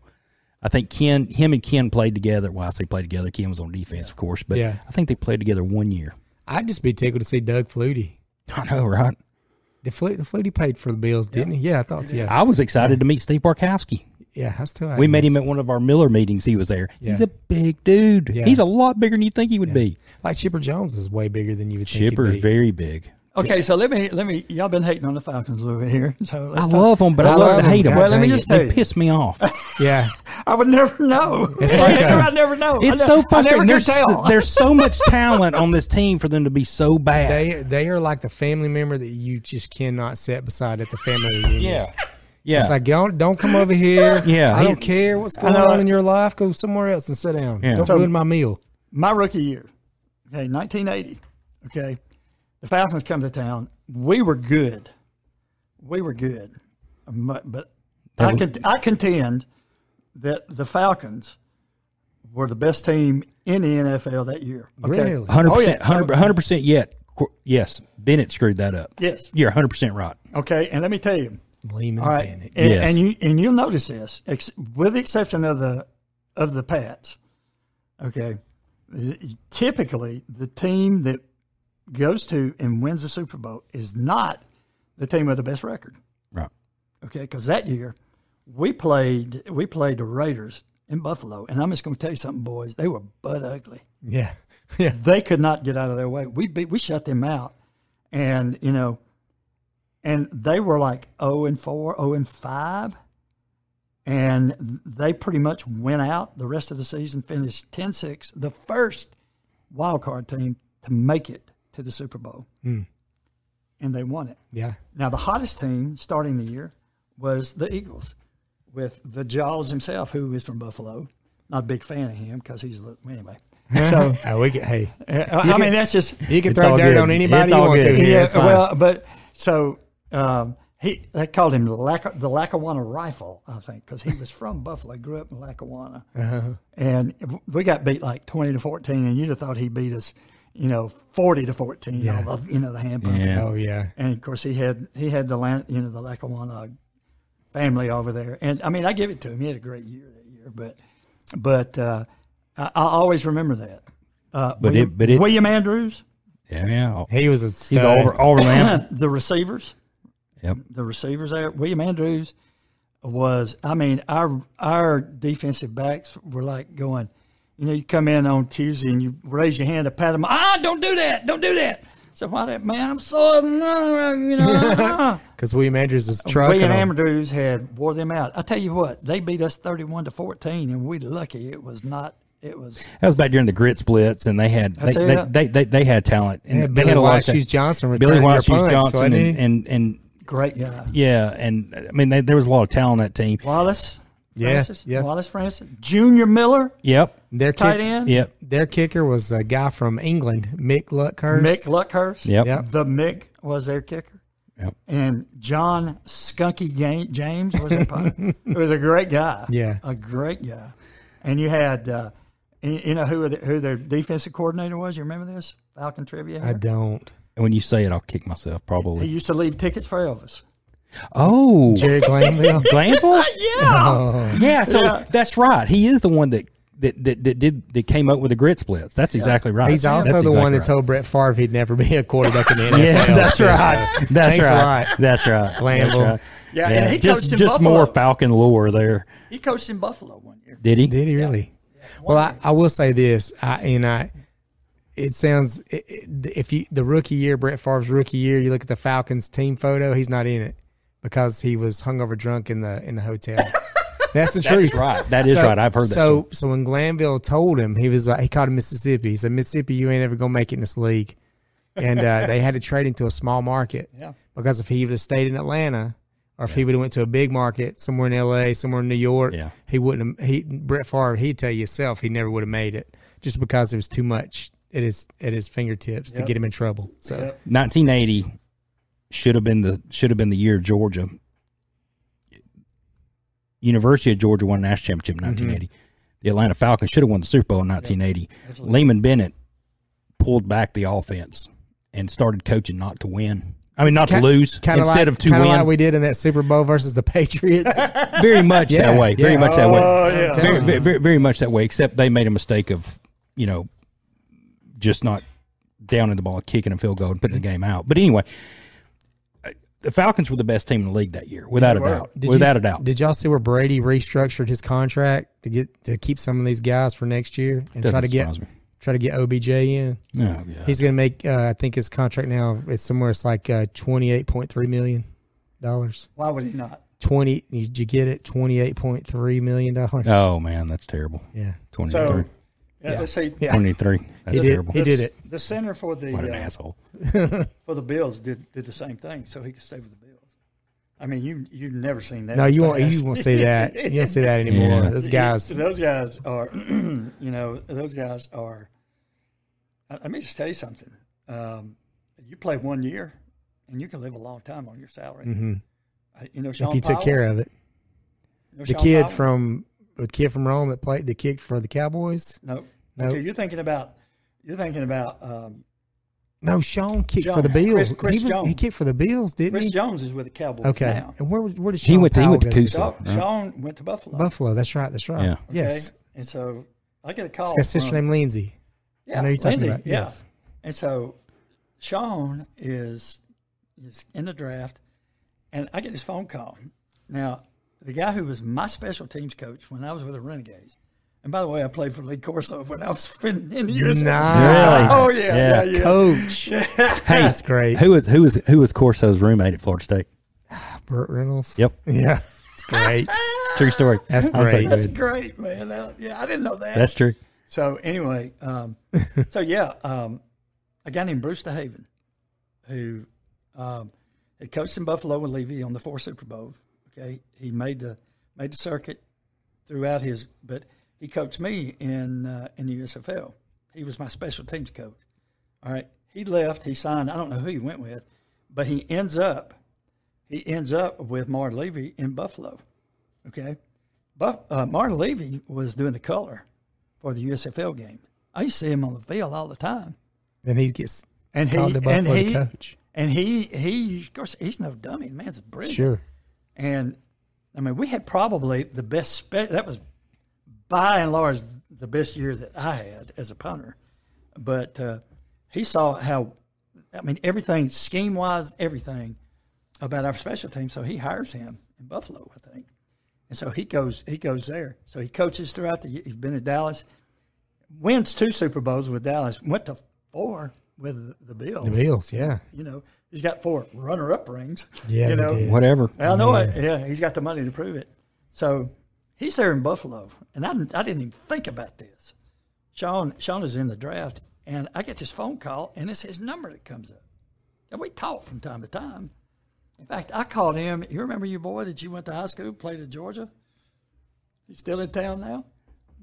I think Ken, him and Ken played together. Well, I say played together. Ken was on defense, of course, but Yeah. I think they played together one year. I'd just be tickled to see Doug Flutie. I know, right? The Flutie, the Flutie paid for the bills, didn't he? Yeah, I thought so. Yeah. I was excited to meet Steve Barkowski. yeah, I still. We met him at one of our Miller meetings. He was there. He's Yeah. a big dude. Yeah. He's a lot bigger than you think he would be. like Chipper Jones is way bigger than you would think. he'd Chipper's be. very big. Okay, so let me let me. Y'all been hating on the Falcons a little bit here. So let's I talk- love him, but I Let's love talk- to hate him. God Well, let me dang it. just tell They you, piss me off. yeah. I would never know. It's like a- I never know. It's I so ne- I frustrating. never There's can tell. so, there's so much talent on this team for them to be so bad. They they are like the family member that you just cannot sit beside at the family reunion. yeah, yeah. It's like don't don't come over here. Yeah. I don't care what's going know. on in your life. Go somewhere else and sit down. Yeah. Don't So- ruin my meal. my rookie year, okay, 1980, okay, the Falcons come to town. We were good. We were good. Mu- But I, was- cont- I contend that the Falcons were the best team in the NFL that year. Okay? Really? Hundred Oh, percent, yeah. hundred percent. Yet, Qu- yes, Bennett screwed that up. Yes. You're hundred percent right. Okay, and let me tell you, Lehman All right, Bennett. and, Yes. and you and you'll notice this, ex- with the exception of the of the Pats. Okay, typically the team that goes to and wins the Super Bowl is not the team with the best record. Right. Okay, because that year we played we played the Raiders in Buffalo, and I'm just going to tell you something, boys. They were butt ugly Yeah. Yeah. they could not get out of their way. We beat, we shut them out, and you know, and they were like zero and four, zero and five, and they pretty much went out the rest of the season. Finished 10-6, the first wild card team to make it to the Super Bowl, and they won it. Yeah. Now the hottest team starting the year was the Eagles, with the Jaws himself, who is from Buffalo. Not a big fan of him because he's a little- anyway. So. Oh, we can, hey, Uh, I mean, that's just you can It's throw all dirt good. on anybody It's you all want good. to. here. yeah. It's fine. Well, but so um, he they called him Lac- the Lackawanna Rifle, I think, because he was from Buffalo, grew up in Lackawanna, and we got beat like twenty to fourteen, and you'd have thought he beat us, you know, forty to fourteen. Yeah. you know the hand pump. Yeah. oh yeah. And of course, he had he had the land, you know, the Lackawanna family over there. And I mean, I give it to him; he had a great year that year. But but uh, I, I always remember that. Uh, But it- William, but it- William Andrews, Yeah. yeah. He was a He's stud. all over all around. the receivers. Yep. the receivers there. William Andrews was, I mean, our our defensive backs were like going, you know, you come in on Tuesday and you raise your hand to pat them. Ah, don't do that, don't do that. So why that man? I'm so you know. ah, because William Andrews was trucking. William him. Andrews had wore them out. I tell you what, they beat us thirty-one to fourteen, and we lucky it was not. It was That was back during the grit splits, and they had they That's they, it. they, they, they had talent. And Yeah, they Billy had a lot of White ta- Shoes Johnson Billy returning White their Shoes punts, Johnson, wasn't he? and, and and great guy. yeah, and I mean they, there was a lot of talent on that team. Wallace, Yeah, Francis, yeah. Wallace Francis, Junior Miller, Yep. Their tight kick- end, Yep. Their kicker was a guy from England, Mick Luckhurst. Mick Luckhurst, Yep. Yep. The Mick was their kicker. Yep. And John Skunky Ga- James was their punter. it was a great guy. Yeah. A great guy. And you had, uh, y- you know, who, the- who their defensive coordinator was? You remember this? Falcon trivia. I here? don't. And when you say it, I'll kick myself He probably. used to leave tickets for Elvis. Oh, Jerry Glanville. Glanville. Yeah. Yeah, so Yeah. that's right. He is the one that that that, that did that came up with the grit splits. That's exactly right. He's also That's the exactly one that right. told Brett Favre he'd never be a quarterback in the NFL. Yeah, that's So, right. That's Thanks a right. lot. That's right. Glanville. That's right. Yeah, and he just coached in just Buffalo. more Falcon lore there. He coached in Buffalo one year. Did he? Did he really? Well, I, I will say this, I, and I, it sounds it, it- if you the rookie year, Brett Favre's rookie year, you look at the Falcons team photo, he's not in it because he was hungover drunk in the in the hotel. That's the truth. That's right. That is So- right. I've heard that. So, story. so when Glanville told him, he was like, he called him Mississippi. He said, Mississippi, you ain't ever gonna make it in this league. And uh, they had to trade him to a small market Yeah. because if he would have stayed in Atlanta, or if he would have went to a big market somewhere in L.A., somewhere in New York, Yeah. he wouldn't. Have, he Brett Favre, he'd tell you himself, he never would have made it just because it was too much at his at his fingertips to get him in trouble. So 1980 should have been the should have been the year of Georgia. University of Georgia won a national championship in Mm-hmm. 1980. The Atlanta Falcons should have won the Super Bowl in 1980. Lehman Bennett pulled back the offense and started coaching not to win. I mean, not to lose kinda instead like- of to kinda win. like we did in that Super Bowl versus the Patriots. very much Yeah, that way. Very yeah. Oh, much that way. yeah. very, very, very, very much that way. Except they made a mistake of, you know, just not downing the ball, kicking a field goal, and putting the game out. But anyway, uh, the Falcons were the best team in the league that year, without a were. doubt. Did you without s- a doubt. Did y'all see where Brady restructured his contract to get to keep some of these guys for next year and try Doesn't to get surprise me. try to get OBJ in? Oh, yeah. He's going to make uh, I think his contract now is somewhere it's like uh, twenty eight point three million dollars. Why would he not? Twenty? Did you get it? Twenty eight point three million dollars. oh man, that's terrible. Yeah, 23. So, yeah, let's see. Yeah. 23. That's he did. terrible. He did it. The center for the What an uh, asshole. for the Bills did, did the same thing, so he could stay with the Bills. I mean, you you've never seen that. No, you won't. past. You won't see that. You don't see that anymore. Yeah. Those guys. Those guys are, you know, those guys are. uh, Let me just tell you something. Um, you play one year, and you can live a long time on your salary. Uh, you know, Mm-hmm. Sean If you took Powell, care of it, you know the Sean kid Powell? from the kid from Rome that played the kick for the Cowboys. no, Nope. okay, you're thinking about you're thinking about um, No, Sean kicked for Jones. the Bills. Chris- Chris he, was, he Jones. kicked for the Bills, didn't Chris he? Jones is with the Cowboys Okay. now. And where was- where did Sean He went to- he Powell went to go Tucson. Sean, Right. Sean went to Buffalo. Buffalo. That's right. That's right. Yeah. okay? Yes. and so I get a call. It's got a sister from- named Lindsay. Yeah, know you're talking Lindsey, about, yeah. yes. And so Sean is is in the draft, and I get this phone call. Now, the guy who was my special teams coach when I was with the Renegades, and by the way, I played for Lee Corso when I was in, in the years. Nice. Oh yeah, yeah, yeah. Coach. Hey, That's great. Who is who is who is Corso's roommate at Florida State? Burt Reynolds. Yep. Yeah. It's great. True story. That's I was like, great. That's great, man. That- yeah, I didn't know that. That's true. So anyway, um, so yeah, um, a guy named Bruce DeHaven, who um, had coached in Buffalo and Levy on the four Super Bowls. Okay, he made the made the circuit throughout his, but he coached me in uh, in the USFL. He was my special teams coach. All right, he left. He signed. I don't know who he went with, but he ends up he ends up with Martin Levy in Buffalo. Okay, Buff, uh, Martin Levy was doing the color for the USFL game. I used to see him on the field all the time. And he gets And he called to and Buffalo to he coach. and he he of course he's no dummy. The Man's brilliant. Sure. And I mean, we had probably the best. Spe- that was by and large the best year that I had as a punter. But uh, he saw how, I mean, everything scheme wise, everything about our special team. So he hires him in Buffalo, I think. And so he goes, he goes there. So he coaches throughout the. year. He's been in Dallas, wins two Super Bowls with Dallas, went to four with the Bills. The Bills. Yeah. You know, he's got four runner-up rings. Yeah, you they know, did. Whatever. I know it. Yeah, he's got the money to prove it. So he's there in Buffalo, and I, didn't- I didn't even think about this. Sean Sean is in the draft, and I get this phone call, and it's his number that comes up. And we talk from time to time. In fact, I called him. You remember your boy that you went to high school, played at Georgia? He's still in town now?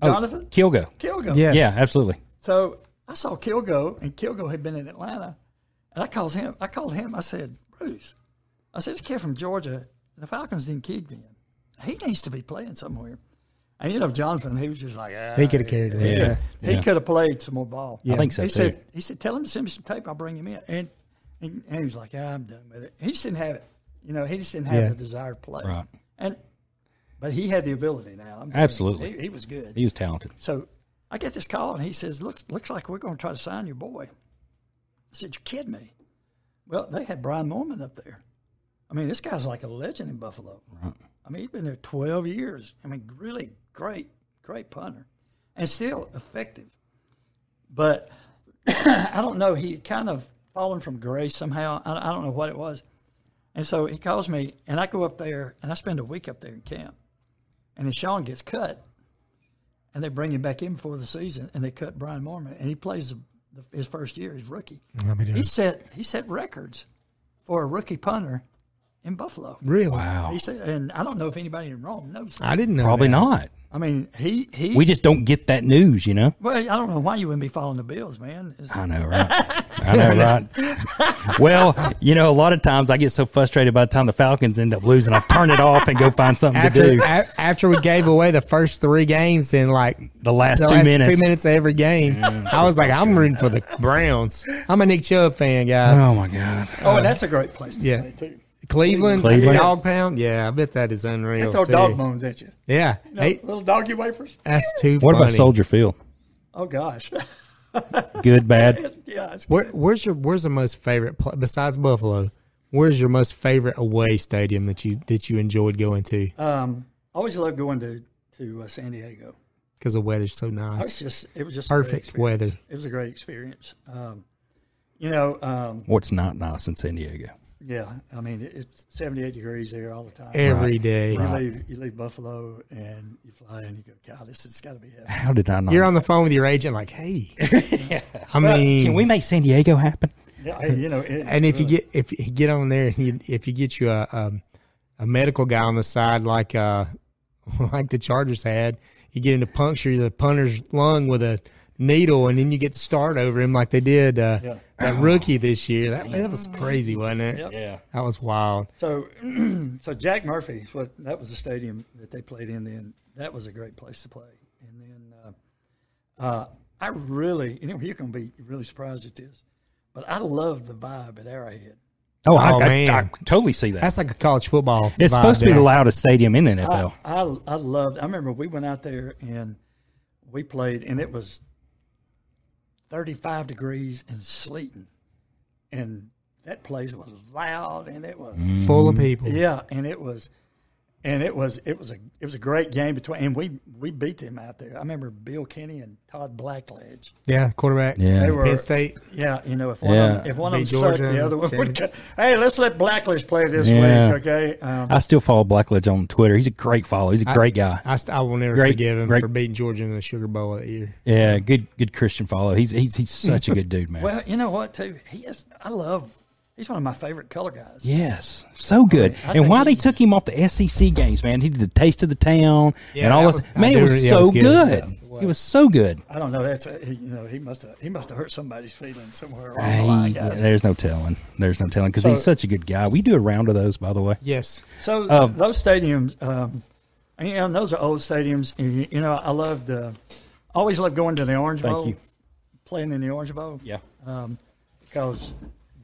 Oh, Jonathan? Kilgo. Kilgo. Yes. Yeah, absolutely. So I saw Kilgo, and Kilgo had been in Atlanta, and I called him. I called him. I said, Bruce, I said this kid from Georgia. The Falcons didn't keep him. He needs to be playing somewhere. And you know, Jonathan, he was just like, ah, He could have carried it. Yeah. Yeah. he could have played some more ball. I think so he too. said, he said, tell him to send me some tape. I'll bring him in. And and, and he was like, ah, I'm done with it. He just didn't have it. You know, he just didn't have Yeah. the desire to play. Right. And but he had the ability now. I'm telling you, Absolutely. he, he was good. He was talented. So I get this call and he says, "Looks looks like we're going to try to sign your boy." I said, "You kidding me?" Well, they had Brian Norman up there. I mean, this guy's like a legend in Buffalo. I mean, he's been there twelve years. I mean, really great, great punter, and still effective. But I don't know. He kind of fallen from grace somehow. I, I don't know what it was. And so he calls me, and I go up there, and I spend a week up there in camp. And then Sean gets cut, and they bring him back in before the season, and they cut Brian Mormon, and he plays the, the, his first year, his rookie. Let me do He it. set he set records for a rookie punter in Buffalo. Really? Wow. He said, and I don't know if anybody in Rome knows. That. I didn't know. Probably that. not. I mean, he he. We just don't get that news, you know? well, I don't know why you wouldn't be following the Bills, man. It's- Uh, I know, right? I know, right? well, you know, a lot of times I get so frustrated by the time the Falcons end up losing, I turn it off and go find something to After, do. a, after we gave away the first three games in like The last the two last minutes. two minutes of every game, I was like, I'm rooting for the Browns. I'm a Nick Chubb fan, guys. Oh, my God. oh, and that's a great place to yeah. play too. Cleveland, Cleveland. dog pound. Yeah, I bet that is They unreal. throw too. dog bones at you. Yeah, You know, Oh, Hey, little doggy wafers. that's too What funny. about Soldier Field? Oh gosh, Good, bad? yeah. It's, Where, where's your Where's the most favorite pla besides Buffalo? Where's your most favorite away stadium that you that you enjoyed going to? Um, I always love going to to uh, San Diego. Because the weather's so It was nice. just it was just a great Perfect experience. weather. It was a great experience. Um, you know, um, What's not nice in San Diego? yeah. I mean, it, it's seventy eight degrees there all the time. every day. you leave you leave Buffalo and you fly and you go, God, this has got to be heaven. How did I not? You're on the phone with your agent, like, hey. I mean, Can we make San Diego happen? Yeah, I- you know, it- and if you get if you get on there and you, if you get you a, a a medical guy on the side like uh like the Chargers had, you get him to puncture the punter's lung with a needle, and then you get to start over him like they did uh, Yeah. that rookie this year. That, that was crazy, wasn't it? Yep. Yeah. That was wild. So, so Jack Murphy, is what that was the stadium that they played in. Then that was a great place to play. And then uh, uh, I really, you know, you're going to be really surprised at this, but I love the vibe at Arrowhead. Oh, I, Oh, I- man. I totally see that. That's like a college football. it's vibe supposed to be there. the loudest stadium in the NFL. I, I, I loved. I remember we went out there and we played, and it was 35 degrees and sleeting, and that place was loud, and it was Mm. full of people. Yeah, and it was, and it was, it was a, it was a great game between, and we we beat them out there. I remember Bill Kenny and Todd Blackledge. Yeah, quarterback. Yeah. They were- Penn State. Yeah, you know, if one Yeah. of them, if one of them Beat sucked, Georgia the other one seven- would. Go, hey, let's let Blackledge play this Yeah. week, okay? Um, I still follow Blackledge on Twitter. He's a great follow. He's a great guy. I, st- I will never Great- forgive him great- for beating Georgia in the Sugar Bowl that year. yeah, good good Christian follow. He's he's he's such a good dude, man. well, you know what? Too, he is. I love. He's one of my favorite color guys. Yes, so good. I and think why they he's- took him off the SEC games, man? He did the taste of the town and all that this. was- I man, it do- was yeah, it so was good. good. Yeah, He was so good. I don't know. That's a, he, you know he must have he must have hurt somebody's feelings somewhere along the Hey, line, guys. there's no telling. There's no telling because he's So- such a good guy. We do a round of those, by the way. Yes. So Um, those stadiums, um, and, you know, those are old stadiums. And, you- you know, I loved, uh, always loved going to the Orange Thank Bowl, you. playing in the Orange Bowl, Yeah. because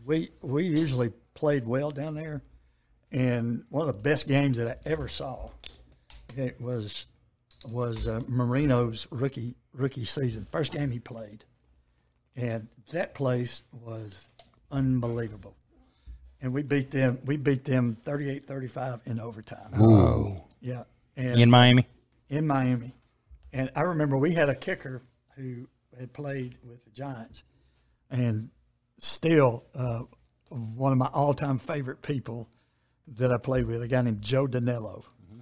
we we usually played well down there. And one of the best games that I ever saw, it was was uh, Marino's rookie rookie season, first game he played, and that place was unbelievable. And we beat them. We beat them 38-35 in overtime. Ooh. Yeah, and Oh. In in, Miami. Miami, and I remember we had a kicker who had played with the Giants, and still uh, one of my all-time favorite people that I played with, a guy named Joe Danello. Mm-hmm.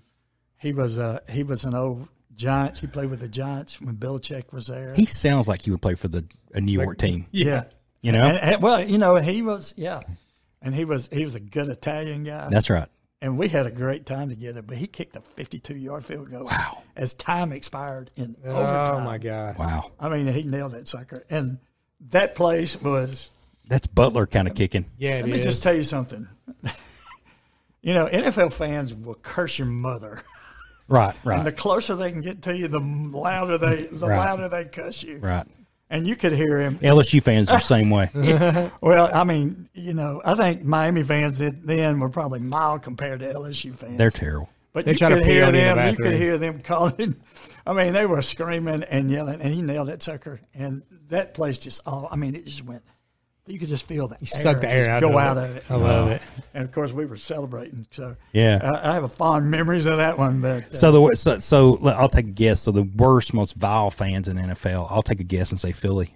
He was uh, he was an old Giants. He played with the Giants when Belichick was there. He sounds like he would play for the a New York team. yeah, You know, And- and- well, you know, he was yeah, and he was he was a good Italian guy. that's right. and we had a great time together. But he kicked a 52 yard field goal Wow. as time expired in Oh overtime. my God. Wow, I mean, he nailed that sucker. And that place was, that's Butler kind of kicking. Yeah. let me just tell you something. you know, NFL fans will curse your mother. Right, And the right, closer they can get to you, the louder they the Right. louder they cuss you. right. And you could hear him. LSU fans are the same way. Well, I mean, you know, I think Miami fans that then were probably mild compared to LSU fans. They're terrible. But They you try to could pee hear on you in the them. You could bathroom. hear them calling. I mean, they were screaming and yelling, and he nailed that sucker. And that place just all. I mean, it just went. You could just feel that. You suck the air out Go of out it. of it. I love it. And of course, we were celebrating. So uh, Yeah. I, I have a fond memories of that one. But uh, So the wor- so, so l- I'll take a guess. So the worst, most vile fans in NFL. I'll take a guess and say Philly.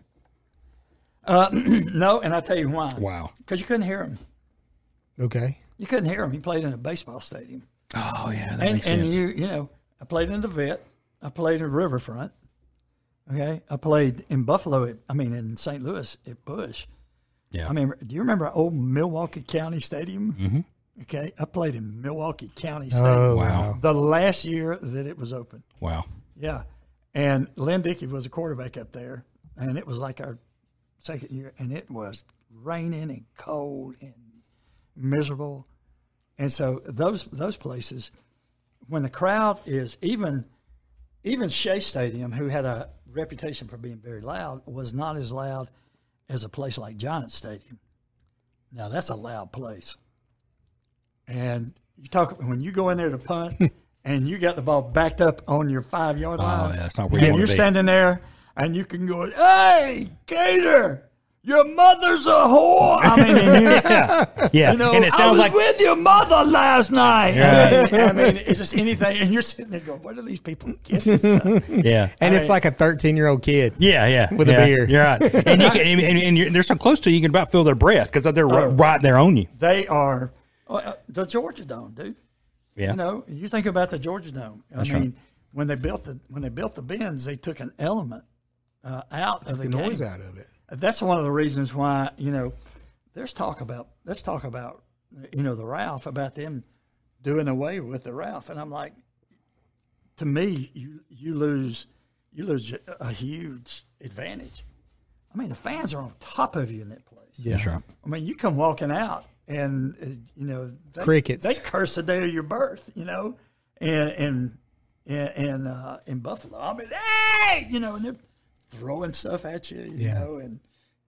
uh, no, and I tell you why. Wow. Because you couldn't hear him. Okay. You couldn't hear him. He played in a baseball stadium, Oh yeah, that and, and you you know, I played in the vet. I played in Riverfront. Okay, I played in Buffalo. At, I mean, in St. Louis at Bush. yeah, I mean, do you remember old Milwaukee County Stadium? Mm-hmm. Okay, I played in Milwaukee County Oh Stadium wow. the last year that it was open. wow. Yeah, and Lynn Dickey was a quarterback up there, and it was like our second year, and it was raining and cold and miserable, and so those those places, when the crowd is even, even Shea Stadium, who had a reputation for being very loud, was not as loud as a place like Giants Stadium. Now that's a loud place, and you talk when you go in there to punt. And you got the ball backed up on your five yard Oh line. yeah, that's not where you And want you're to be. standing there, and you can go, "Hey, Gator!" Your mother's a whore. I mean, and you- Yeah, you know, and it I sounds was like with your mother last night. Yeah. I, mean, I mean, it's just anything, and you're sitting there going, "What are these people getting?" yeah. And it's like a 13 year old kid. Yeah, yeah, With a yeah, beer. You're right, and, you can, and, and, and you're, they're so close to you, you can about feel their breath because they're ri- Oh. right there on you. They are uh, the Georgia Dome, dude. Yeah, You know, you think about the Georgia Dome. I That's mean, right. when they built the when they built the bins, they took an element uh, out of the the, noise game. out of it. That's one of the reasons why you know there's talk about let's talk about you know the Ralph about them doing away with the Ralph, and I'm like, to me, you you lose you lose a huge advantage. I mean, the fans are on top of you in that place. Yeah. that's right. I mean, you come walking out, and uh, you know they, Crickets. They curse the day of your birth, you know, and and and, and uh, in Buffalo, I mean, hey, you know, and they're throwing stuff at you, you know, and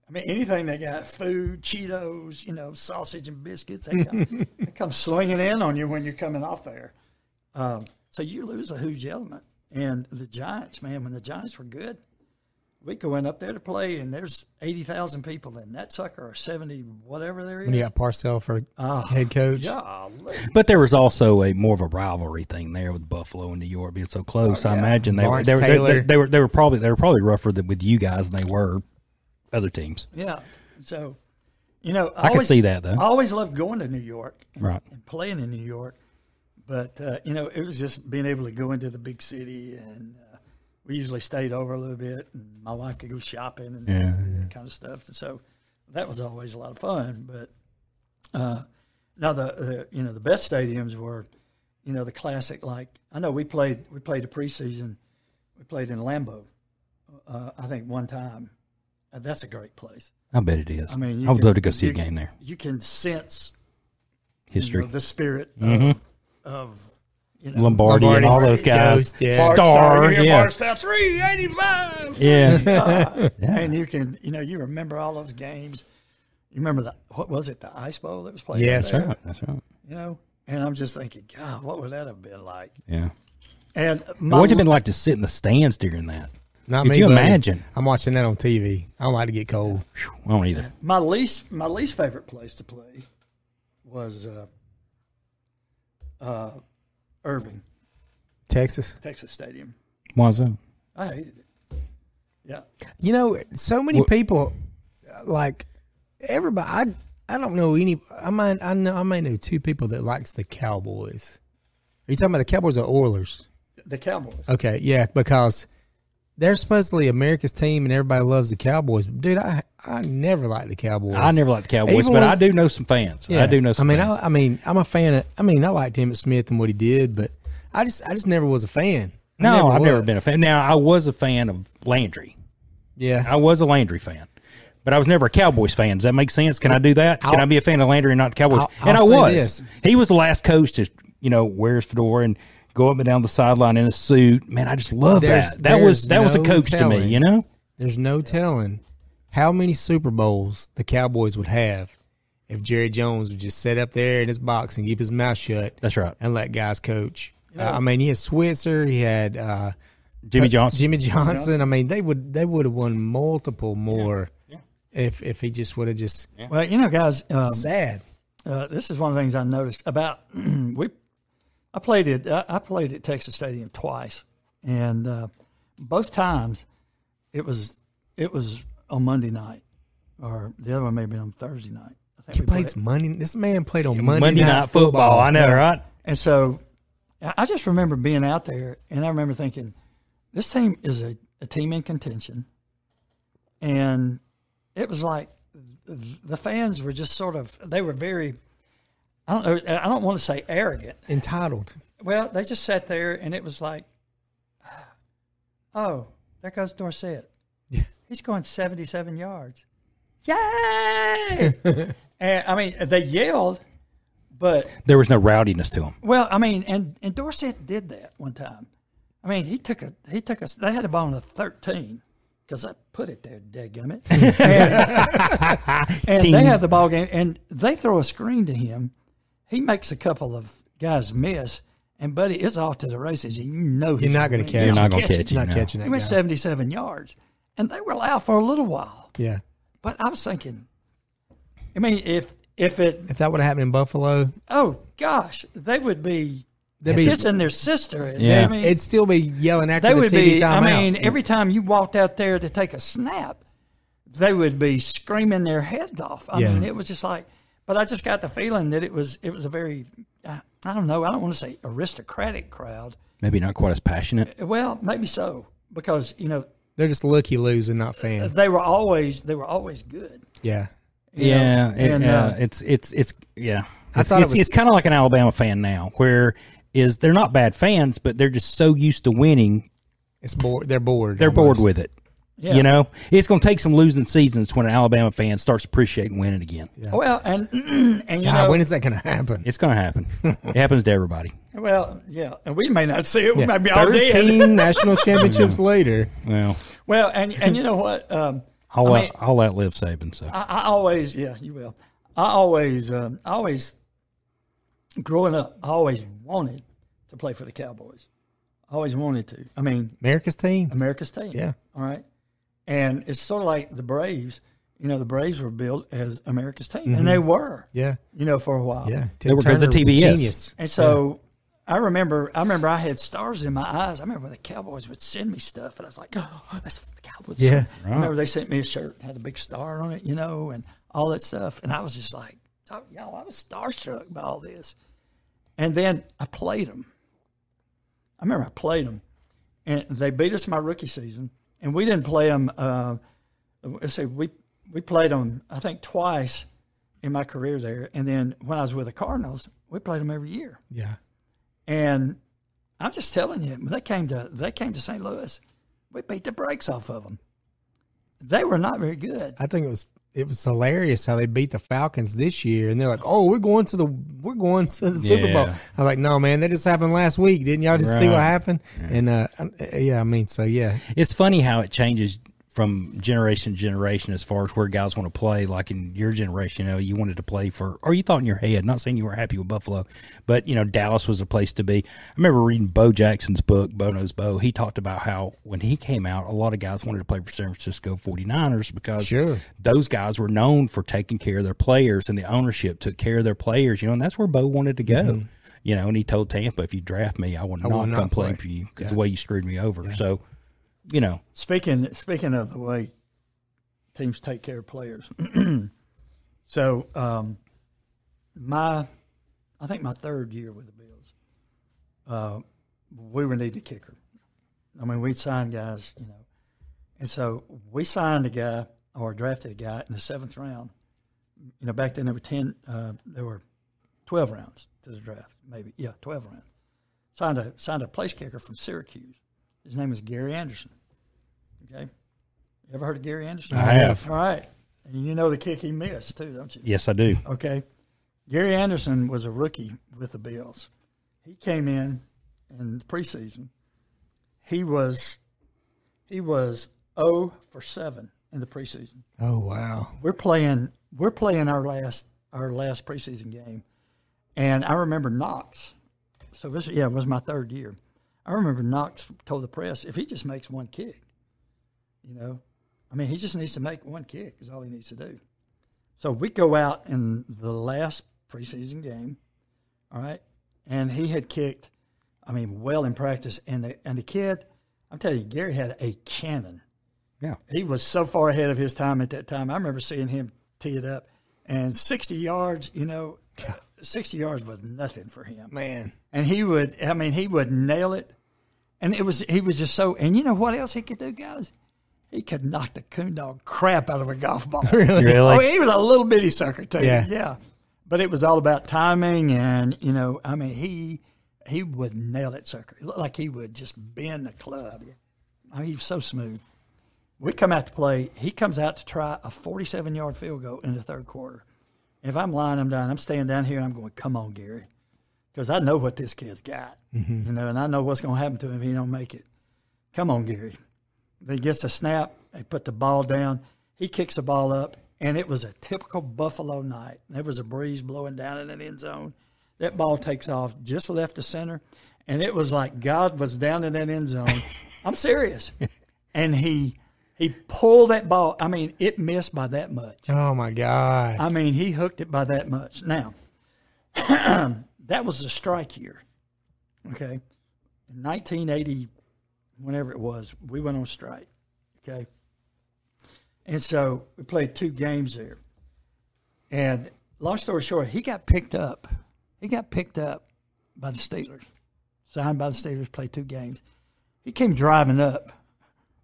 I mean anything they got, food, Cheetos, you know, sausage and biscuits, they come, they come slinging in on you when you're coming off there. Um, so you lose a huge element, and the Giants, man, when the Giants were good, we going up there to play, and there's eighty thousand people in that sucker, or seventy, whatever there is. When you got Parcell for head coach. Golly. But there was also a more of a rivalry thing there with Buffalo and New York being so close. Oh, I imagine they were Lawrence they were, they, they, Taylor. they were they were probably they were probably rougher than with you guys than they were other teams. Yeah. So, you know, I, I could always, see that, though. I always loved going to New York and, Right. and playing in New York, but uh, you know, it was just being able to go into the big city, and uh, we usually stayed over a little bit, and my wife could go shopping and that kind of stuff. And so, that was always a lot of fun. But uh, now the uh, you know the best stadiums were, you know, the classic. Like I know we played we played a preseason, we played in Lambeau, uh, I think one time. Uh, that's a great place. I bet it is. I I mean, mean, you I would can- love to go see you a game there. You can sense you History, Mm-hmm. know, the spirit of, of you know, Lombardi, and all those guys, Ghost, yeah. star, yeah, Barstow three eighty five, yeah. and you can you know you remember all those games. You remember the what was it the Ice Bowl that was played? up Yes. there, That's right. you know. And I'm just thinking, God, what would that have been like? Yeah. And my, What would it have been like to sit in the stands during that? Not Could me, you buddy. imagine? I'm watching that on TV. I don't like to get cold. Phew, I don't either. my least my least favorite place to play was uh, uh, Irving, Texas. Texas Stadium. Why is that? I hated it. Yeah. You know, so many people, like everybody. I I don't know any. I might I know I may know two people that likes the Cowboys. Are you talking about the Cowboys or Oilers? The Cowboys. Okay, yeah, because they're supposedly America's team, and everybody loves the Cowboys. Dude, I I never liked the Cowboys. I never liked the Cowboys, Even but when- I do know some fans. I do know I some. mean, fans. I, I mean, I'm a fan. Of, I mean, I liked him at Smith and what he did, but I just I just never was a fan. I no, I've never was. been a fan. Now I was a fan of Landry. Yeah, I was a Landry fan, but I was never a Cowboys fan. Does that make sense? Can I do that? Can I'll- I be a fan of Landry and not the Cowboys? I'll- and I I'll say was. this. He was the last coach to, you know, wear his fedora and go up and down the sideline in a suit. Man, I just love There's- that. That there's was that was a no coach to me. telling. You know, There's no telling how many Super Bowls the Cowboys would have if Jerry Jones would just sit up there in his box and keep his mouth shut that's right. and let guys coach. Uh, I mean, he had Switzer, he had uh, Jimmy Johnson. Jimmy Johnson. I mean, they would they would have won multiple more if if he just would have just Well, you know, guys, um, sad. uh, this is one of the things I noticed about we. I played it. I I played at Texas Stadium twice, and uh, both times it was it was on Monday night, or the other one may have been on Thursday night. I think He we played Monday. This man played on Monday, Monday night, Night Football. I know, right? And so I I just remember being out there and I remember thinking, this team is a, a team in contention. And it was like th- the fans were just sort of, they were very, I don't know, I don't want to say arrogant. Entitled. Well, they just sat there and it was like, "Ah, oh, there goes Dorset. He's going 77 yards. Yay! and I mean, they yelled, but There was no rowdiness to him. well, I mean, and, and Dorset did that one time. I mean, he took a he took us. They had a ball on the thirteen because I put it there, dadgummit. And, and they have the ball game, and they throw a screen to him. He makes a couple of guys miss, and buddy, it's off to the races. And you know he's You're not going to catch. You're not him. going to catch it. You're not no. catching that He went guy. seventy-seven yards, and they were loud for a little while, Yeah. But I was thinking, I mean, if if it, If that would have happened in Buffalo, oh gosh, they would be they'd be, kissing their sister. Yeah. I mean, it'd still be yelling after they the would TV be. I timeout. mean, every time you walked out there to take a snap, they would be screaming their heads off. I Yeah. mean, it was just like. But I just got the feeling that it was it was a very, I, I don't know, I don't want to say aristocratic crowd. Maybe not quite as passionate. Well, maybe so because you know they're just looky loos and not fans. they were always they were always good. yeah. you yeah, know, it- and, yeah, uh, it's it's it's yeah. I it's, thought it it's, was- it's kind of like an Alabama fan now, where is they're not bad fans, but they're just so used to winning, It's bored. They're bored. they're bored almost. with it. Yeah. You know, it's going to take some losing seasons when an Alabama fan starts appreciating winning again. Well, and and you God, know, when is that going to happen? It's going to happen. it happens to everybody. well, yeah, and we may not see it. We Yeah. may be all dead. Thirteen national championships later. Well, Well, and and you know what? Um, I'll I mean- out, I'll outlive Saban. So I, I always, yeah, you will. I always, um, I always, growing up, I always wanted to play for the Cowboys. I always wanted to. I mean, America's team. America's team. Yeah. All right. And it's sort of like the Braves. You know, the Braves were built as America's team, and they were. Mm-hmm. Yeah. You know, for a while. Yeah. Ted They were 'cause of Turner was a TBS. genius. And so I remember, I remember I had stars in my eyes. I remember the Cowboys would send me stuff, and I was like, "Oh, that's from the Cowboys." Yeah. I remember they sent me a shirt had a big star on it, you know, and all that stuff, and I was just like, "Talk- "Y'all, I was starstruck by all this." And then I played them. I remember I played them, and they beat us my rookie season, and we didn't play them. Uh, let's see, we we played them I think twice in my career there, and then when I was with the Cardinals, we played them every year. Yeah. And I'm just telling you, when they came to they came to St. Louis, we beat the brakes off of them. They were not very good. I think it was it was hilarious how they beat the Falcons this year, and they're like, "Oh, we're going to the we're going to the Super Bowl." Yeah. I'm like, "No, man, that just happened last week. Didn't y'all just see what Right. happened?" And uh, I- yeah, I mean, so yeah, it's funny how it changes from generation to generation as far as where guys want to play. Like in your generation, you know, you wanted to play for, or you thought in your head, not saying you were happy with Buffalo, but, you know, Dallas was a place to be. I remember reading Bo Jackson's book, Bo Knows Bo. He talked about how when he came out, a lot of guys wanted to play for San Francisco 49ers because Sure. those guys were known for taking care of their players and the ownership took care of their players, you know, and that's where Bo wanted to go. You know, and he told Tampa, if you draft me, I will not will come not play play. for you because the way you screwed me over. So, you know, Speaking speaking of the way teams take care of players, so um, my I think my third year with the Bills, uh, we were needed a kicker. I mean, we'd sign guys, you know, and so we signed a guy or drafted a guy in the seventh round. You know, back then there were ten, uh, there were twelve rounds to the draft, maybe yeah, twelve rounds. Signed a signed a place kicker from Syracuse. His name is Gary Anderson. Okay. You ever heard of Gary Anderson? I have. All right. And you know the kick he missed too, don't you? Yes, I do. Okay. Gary Anderson was a rookie with the Bills. He came in in the preseason. He was he was 0 for 7 in the preseason. oh wow, We're playing we're playing our last our last preseason game. And I remember Knox. So this yeah, it was my third year. I remember Knox told the press if he just makes one kick, you know, I mean, he just needs to make one kick is all he needs to do. So we go out in the last preseason game, all right, and he had kicked, I mean, well in practice, and the and the kid, I'm telling you, Gary had a cannon. Yeah. he was so far ahead of his time at that time. I remember seeing him tee it up, and 60 yards, you know, 60 yards was nothing for him man, and he would i mean he would nail it and it was he was just so and you know what else he could do guys he could knock the coon dog crap out of a golf ball really oh he was a little bitty sucker too Yeah. yeah. but it was all about timing and you know i mean he he would nail that sucker it looked like he would just bend the club I mean, he was so smooth we come out to play he comes out to try a 47 yard field goal in the third quarter if i'm lying i'm dying i'm staying down here and i'm going come on gary because I know what this kid's got, you know, and I know what's going to happen to him if he don't make it. Come on, Gary. He gets a snap. They put the ball down. He kicks the ball up, and it was a typical Buffalo night. There was a breeze blowing down in that end zone. That ball takes off just left the center, and it was like God was down in that end zone. I'm serious. And he He pulled that ball. I mean, it missed by that much. Oh my God. I mean, he hooked it by that much. Now, that was the strike year. Okay. In 1980, whenever it was, we went on strike. Okay. And so we played two games there. And long story short, he got picked up. He got picked up by the Steelers, signed by the Steelers, played two games. He came driving up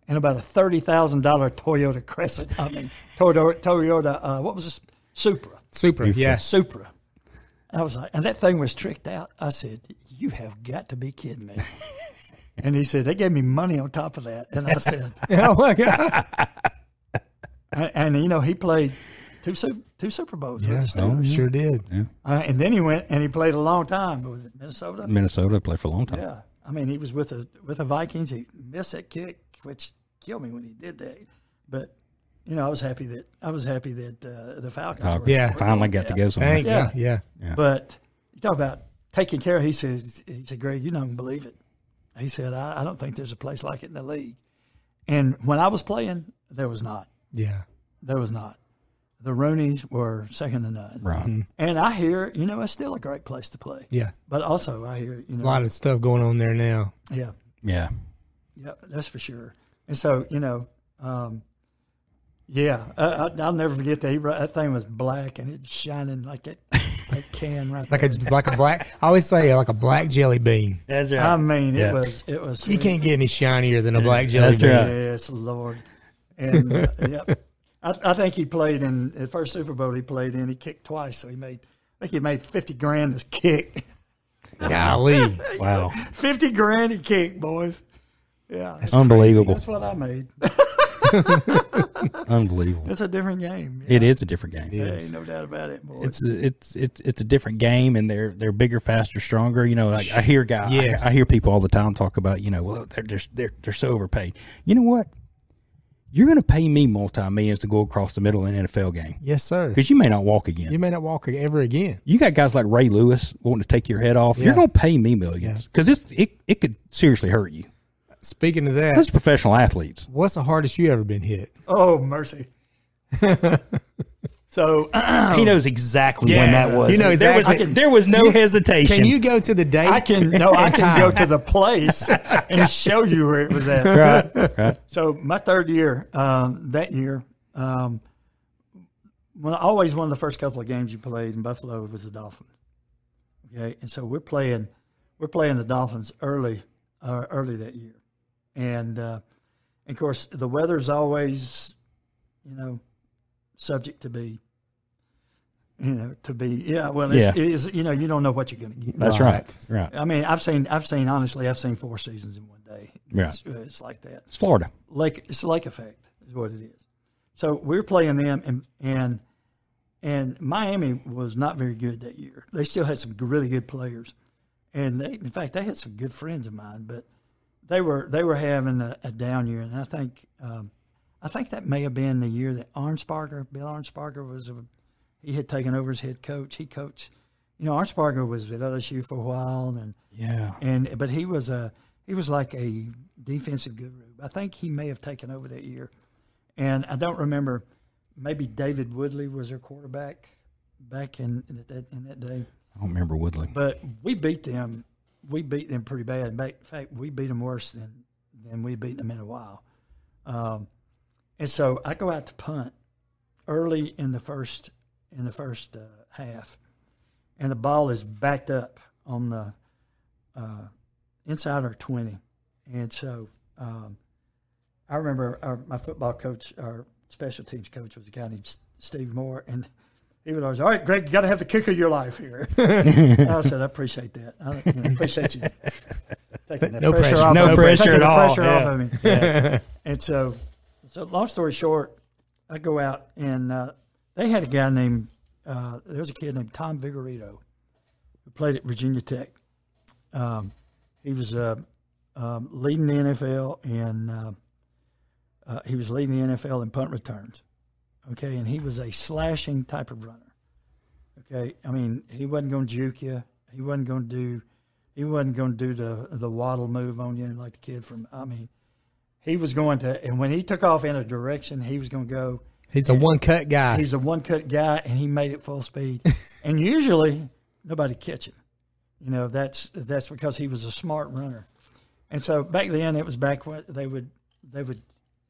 in about a $30,000 Toyota Crescent. I mean, Toyota, Toyota uh, what was this? Supra. Super. Yeah. Supra. And I was like, and that thing was tricked out. I said, "You have got to be kidding me." and he said, "They gave me money on top of that." And I said, Oh my God. and, and, you know, he played two Su- two Super Bowls with the Steelers, Sure did. uh, and then he went and he played a long time with Minnesota. Minnesota played for a long time. Yeah, I mean, he was with the with the Vikings. He missed that kick, which killed me when he did that. But you know, I was happy that I was happy that uh, the Falcons. I were- Yeah. finally got to go somewhere. Thank Yeah. you. Yeah. But you talk about taking care. He says, he said, Greg, you don't believe it. He said, I, I don't think there's a place like it in the league. And when I was playing, there was not. Yeah. There was not. The Roonies were second to none. Right. And I hear, you know, it's still a great place to play. Yeah. But also, I hear, you know, A lot of stuff going on there now. yeah, Yeah. yeah, that's for sure. And so, you know, um, yeah, I, I, I'll never forget that. He, wrote- that thing was black and it's shining like it, that can right Like a like a black. I always say like a black jelly bean. That's I mean, Yeah. it was it was. You sweet. can't get any shinier than a black jelly That's bean. right. Yes, Lord. And uh, yep. I, I think he played in the first Super Bowl he played in. He kicked twice, so he made. I think he made fifty grand this kick. Golly. Wow. fifty grand he kicked, boys. Yeah, that's, Unbelievable. what I made. Unbelievable. That's a different game. It is a different game. Yeah, ain't no doubt about it, boys. It's it's it's it's a different game, and they're they're bigger, faster, stronger. You know, like I hear guys, Yes. I, hear people all the time talk about, you know, well they're just they're they're so overpaid. You know what? You're going to pay me multi millions to go across the middle in an NFL game Yes, sir. because you may not walk again. You may not walk ever again. you got guys like Ray Lewis wanting to take your head off. You're Yeah. going to pay me millions because it it could seriously hurt you. Speaking of that, Those are professional athletes. what's the hardest you ever been hit? oh mercy. so He knows exactly when Yeah. that was. You know There was- exactly. There was, no hesitation. Can you go to the date? I can no, I can go to the place and show you where it was at. Right, right. So my third year, um, that year, um, well, always one of the first couple of games you played in Buffalo was the Dolphins. Okay, and so we're playing, we're playing the Dolphins early, uh, early that year, and, uh, and of course the weather's always, you know, subject to be, you know, to be yeah. Well, it's, Yeah. it's, you know, you don't know what you're going to get. That's right. Right. I mean, I've seen, I've seen, honestly, I've seen four seasons in one day. Yeah. It's, uh, it's like that. It's Florida. Lake, it's a lake effect is what it is. So we were playing them, and and and Miami was not very good that year. They still had some really good players, and they, in fact, they had some good friends of mine. But they were they were having a, a down year, and I think um, I think that may have been the year that Arnsparger, Bill Arnsparger, was a, he had taken over as head coach. He coached, you know, Arnsparger was at LSU for a while, and Yeah. and but he was a he was like a defensive guru. I think he may have taken over that year, and I don't remember. Maybe David Woodley was their quarterback back in in that, in that day. I don't remember Woodley. But we beat them. We beat them pretty bad. In fact- in fact, we beat them worse than than we beat them in a while. Um, and so I go out to punt early in the first in the first uh, half, and the ball is backed up on the uh, inside our twenty, and so um, I remember our, my football coach, our special teams coach, was a guy named S- Steve Moore, and he would always, all right, Greg, you got to have the kick of your life here. And I said, I appreciate that. I appreciate you taking that No pressure, pressure. off No of me. pressure Taking at the all. pressure Yeah. off of me. and so, so long story short, I go out and uh, they had a guy named uh, there was a kid named Tom Vigorito who played at Virginia Tech. Um, he was uh, um, leading the NFL and uh, uh, he was leading the NFL in punt returns. Okay, and he was a slashing type of runner. Okay, I mean he wasn't going to juke you. He wasn't going to do. He wasn't going to do the the waddle move on you like the kid from. I mean, he was going to, and when he took off in a direction, he was going to go. He's a one cut guy. He's a one cut guy, and he made it full speed. and usually nobody catch him. You know that's that's because he was a smart runner. And so back then, it was back when they would they would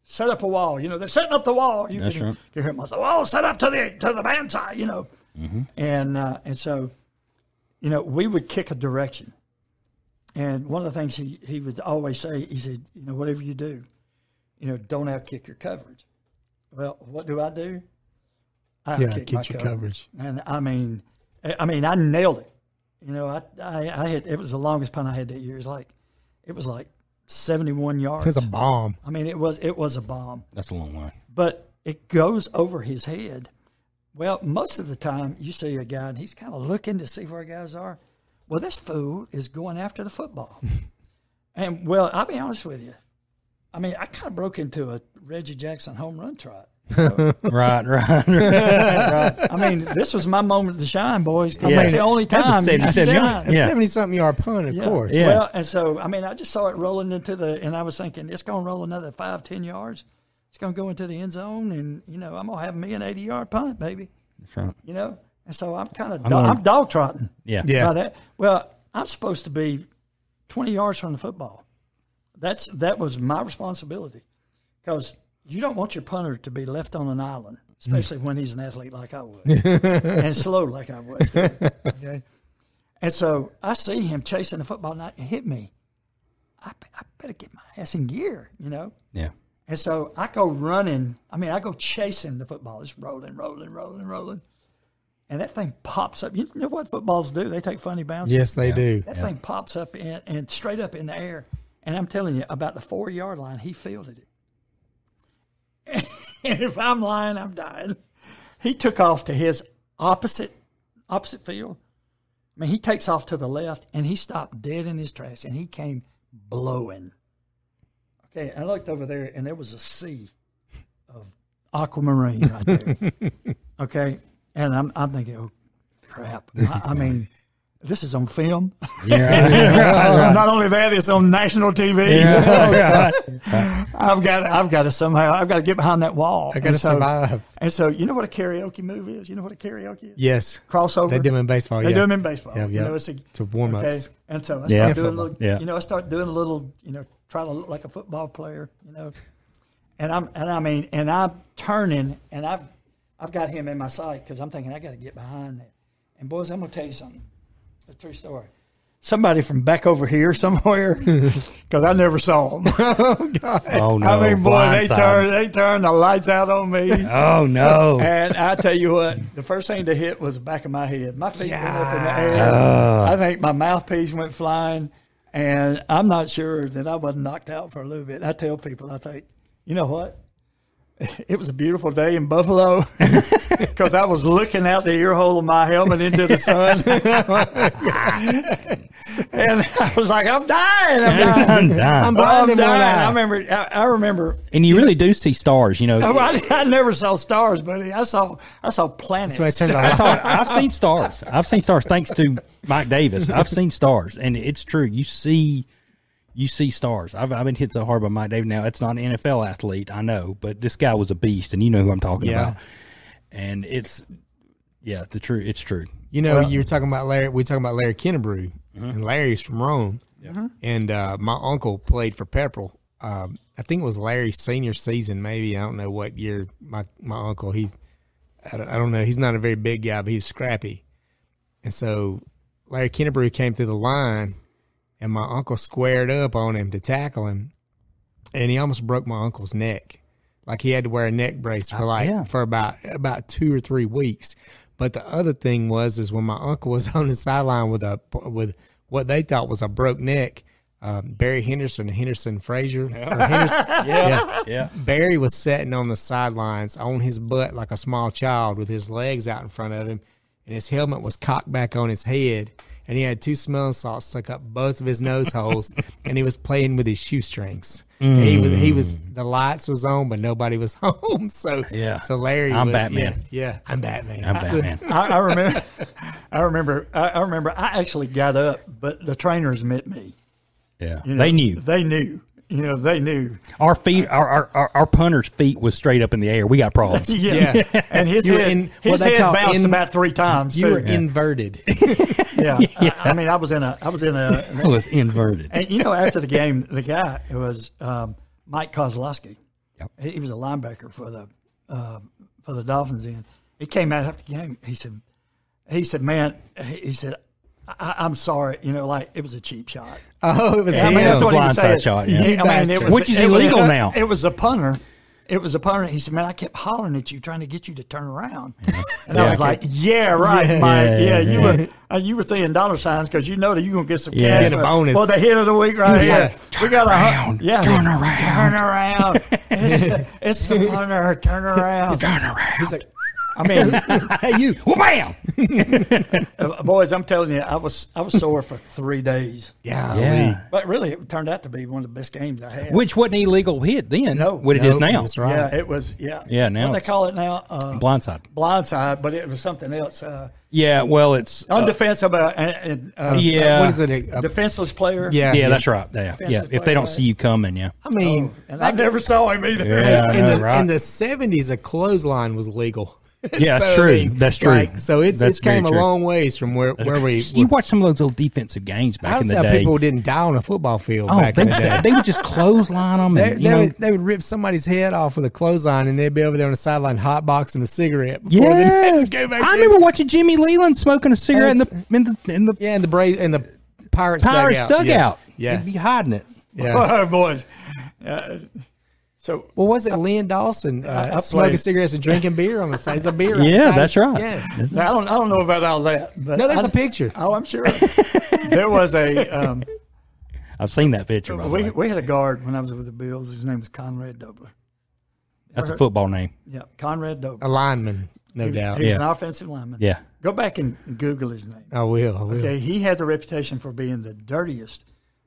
set up a wall. You know, they're setting up the wall. You That's can, right. You hear them say, "Wall set up to the to the band side." You know, Mm-hmm. and uh, and so, you know, we would kick a direction. And one of the things he, he would always say, he said, you know, whatever you do, you know, don't outkick your coverage. Well, what do I do? I Yeah, outkick get your coverage. And I mean, I I mean, I nailed it. You know, I, I, I had it was the longest punt I had that year. It was like, it was like seventy one yards. He's a bomb. I mean, it was it was a bomb, That's a long way. but it goes over his head. Well, most of the time you see a guy and he's kind of looking to see where guys are. Well, this fool is going after the football. and well, I'll be honest with you. I mean, I kind of broke into a Reggie Jackson home run trot. right, right, right. I mean, this was my moment to shine, boys. 'cause Yeah. That's the only Had to time say you that. Said shine. young. Yeah. 70 something yard punt, of Yeah. course. Yeah. Well, and so I mean, I just saw it rolling into the, and I was thinking it's going to roll another five, ten yards. It's going to go into the end zone, and you know I'm going to have me an eighty yard punt, baby. That's right. You know, and so I'm kind of gonna- I'm dog trotting. Yeah. Yeah. by that. Well, I'm supposed to be twenty yards from the football. That's that was my responsibility because you don't want your punter to be left on an island, especially when he's an athlete like I was and slow like I was. Too, okay, and so I see him chasing the football, and I- it hit me. I, I better get my ass in gear, you know. Yeah. And so I go running. I mean, I go chasing the football. It's rolling, rolling, rolling, rolling. And that thing pops up. You know what footballs do? They take funny bounces. Yes, they do. That thing pops up in, and straight up in the air. And I'm telling you, about the four yard line, he fielded it. And if I'm lying, I'm dying. He took off to his opposite opposite field. I mean, he takes off to the left and he stopped dead in his tracks and he came blowing. Okay, I looked over there and there was a sea of aquamarine right there. okay, and I'm, I'm thinking, oh, crap. I, I mean, this is on film. uh, Not only that, it's on national TV. I've got I've got to somehow I've got to get behind that wall. I got to And so- survive. And so you know what a karaoke move is? You know what a karaoke is? Yes. Crossover. They do them in baseball. They yeah. do them in baseball. Yeah, You yeah. know, it's a, To warm-ups. Okay. And so I start Yeah. doing a Football. little, Yeah. you know, I start doing a little, you know, try to look like a football player, you know, and I'm and I mean, and I'm turning, and I've I've got him in my sight because I'm thinking I got to get behind that. And boys, I'm gonna tell you something, It's a true story. Somebody from back over here somewhere, because I never saw him. Oh no. I mean, boy, they Blindside. turned they turned the lights out on me. Oh no. And I tell you what, the first thing to hit was the back of my head. My feet went up in the air. I think my mouthpiece went flying, and I'm not sure that I wasn't knocked out for a little bit. I tell people, I think, you know what? It was a beautiful day in Buffalo because I was looking out the ear hole of my helmet into the sun. and I was like, I'm dying. I'm dying. I'm dying. blind I'm in one dying. eye. I remember, I, I remember And you really do see stars, you know. Oh, I, I never saw stars, buddy. I saw I saw planets. Somebody turned it I off. saw, I've seen stars. I've seen stars thanks to Mike Davis. I've seen stars, and it's true. You see, you see stars. I've, I've been hit so hard by Mike Davis. Now it's not an NFL athlete, I know, but this guy was a beast, and you know who I'm talking Yeah. about. And it's, yeah, the true. It's true. You know, you were talking about Larry. We were talking about Larry Kennebrew, and Larry's from Rome. And uh, my uncle played for Pepperell. Um, I think it was Larry's senior season, maybe. I don't know what year. My my uncle, he's, I don't, I don't know. He's not a very big guy, but he's scrappy. And so Larry Kennebrew came through the line, and my uncle squared up on him to tackle him, and he almost broke my uncle's neck. Like he had to wear a neck brace for like yeah. for about about two or three weeks. But the other thing was is when my uncle was on the sideline with a with what they thought was a broke neck, um, Barry Henderson, Henderson Frazier, or Henderson, yeah, Yeah. Barry was sitting on the sidelines on his butt like a small child with his legs out in front of him, and his helmet was cocked back on his head, and he had two smelling salts stuck up both of his nose holes, and he was playing with his shoestrings. He was he was the lights was on, but nobody was home. So Mm. Yeah. so Larry, I'm was- Batman. Yeah, yeah, I'm Batman. I'm Batman. I, I remember. I remember. I, I remember. I actually got up, but the trainers met me. Yeah, you know. they knew. They knew. You know, they knew. Our feet, our, our, our, our punter's feet was straight up in the air. We got problems. Yeah. And his You were head, in what his they head call bounced in- about three times. You too. were inverted. yeah. I, I mean, I was in a, I was in a, I was inverted. and you know, after the game, the guy it was um, Mike Kozlowski. Yep. He, he was a linebacker for the uh, for the Dolphins. In he came out after the game. He said, he said, man, he he said, I- I, I'm sorry. You know, like it was a cheap shot. oh, it was I mean, him. that's what he was Blindside saying. shot, yeah. You I mean, it bastard. was, Which is it was- illegal now. It was a punter. It was a punter. He said, "Man, I kept hollering at you, trying to get you to turn around." And I was like, "Yeah, right, Mike. Yeah, Yeah, yeah. you were uh, you were saying dollar signs because you know that you're gonna get some Yeah. cash. Get a for- bonus. for the hit of the week right was here. like, we got a hun- around. Yeah, Turn around. Turn around. it's, the, it's the punter. Turn around. Turn around. He's like, I mean, hey, you. well, bam. uh, boys, I'm telling you, I was I was sore for three days, Oh, Yeah. Yeah. but really, it turned out to be one of the best games I had. Which wasn't illegal hit then. No. What it No, is now. that's right. Yeah, it was. Yeah, Yeah, now what they it's- call it now, uh, Blindside. blindside, but it was something else. Uh, Yeah. Well, it's. uh, undefensive, uh, and, and, uh, yeah. What is it? A, defenseless player. yeah. Yeah, that's right. Yeah. Yeah. Defensive If they don't player. see you coming, yeah. I mean, and I never saw him either. Yeah. I in, know, the, right. in the 70s, a clothesline was legal. Yeah, that's I true. mean, That's true. Like, so it's, That's it's came very a true. long ways from where, where we you watch some of those old defensive games I back don't in see the how day. people didn't die on a football field oh, back they, in the day. they would just clothesline them. They, And, they you know, would, they would rip somebody's head off with a clothesline, and they'd be over there on the sideline hot boxing a cigarette before the yeah. next game. I remember watching Jimmy Leland smoking a cigarette in the in the in the Yeah, and the brave and the pirates Pirates dugout. dugout. Yeah, He'd yeah. be hiding it. yeah. Oh, boys. Uh, so Well, was it Lynn Dawson I uh, smoking played- cigarettes and drinking beer on the side? It's a beer. on the Yeah, side. that's right. Yeah. now, I don't I don't know about all that. But No, there's I- a picture. Oh, I'm sure there was a. Um, I've seen that picture. By the we way. we had a guard when I was with the Bills. His name was Conrad Dobler. That's a football name. Yeah, Conrad A Dobler. lineman, no He was doubt. Oh, Yeah. an offensive lineman. Yeah. Go back and Google his name. I will. I will. Okay, he had the reputation for being the dirtiest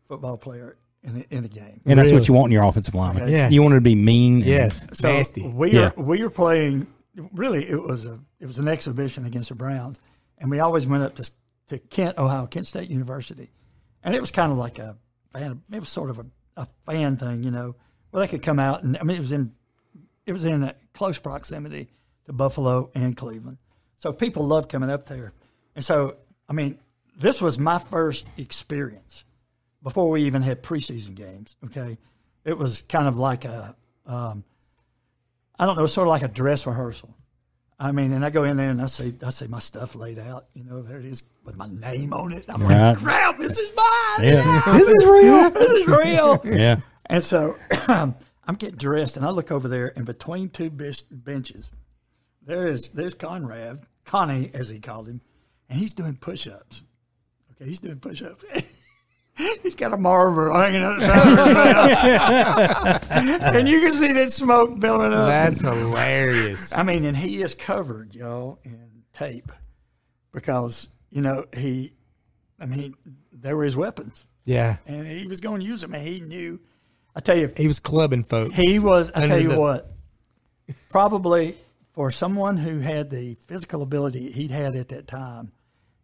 football player in the, in the game. And that's Really? what you want in your offensive lineman. Yeah. You want it to be mean. and- Yes. So Nasty. We Yeah. were we were playing. Really, it was a it was an exhibition against the Browns, and we always went up to to Kent, Ohio, Kent State University, and it was kind of like a fan. It was sort of a, a fan thing, you know, where they could come out and I mean it was in it was in a close proximity to Buffalo and Cleveland, so people loved coming up there, and so I mean this was my first experience before we even had preseason games. Okay, it was kind of like a um, I don't know, sort of like a dress rehearsal. I mean, and I go in there and I see I see my stuff laid out. You know, there it is with my name on it. I'm Right. like, crap, this is mine. Yeah. Yeah. this is real. this is real. Yeah. and so I'm getting dressed, and I look over there, and between two bench- benches, there is there's Conrad, Connie as he called him, and he's doing push-ups. Okay, he's doing push-ups. he's got a marver hanging out the side of his mouth. and you can see that smoke building up. That's hilarious. I mean, and he is covered, y'all, in tape because you know he. I mean, they were his weapons, Yeah. and he was going to use them, and he knew. I tell you, He was clubbing folks. he was. I Under tell you the- what, probably for someone who had the physical ability he'd had at that time,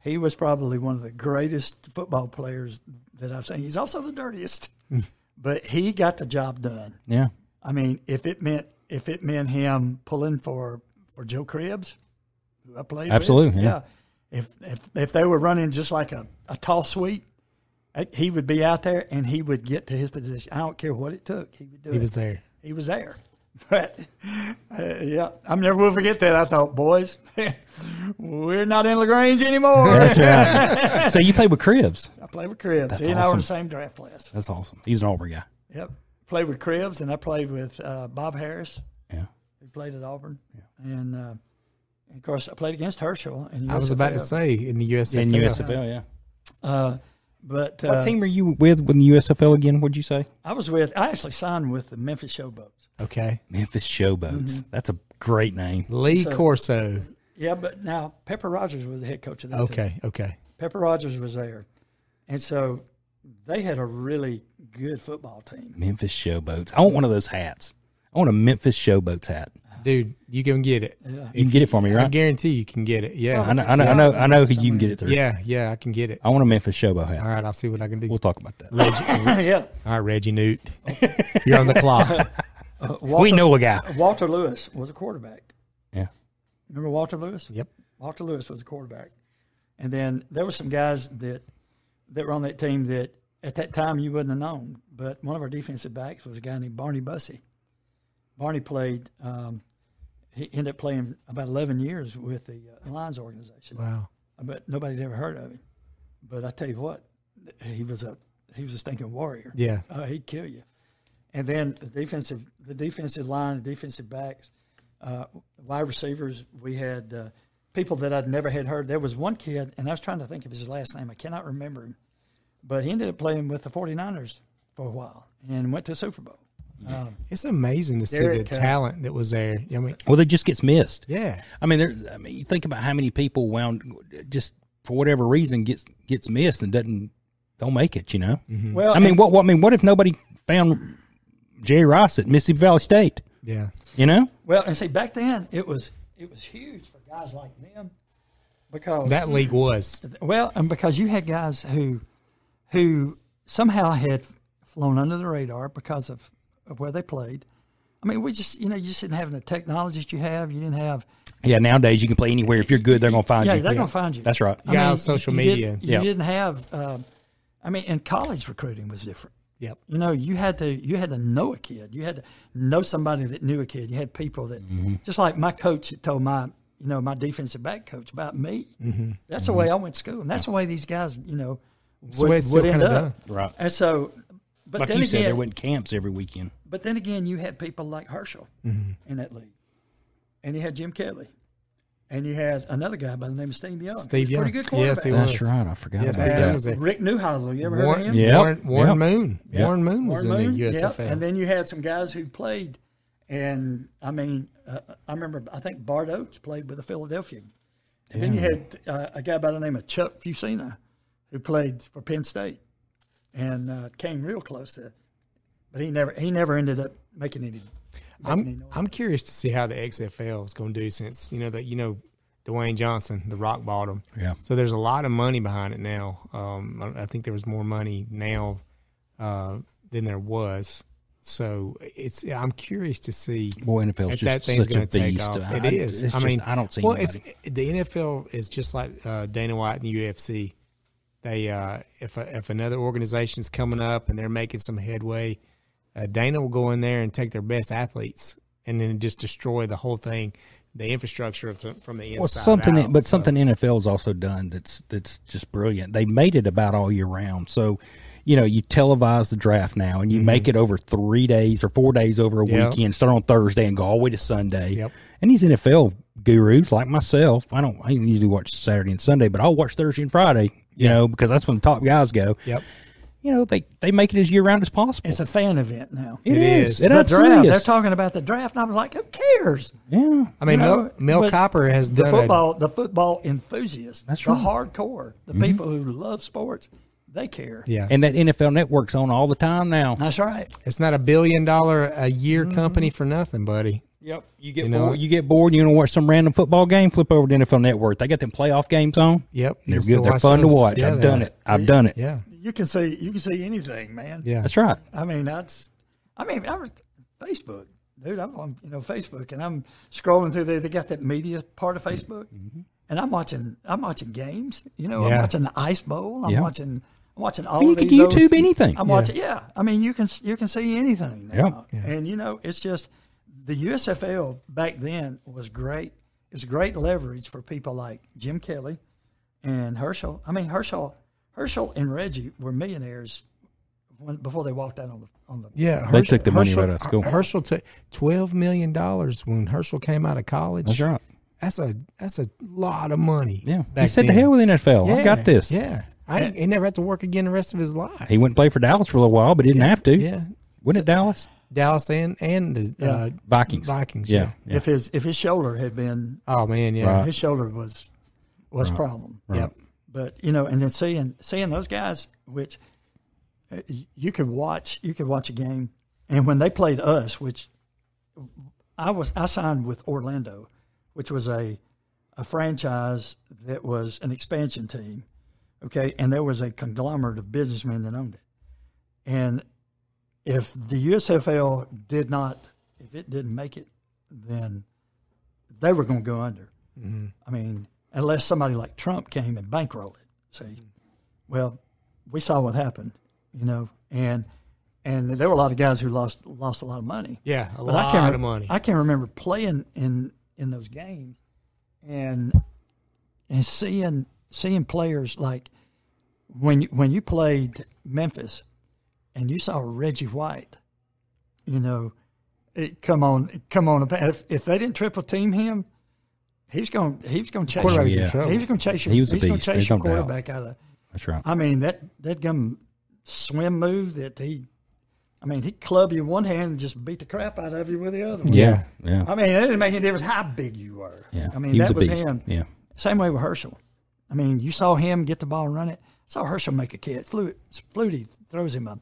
he was probably one of the greatest football players that I've seen. He's also the dirtiest, but he got the job done. Yeah. I mean, if it meant if it meant him pulling for for Joe Cribs, who I played with, Absolutely, yeah. If if if they were running just like a a tall sweep, eh, he would be out there and he would get to his position. I don't care what it took, he would do He it. was there. He was there. But uh, yeah, I'm never will forget that. I thought, boys, we're not in Lagrange anymore. That's right. so you played with Cribs. I played with Cribs. he and I were in awesome. the same draft class. That's awesome. He's an Auburn guy. Yep. Played with Cribs, and I played with uh, Bob Harris. Yeah. who played at Auburn. And, uh, and of course, I played against Herschel. And I was about to say in the USFL. In USFL, yeah. uh, but What uh, team are you with when the USFL again? What'd you say? I was with. I actually signed with the Memphis Showboats. Okay. Memphis Showboats. That's a great name. Mm-hmm. Lee Corso. Yeah, but now Pepper Rogers was the head coach of that team. Okay. Okay. Pepper Rogers was there, and so they had a really good football team. Memphis Showboats. I want one of those hats. I want a Memphis Showboats hat. dude. You can get it. You can get it for me, I right? guarantee you can get it. Yeah, I know, I know, I know, I know who you can get it through. yeah, yeah. I can get it. I want a Memphis Showboat hat. All right, I'll see what I can do. We'll talk about that. Reggie, yeah. all right, Reggie Newt, you're on the clock. Walter, We know a guy. Walter Lewis was a quarterback. Yeah. Remember Walter Lewis? Yep. Walter Lewis was a quarterback. And then there were some guys that that were on that team that at that time you wouldn't have known. But one of our defensive backs was a guy named Barney Bussey. Barney played. Um, he ended up playing about eleven years with the uh, Lions organization. Wow. But nobody'd ever heard of him. But I tell you what, he was a he was a stinking warrior. Yeah. Oh, he'd kill you. And then the defensive, the defensive line, the defensive backs, uh, wide receivers. We had uh, people that I'd never had heard. There was one kid, and I was trying to think of his last name. I cannot remember him, but he ended up playing with the 49ers for a while and went to the Super Bowl. It's amazing to see Derek, the uh, talent that was there. I mean, Well, that just gets missed. yeah, I mean, there's. I mean, you think about how many people wound just for whatever reason gets gets missed and doesn't don't make it. You know. Mm-hmm. Well, I mean, what, what? I mean, what if nobody found Jerry Rice at Mississippi Valley State? yeah. You know. well, and see, back then it was it was huge for guys like them because That league was Well, and because you had guys who, who somehow had flown under the radar because of, of where they played. I mean, we just you know you just didn't have the technology that you have. You didn't have. Yeah. Nowadays, you can play anywhere. If you're good, they're gonna find yeah, you. they're gonna find you. Uh, That's right. I Yeah, mean, on social you didn't- media. You Yeah. didn't have. Um, I mean, and college recruiting was different. yep. You know, you had to you had to know a kid. You had to know somebody that knew a kid. You had people that Mm-hmm. just like my coach that told my you know my defensive back coach about me. Mm-hmm. That's the way I went to school, and that's the way these guys you know would, the way it's still would end kinda up. done. Right. And so, but Like then you again, said, there went camps every weekend. but then again, you had people like Herschel Mm-hmm. in that league, and you had Jim Kelly, and you had another guy by the name of Steve Young. Steve He was a Young. pretty good quarterback. Yes, he was. right. I forgot. Yes, about they that. did. was a- Uh, Rick Neuheisel, you ever heard of Warren, him? Yeah. Warren, Warren Yep. Moon. Yep. Warren Moon was Warren in Moon, the USFL. yep. And then you had some guys who played, and I mean, uh, I remember I think Bart Oates played with the Philadelphia. And Then you had uh, a guy by the name of Chuck Fusina, who played for Penn State, and uh, came real close to, but he never he never ended up making any. making I'm any I'm curious to see how the XFL is going to do since you know that you know Dwayne Johnson, the rock bottom. Yeah. So there's a lot of money behind it now. Um, I, I think there was more money now uh, than there was. So it's I'm curious to see. Boy, NFL is if just thing's such a gonna take beast. off. I- It is. it's I just- mean, I don't see Well, it's, the NFL is just like uh, Dana White and the UFC. They uh, if a, if another organization's coming up and they're making some headway, uh, Dana will go in there and take their best athletes and then just destroy the whole thing, the infrastructure from, from the inside. Well, something, out. but So- something NFL's also done that's that's just brilliant. They made it about all year round. So, you know, you televise the draft now, and you make it over three days or four days over a Mm-hmm. Yeah. weekend. Start on Thursday and go all the way to Sunday. Yep. And these NFL gurus like myself, I don't, I usually watch Saturday and Sunday, but I'll watch Thursday and Friday. You know, because that's when the top guys go. Yep. You know, they they make it as year round as possible. It's a fan event now. It is. The It the draft. absolutely They're is. talking about the draft, and I was like, "Who cares?" yeah. I mean, You know, Mel, Mel but Copper has the done a- football. the football enthusiasts, That's the right. hardcore, the people who love sports, they care. Mm-hmm. yeah, And that NFL network's on all the time now. that's right. it's not a billion dollar a year Mm-hmm. company for nothing, buddy. Yep. You get You know? bored. You get bored. You want to watch some random football game? Flip over to NFL Network. They got them playoff games on. Yep. You They're still good. They're watch fun to those. watch. Yeah, I've they done are. it. I've done it. Yeah, You can see. You can see anything, man. yeah, That's right. I mean, that's. I mean, I was Facebook, dude. I'm on you know Facebook, and I'm scrolling through there. They got that media part of Facebook, Mm-hmm. and I'm watching. I'm watching games. You know, Yeah. I'm watching the Ice Bowl. I'm Yeah. watching. I'm watching all. You of can these YouTube old- anything. I'm Yeah. watching. Yeah, I mean, you can you can see anything now, and you know, it's just the USFL back then was great. It was great leverage for people like Jim Kelly and Herschel. I mean, Herschel, Herschel and Reggie were millionaires when, before they walked out on the on the yeah. They took the money right out of school. Herschel took twelve million dollars when Herschel came out of college. That's right. That's a that's a lot of money. Yeah. back He said, "The then. hell with NFL. Oh, I Yeah, got this." Yeah, I, ain't- he never had to work again the rest of his life. He went and played for Dallas for a little while, but didn't have to. Yeah, Wasn't it Dallas Dallas and and the uh, Vikings? Vikings. Yeah. yeah. If his if his shoulder had been uh, Oh man, yeah. Right. his shoulder was was problem, Yep. but you know, and then seeing seeing those guys, which uh, y- you could watch, you could watch a game, and when they played us, which I was I signed with Orlando, which was a a franchise that was an expansion team. Okay, and there was a conglomerate of businessmen that owned it. And if the USFL did not, if it didn't make it, then they were going to go under. I mean, unless somebody like Trump came and bankrolled it. See, well, we saw what happened, you know, and and there were a lot of guys who lost lost a lot of money. Yeah, a But lot I can't, of money. I can remember playing in in those games, and and seeing seeing players like when you, when you played Memphis, and you saw Reggie White, you know, it, come on, come on! If, if they didn't triple team him, he's going he's going to chase you. Quarterback's in Yeah. trouble. He's going to chase your, He he was a he's going beast. to chase There's your no doubt. quarterback out of. the- That's right. I mean that that gum swim move that he, I mean he club you one hand and just beat the crap out of you with the other one. yeah, yeah, I mean it didn't make any difference how big you were. yeah. I mean he was that a was, beast. him. Yeah, Same way with Herschel. I mean you saw him get the ball and run it. Saw Herschel make a kid. Flew, Flutie throws him up.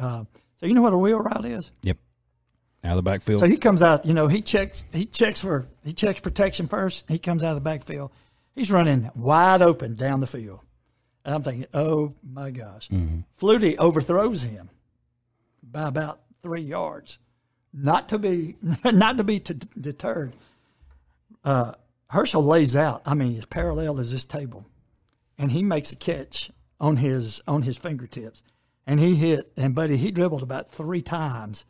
Uh, so you know what a wheel route is. yep. Out of the backfield. So he comes out, you know, he checks he checks for he checks protection first. He comes out of the backfield. He's running wide open down the field. And I'm thinking, oh my gosh. Flutie overthrows him by about three yards. Not to be not to be t- deterred. Uh, Herschel lays out, I mean, as parallel as this table, and he makes a catch on his on his fingertips. And he hit and buddy, he dribbled about three times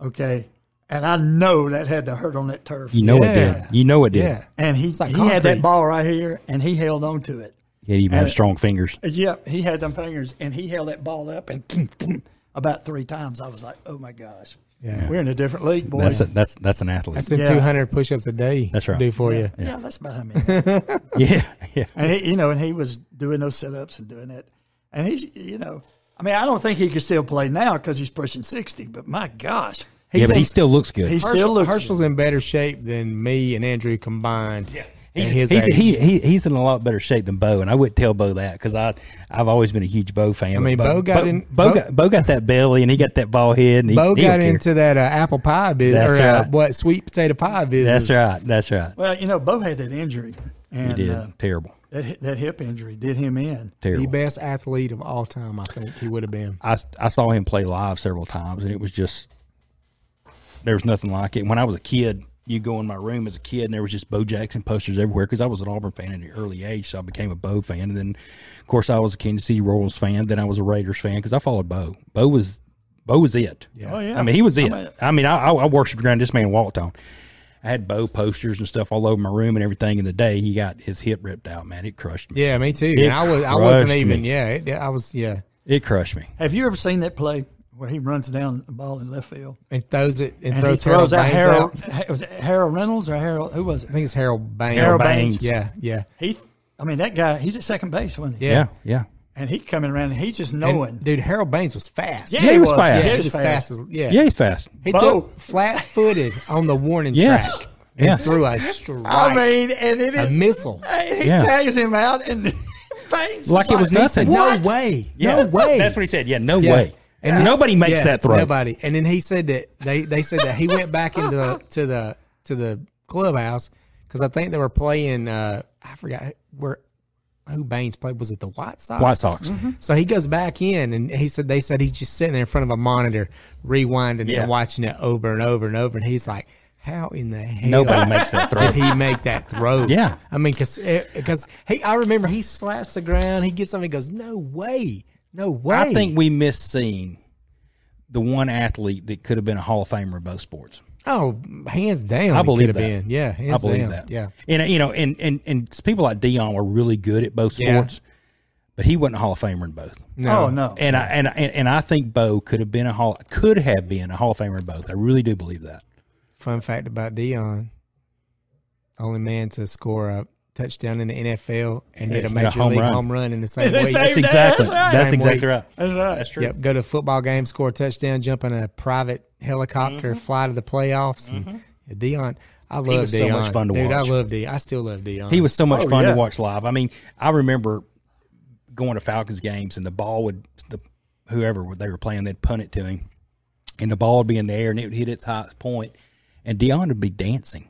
okay? And I know that had to hurt on that turf. you know it Yeah. did. You know it did. Yeah. and he, like he had concrete. that ball right here, and he held on to it. He even had And- strong fingers. Yep, he had them fingers, and he held that ball up and about three times. I was like, oh my gosh, Yeah. we're in a different league, boys. That's a, that's that's an athlete. That's them Yeah. 200 push ups a day. That's right. Do for you. yeah, that's about how many. yeah, yeah. and he, you know, and he was doing those sit ups and doing that, and he's you know. I mean, I don't think he could still play now because he's pushing sixty. But my gosh, yeah, but in- he still looks good. he still looks. Herschel's in better shape than me and Andrew combined. Yeah. He's, he's, he, he, he's in a lot better shape than Bo, and I wouldn't tell Bo that because I I've always been a huge Bo fan. I mean, Bo got in- Bo, Bo- got Bo got that belly, and he got that ball head. And he, Bo he got don't care. into that uh, apple pie business, That's or uh, right. what sweet potato pie business. That's right. That's right. Well, you know, Bo had that injury, and He did Uh, terrible, that hi- that hip injury did him in. The terrible. best athlete of all time, I think he would have been. I I saw him play live several times, and it was just there was nothing like it. When I was a kid, you go in my room as a kid, and there was just Bo Jackson posters everywhere because I was an Auburn fan at an early age, so I became a Bo fan. And then, of course, I was a Kansas City Royals fan. Then I was a Raiders fan because I followed Bo. Bo was Bo was it. Yeah. Oh, yeah. I mean, he was I it. mean- I mean, I, I, I worshipped around this man walked on. I had Bo posters and stuff all over my room and everything. And the day he got his hip ripped out, man, it crushed me. Yeah, me too. It And I was, I wasn't crushed even. me. Yeah, it, I was. Yeah, It crushed me. Have you ever seen that play where he runs down the ball in left field and throws it and, and throws, he throws out Harold. Harold? Baines out. Ha- Was it Harold Reynolds or Harold? Who was I it? think it's Harold Baines. Harold Baines. Yeah, yeah. He. I mean, that guy. He's at second base, wasn't he? Yeah. Yeah, yeah. And he coming around. and He just And, knowing. dude, Harold Baines was fast. he was fast. yeah, he he was was fast. as, yeah, Yeah, he's fast. He Bo- threw flat footed on the warning Yes. track. Yes. Threw a strike, I mean, and it a is. missile. He Yeah. tags him out and. face. Like it was He said, nothing. No way. No way. That's what he said. Yeah, no Yeah. way. And then- nobody makes yeah, that throw. Nobody. And then he said that they, they said that he went back into the, to the to the clubhouse because I think they were playing. Uh, I forgot where who Baines played. Was it the White Sox? Mm-hmm. White Sox. Mm-hmm. So he goes back in, and he said they said he's just sitting there in front of a monitor, rewinding Yeah. and watching it over and over and over. And he's like, "How in the hell?" Nobody makes that throw. Did he make that throw? Yeah. I mean, because he, I remember he slaps the ground. He gets something. He goes, "No way, no way." I think we miss seeing the one athlete that could have been a Hall of Famer in both sports. Oh, hands down. I it believe could that. have been. Yeah, I hands believe down. that. Yeah, and you know, and and and people like Dion were really good at both Yeah. sports, but he wasn't a Hall of Famer in both. Oh no. And I and I- and, and I think Bo could have been a Hall could have been a Hall of Famer in both. I really do believe that. Fun fact about Dion: only man to score a touchdown in the NFL and hit a And a major home league run. home run in the same week. That's Same day, exactly that's right. that's Same exactly week. right. That's right. That's true. Yep, go to a football game, score a touchdown, jump in a private helicopter, fly to the playoffs. And yeah, Dion, I love was so Dion. much fun to Dude, watch. I love Dion. I still love Dion. He was so much Oh, fun yeah. to watch live. I mean, I remember going to Falcons games and the ball would the whoever they were playing, they'd punt it to him, and the ball would be in the air and it would hit its highest point, and Dion would be dancing.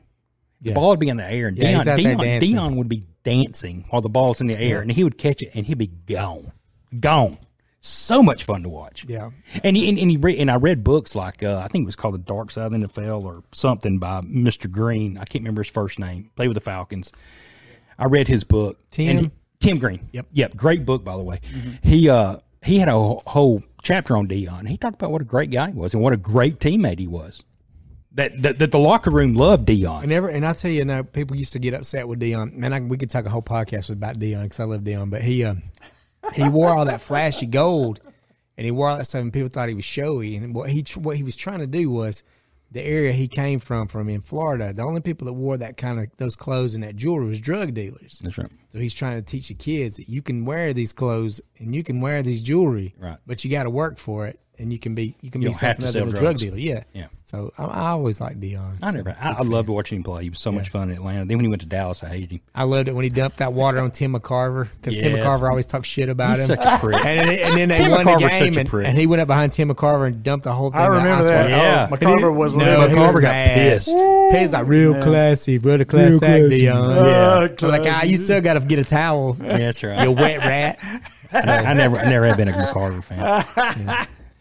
The Yeah. ball would be in the air, and Yeah, he's Dion, out there Dion, dancing. Dion would be dancing while the ball's in the air, and he would catch it, and he'd be gone, gone. So much fun to watch. Yeah. and he, and, and he read, and I read books like uh, I think it was called The Dark Side of the NFL or something by Mister Green. I can't remember his first name. Played with the Falcons. I read his book. Tim? And he- Tim Green. Yep. Mm-hmm. Yep. Great book, by the way. He uh he had a whole- whole chapter on Dion. He talked about what a great guy he was and what a great teammate he was. That that, that the locker room loved Dion. And ever, and I tell you now, people used to get upset with Dion. Man, I, we could talk a whole podcast about Dion because I love Dion. But he, uh, he wore all that flashy gold, and he wore all that stuff, and people thought he was showy. And what he what he was trying to do was the area he came from, from in Florida. The only people that wore that kind of those clothes and that jewelry was drug dealers. That's right. So he's trying to teach the kids that you can wear these clothes and you can wear these jewelry, Right. But you got to work for it, and you can be you can You be don't have something other to sell than a drug drugs. dealer, yeah. Yeah. So I, I always liked Dion. I never. I, I loved watching him play. He was so much fun in Atlanta. Then when he went to Dallas, I hated him. I loved it when he dumped that water on Tim McCarver because Tim Yes. McCarver always talks shit about He's him. such a prick. And, then- and then they Tim won McCarver's the such game, a and, prick. and he went up behind Tim McCarver and dumped the whole thing. I in the remember ice that. water. Yeah. Oh, McCarver was No, little- he McCarver got mad. pissed. He's like real classy, real class act, classy. Dion. Yeah. I'm like ah, you still got to get a towel, Yeah, that's right. you wet rat. No, I never. I never have been a McCarver fan.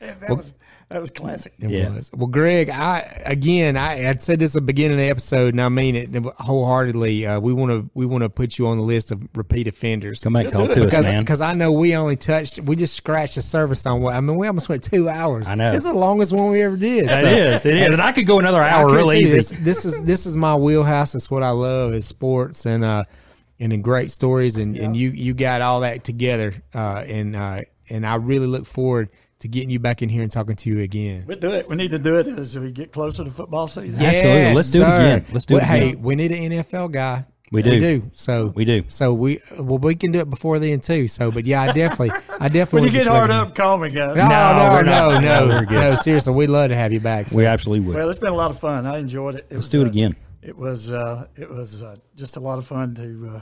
That was that was classic. It Yeah. was. Well, Greg, I again, I had said this at the beginning of the episode, and I mean it wholeheartedly. Uh, we want to we want to put you on the list of repeat offenders. Come back talk to us, because man. because I know we only touched we just scratched the surface on what I mean we almost went two hours. I know. it's the longest one we ever did. It so- is. It is. And I could go another I hour can real tell you easy. This, this is this is my wheelhouse. It's what I love is sports and uh and then great stories and, and you you got all that together uh and uh and I really look forward to getting you back in here and talking to you again. We do it. We need to do it as we get closer to football season. Yeah. Absolutely. Let's do it again. Let's do it Well, Hey, again. we need an NFL guy. We We do. do. So We do. So we well we can do it before then too. So but yeah, I definitely I definitely wanna When you get back hard in up, call me, guys. here. No, we're no, no, no, not. No, no, we're good. Seriously, we'd love to have you back. So. We absolutely would. Well, it's been a lot of fun. I enjoyed it. it Let's do it again. It was uh, it was uh, just a lot of fun to uh,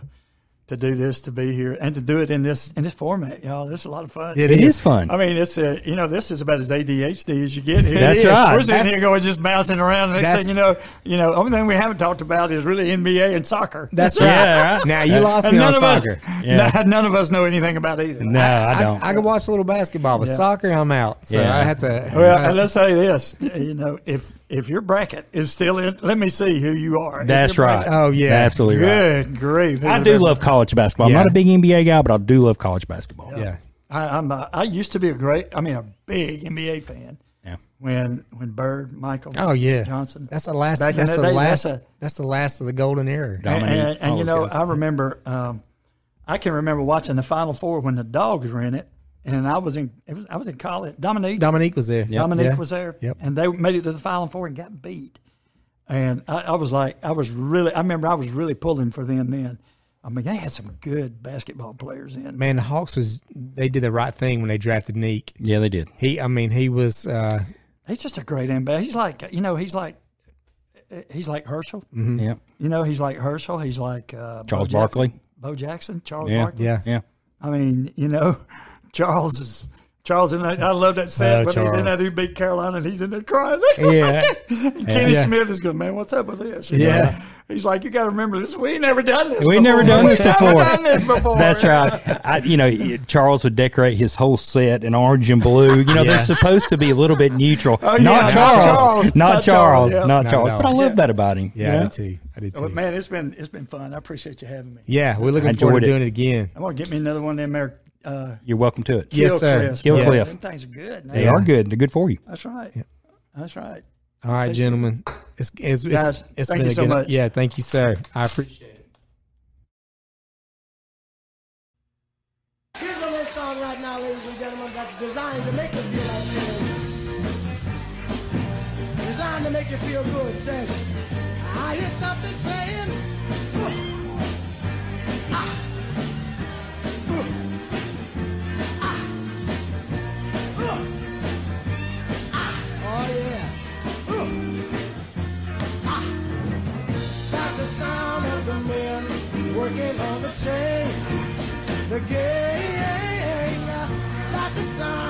to do this, to be here, and to do it in this in this format, y'all. This is a lot of fun. It It is fun. I mean, it's uh, you know, this is about as ADHD as you get. Here. That's It is. right. We're sitting That's- here going just bouncing around. Next That's- thing you know, you know, only thing we haven't talked about is really NBA and soccer. That's right. Yeah, right. Now you lost and me on none of us, soccer. Yeah. none of us know anything about either. no, I don't. I, I can watch a little basketball, but Yeah. soccer, I'm out. So Yeah. I had to. Well, I- and let's say this: you know, if if your bracket is still in, let me see who you are. If That's your right. bracket- Oh, yeah. absolutely right. Good grief! I do love college basketball. Yeah. I'm not a big NBA guy, but I do love college basketball. yeah. I, I'm. A, I used to be a great. I mean, a big NBA fan. Yeah. When when Bird, Michael, Oh yeah. Johnson. That's the last. Back in That's that the day, last. that's That's, a- the last of the golden era. Yeah. and, Dominique, and, and, all you those know, guys. I remember. Um, I can remember watching the Final Four when the Dogs were in it, and I was in. It was, I was in college. Dominique. Dominique was there. Dominique Yeah. was there, Yep. and they made it to the Final Four and got beat. And I, I was like, I was really, I remember I was really pulling for them then. I mean, they had some good basketball players in. Man, the Hawks was. They did the right thing when they drafted Neek. Yeah, they did. He, I mean, he was. Uh, He's just a great ambassador. He's like, you know, he's like, he's like Herschel. Yeah. You know, he's like Herschel. He's like uh, Mm-hmm. Charles Bo Barkley. Jackson, Bo Jackson, Charles Yeah. Barkley. yeah. Yeah. I mean, you know, Charles is Charles, and I, I love that set Oh, when he's Charles. in that he beat Carolina, and he's in there crying. Yeah. Kenny Yeah. Smith is going, man, what's up with this? You Yeah. know? He's like, you got to remember this. We ain't never done this. We ain't never before. done this We ain't before." Never done this before. That's right. I, you know, Charles would decorate his whole set in orange and blue. You know, Yeah. they're supposed to be a little bit neutral. Oh, yeah, not, not Charles. Charles. Not Not Charles. Charles, yeah. Not Not Charles. at all. But I love Yeah. that about him. yeah, you I know? did too. I did Well, too. man, it's been it's been fun. I appreciate you having me. Yeah, we're looking I forward to enjoyed it. doing it again. I'm gonna get me another one of them there. Uh, You're welcome to it. Yes, Kill sir. Cliffs. Kill Yeah. Cliff. Them things are good. Man. They are good. They're good for you. That's right. That's right. All right, gentlemen. It's, it's, it's, Guys, it's thank been you a so good- much. Yeah, thank you, sir. I appreciate it. Here's a little song right now, ladies and gentlemen, that's designed to make you feel like feeling. Designed to make you feel good. Says, I hear something saying. "Ooh, ah, ooh, ah, ooh, ah." Oh yeah. Ooh, ah. That's the sound of the men working on the train the game. Like the sun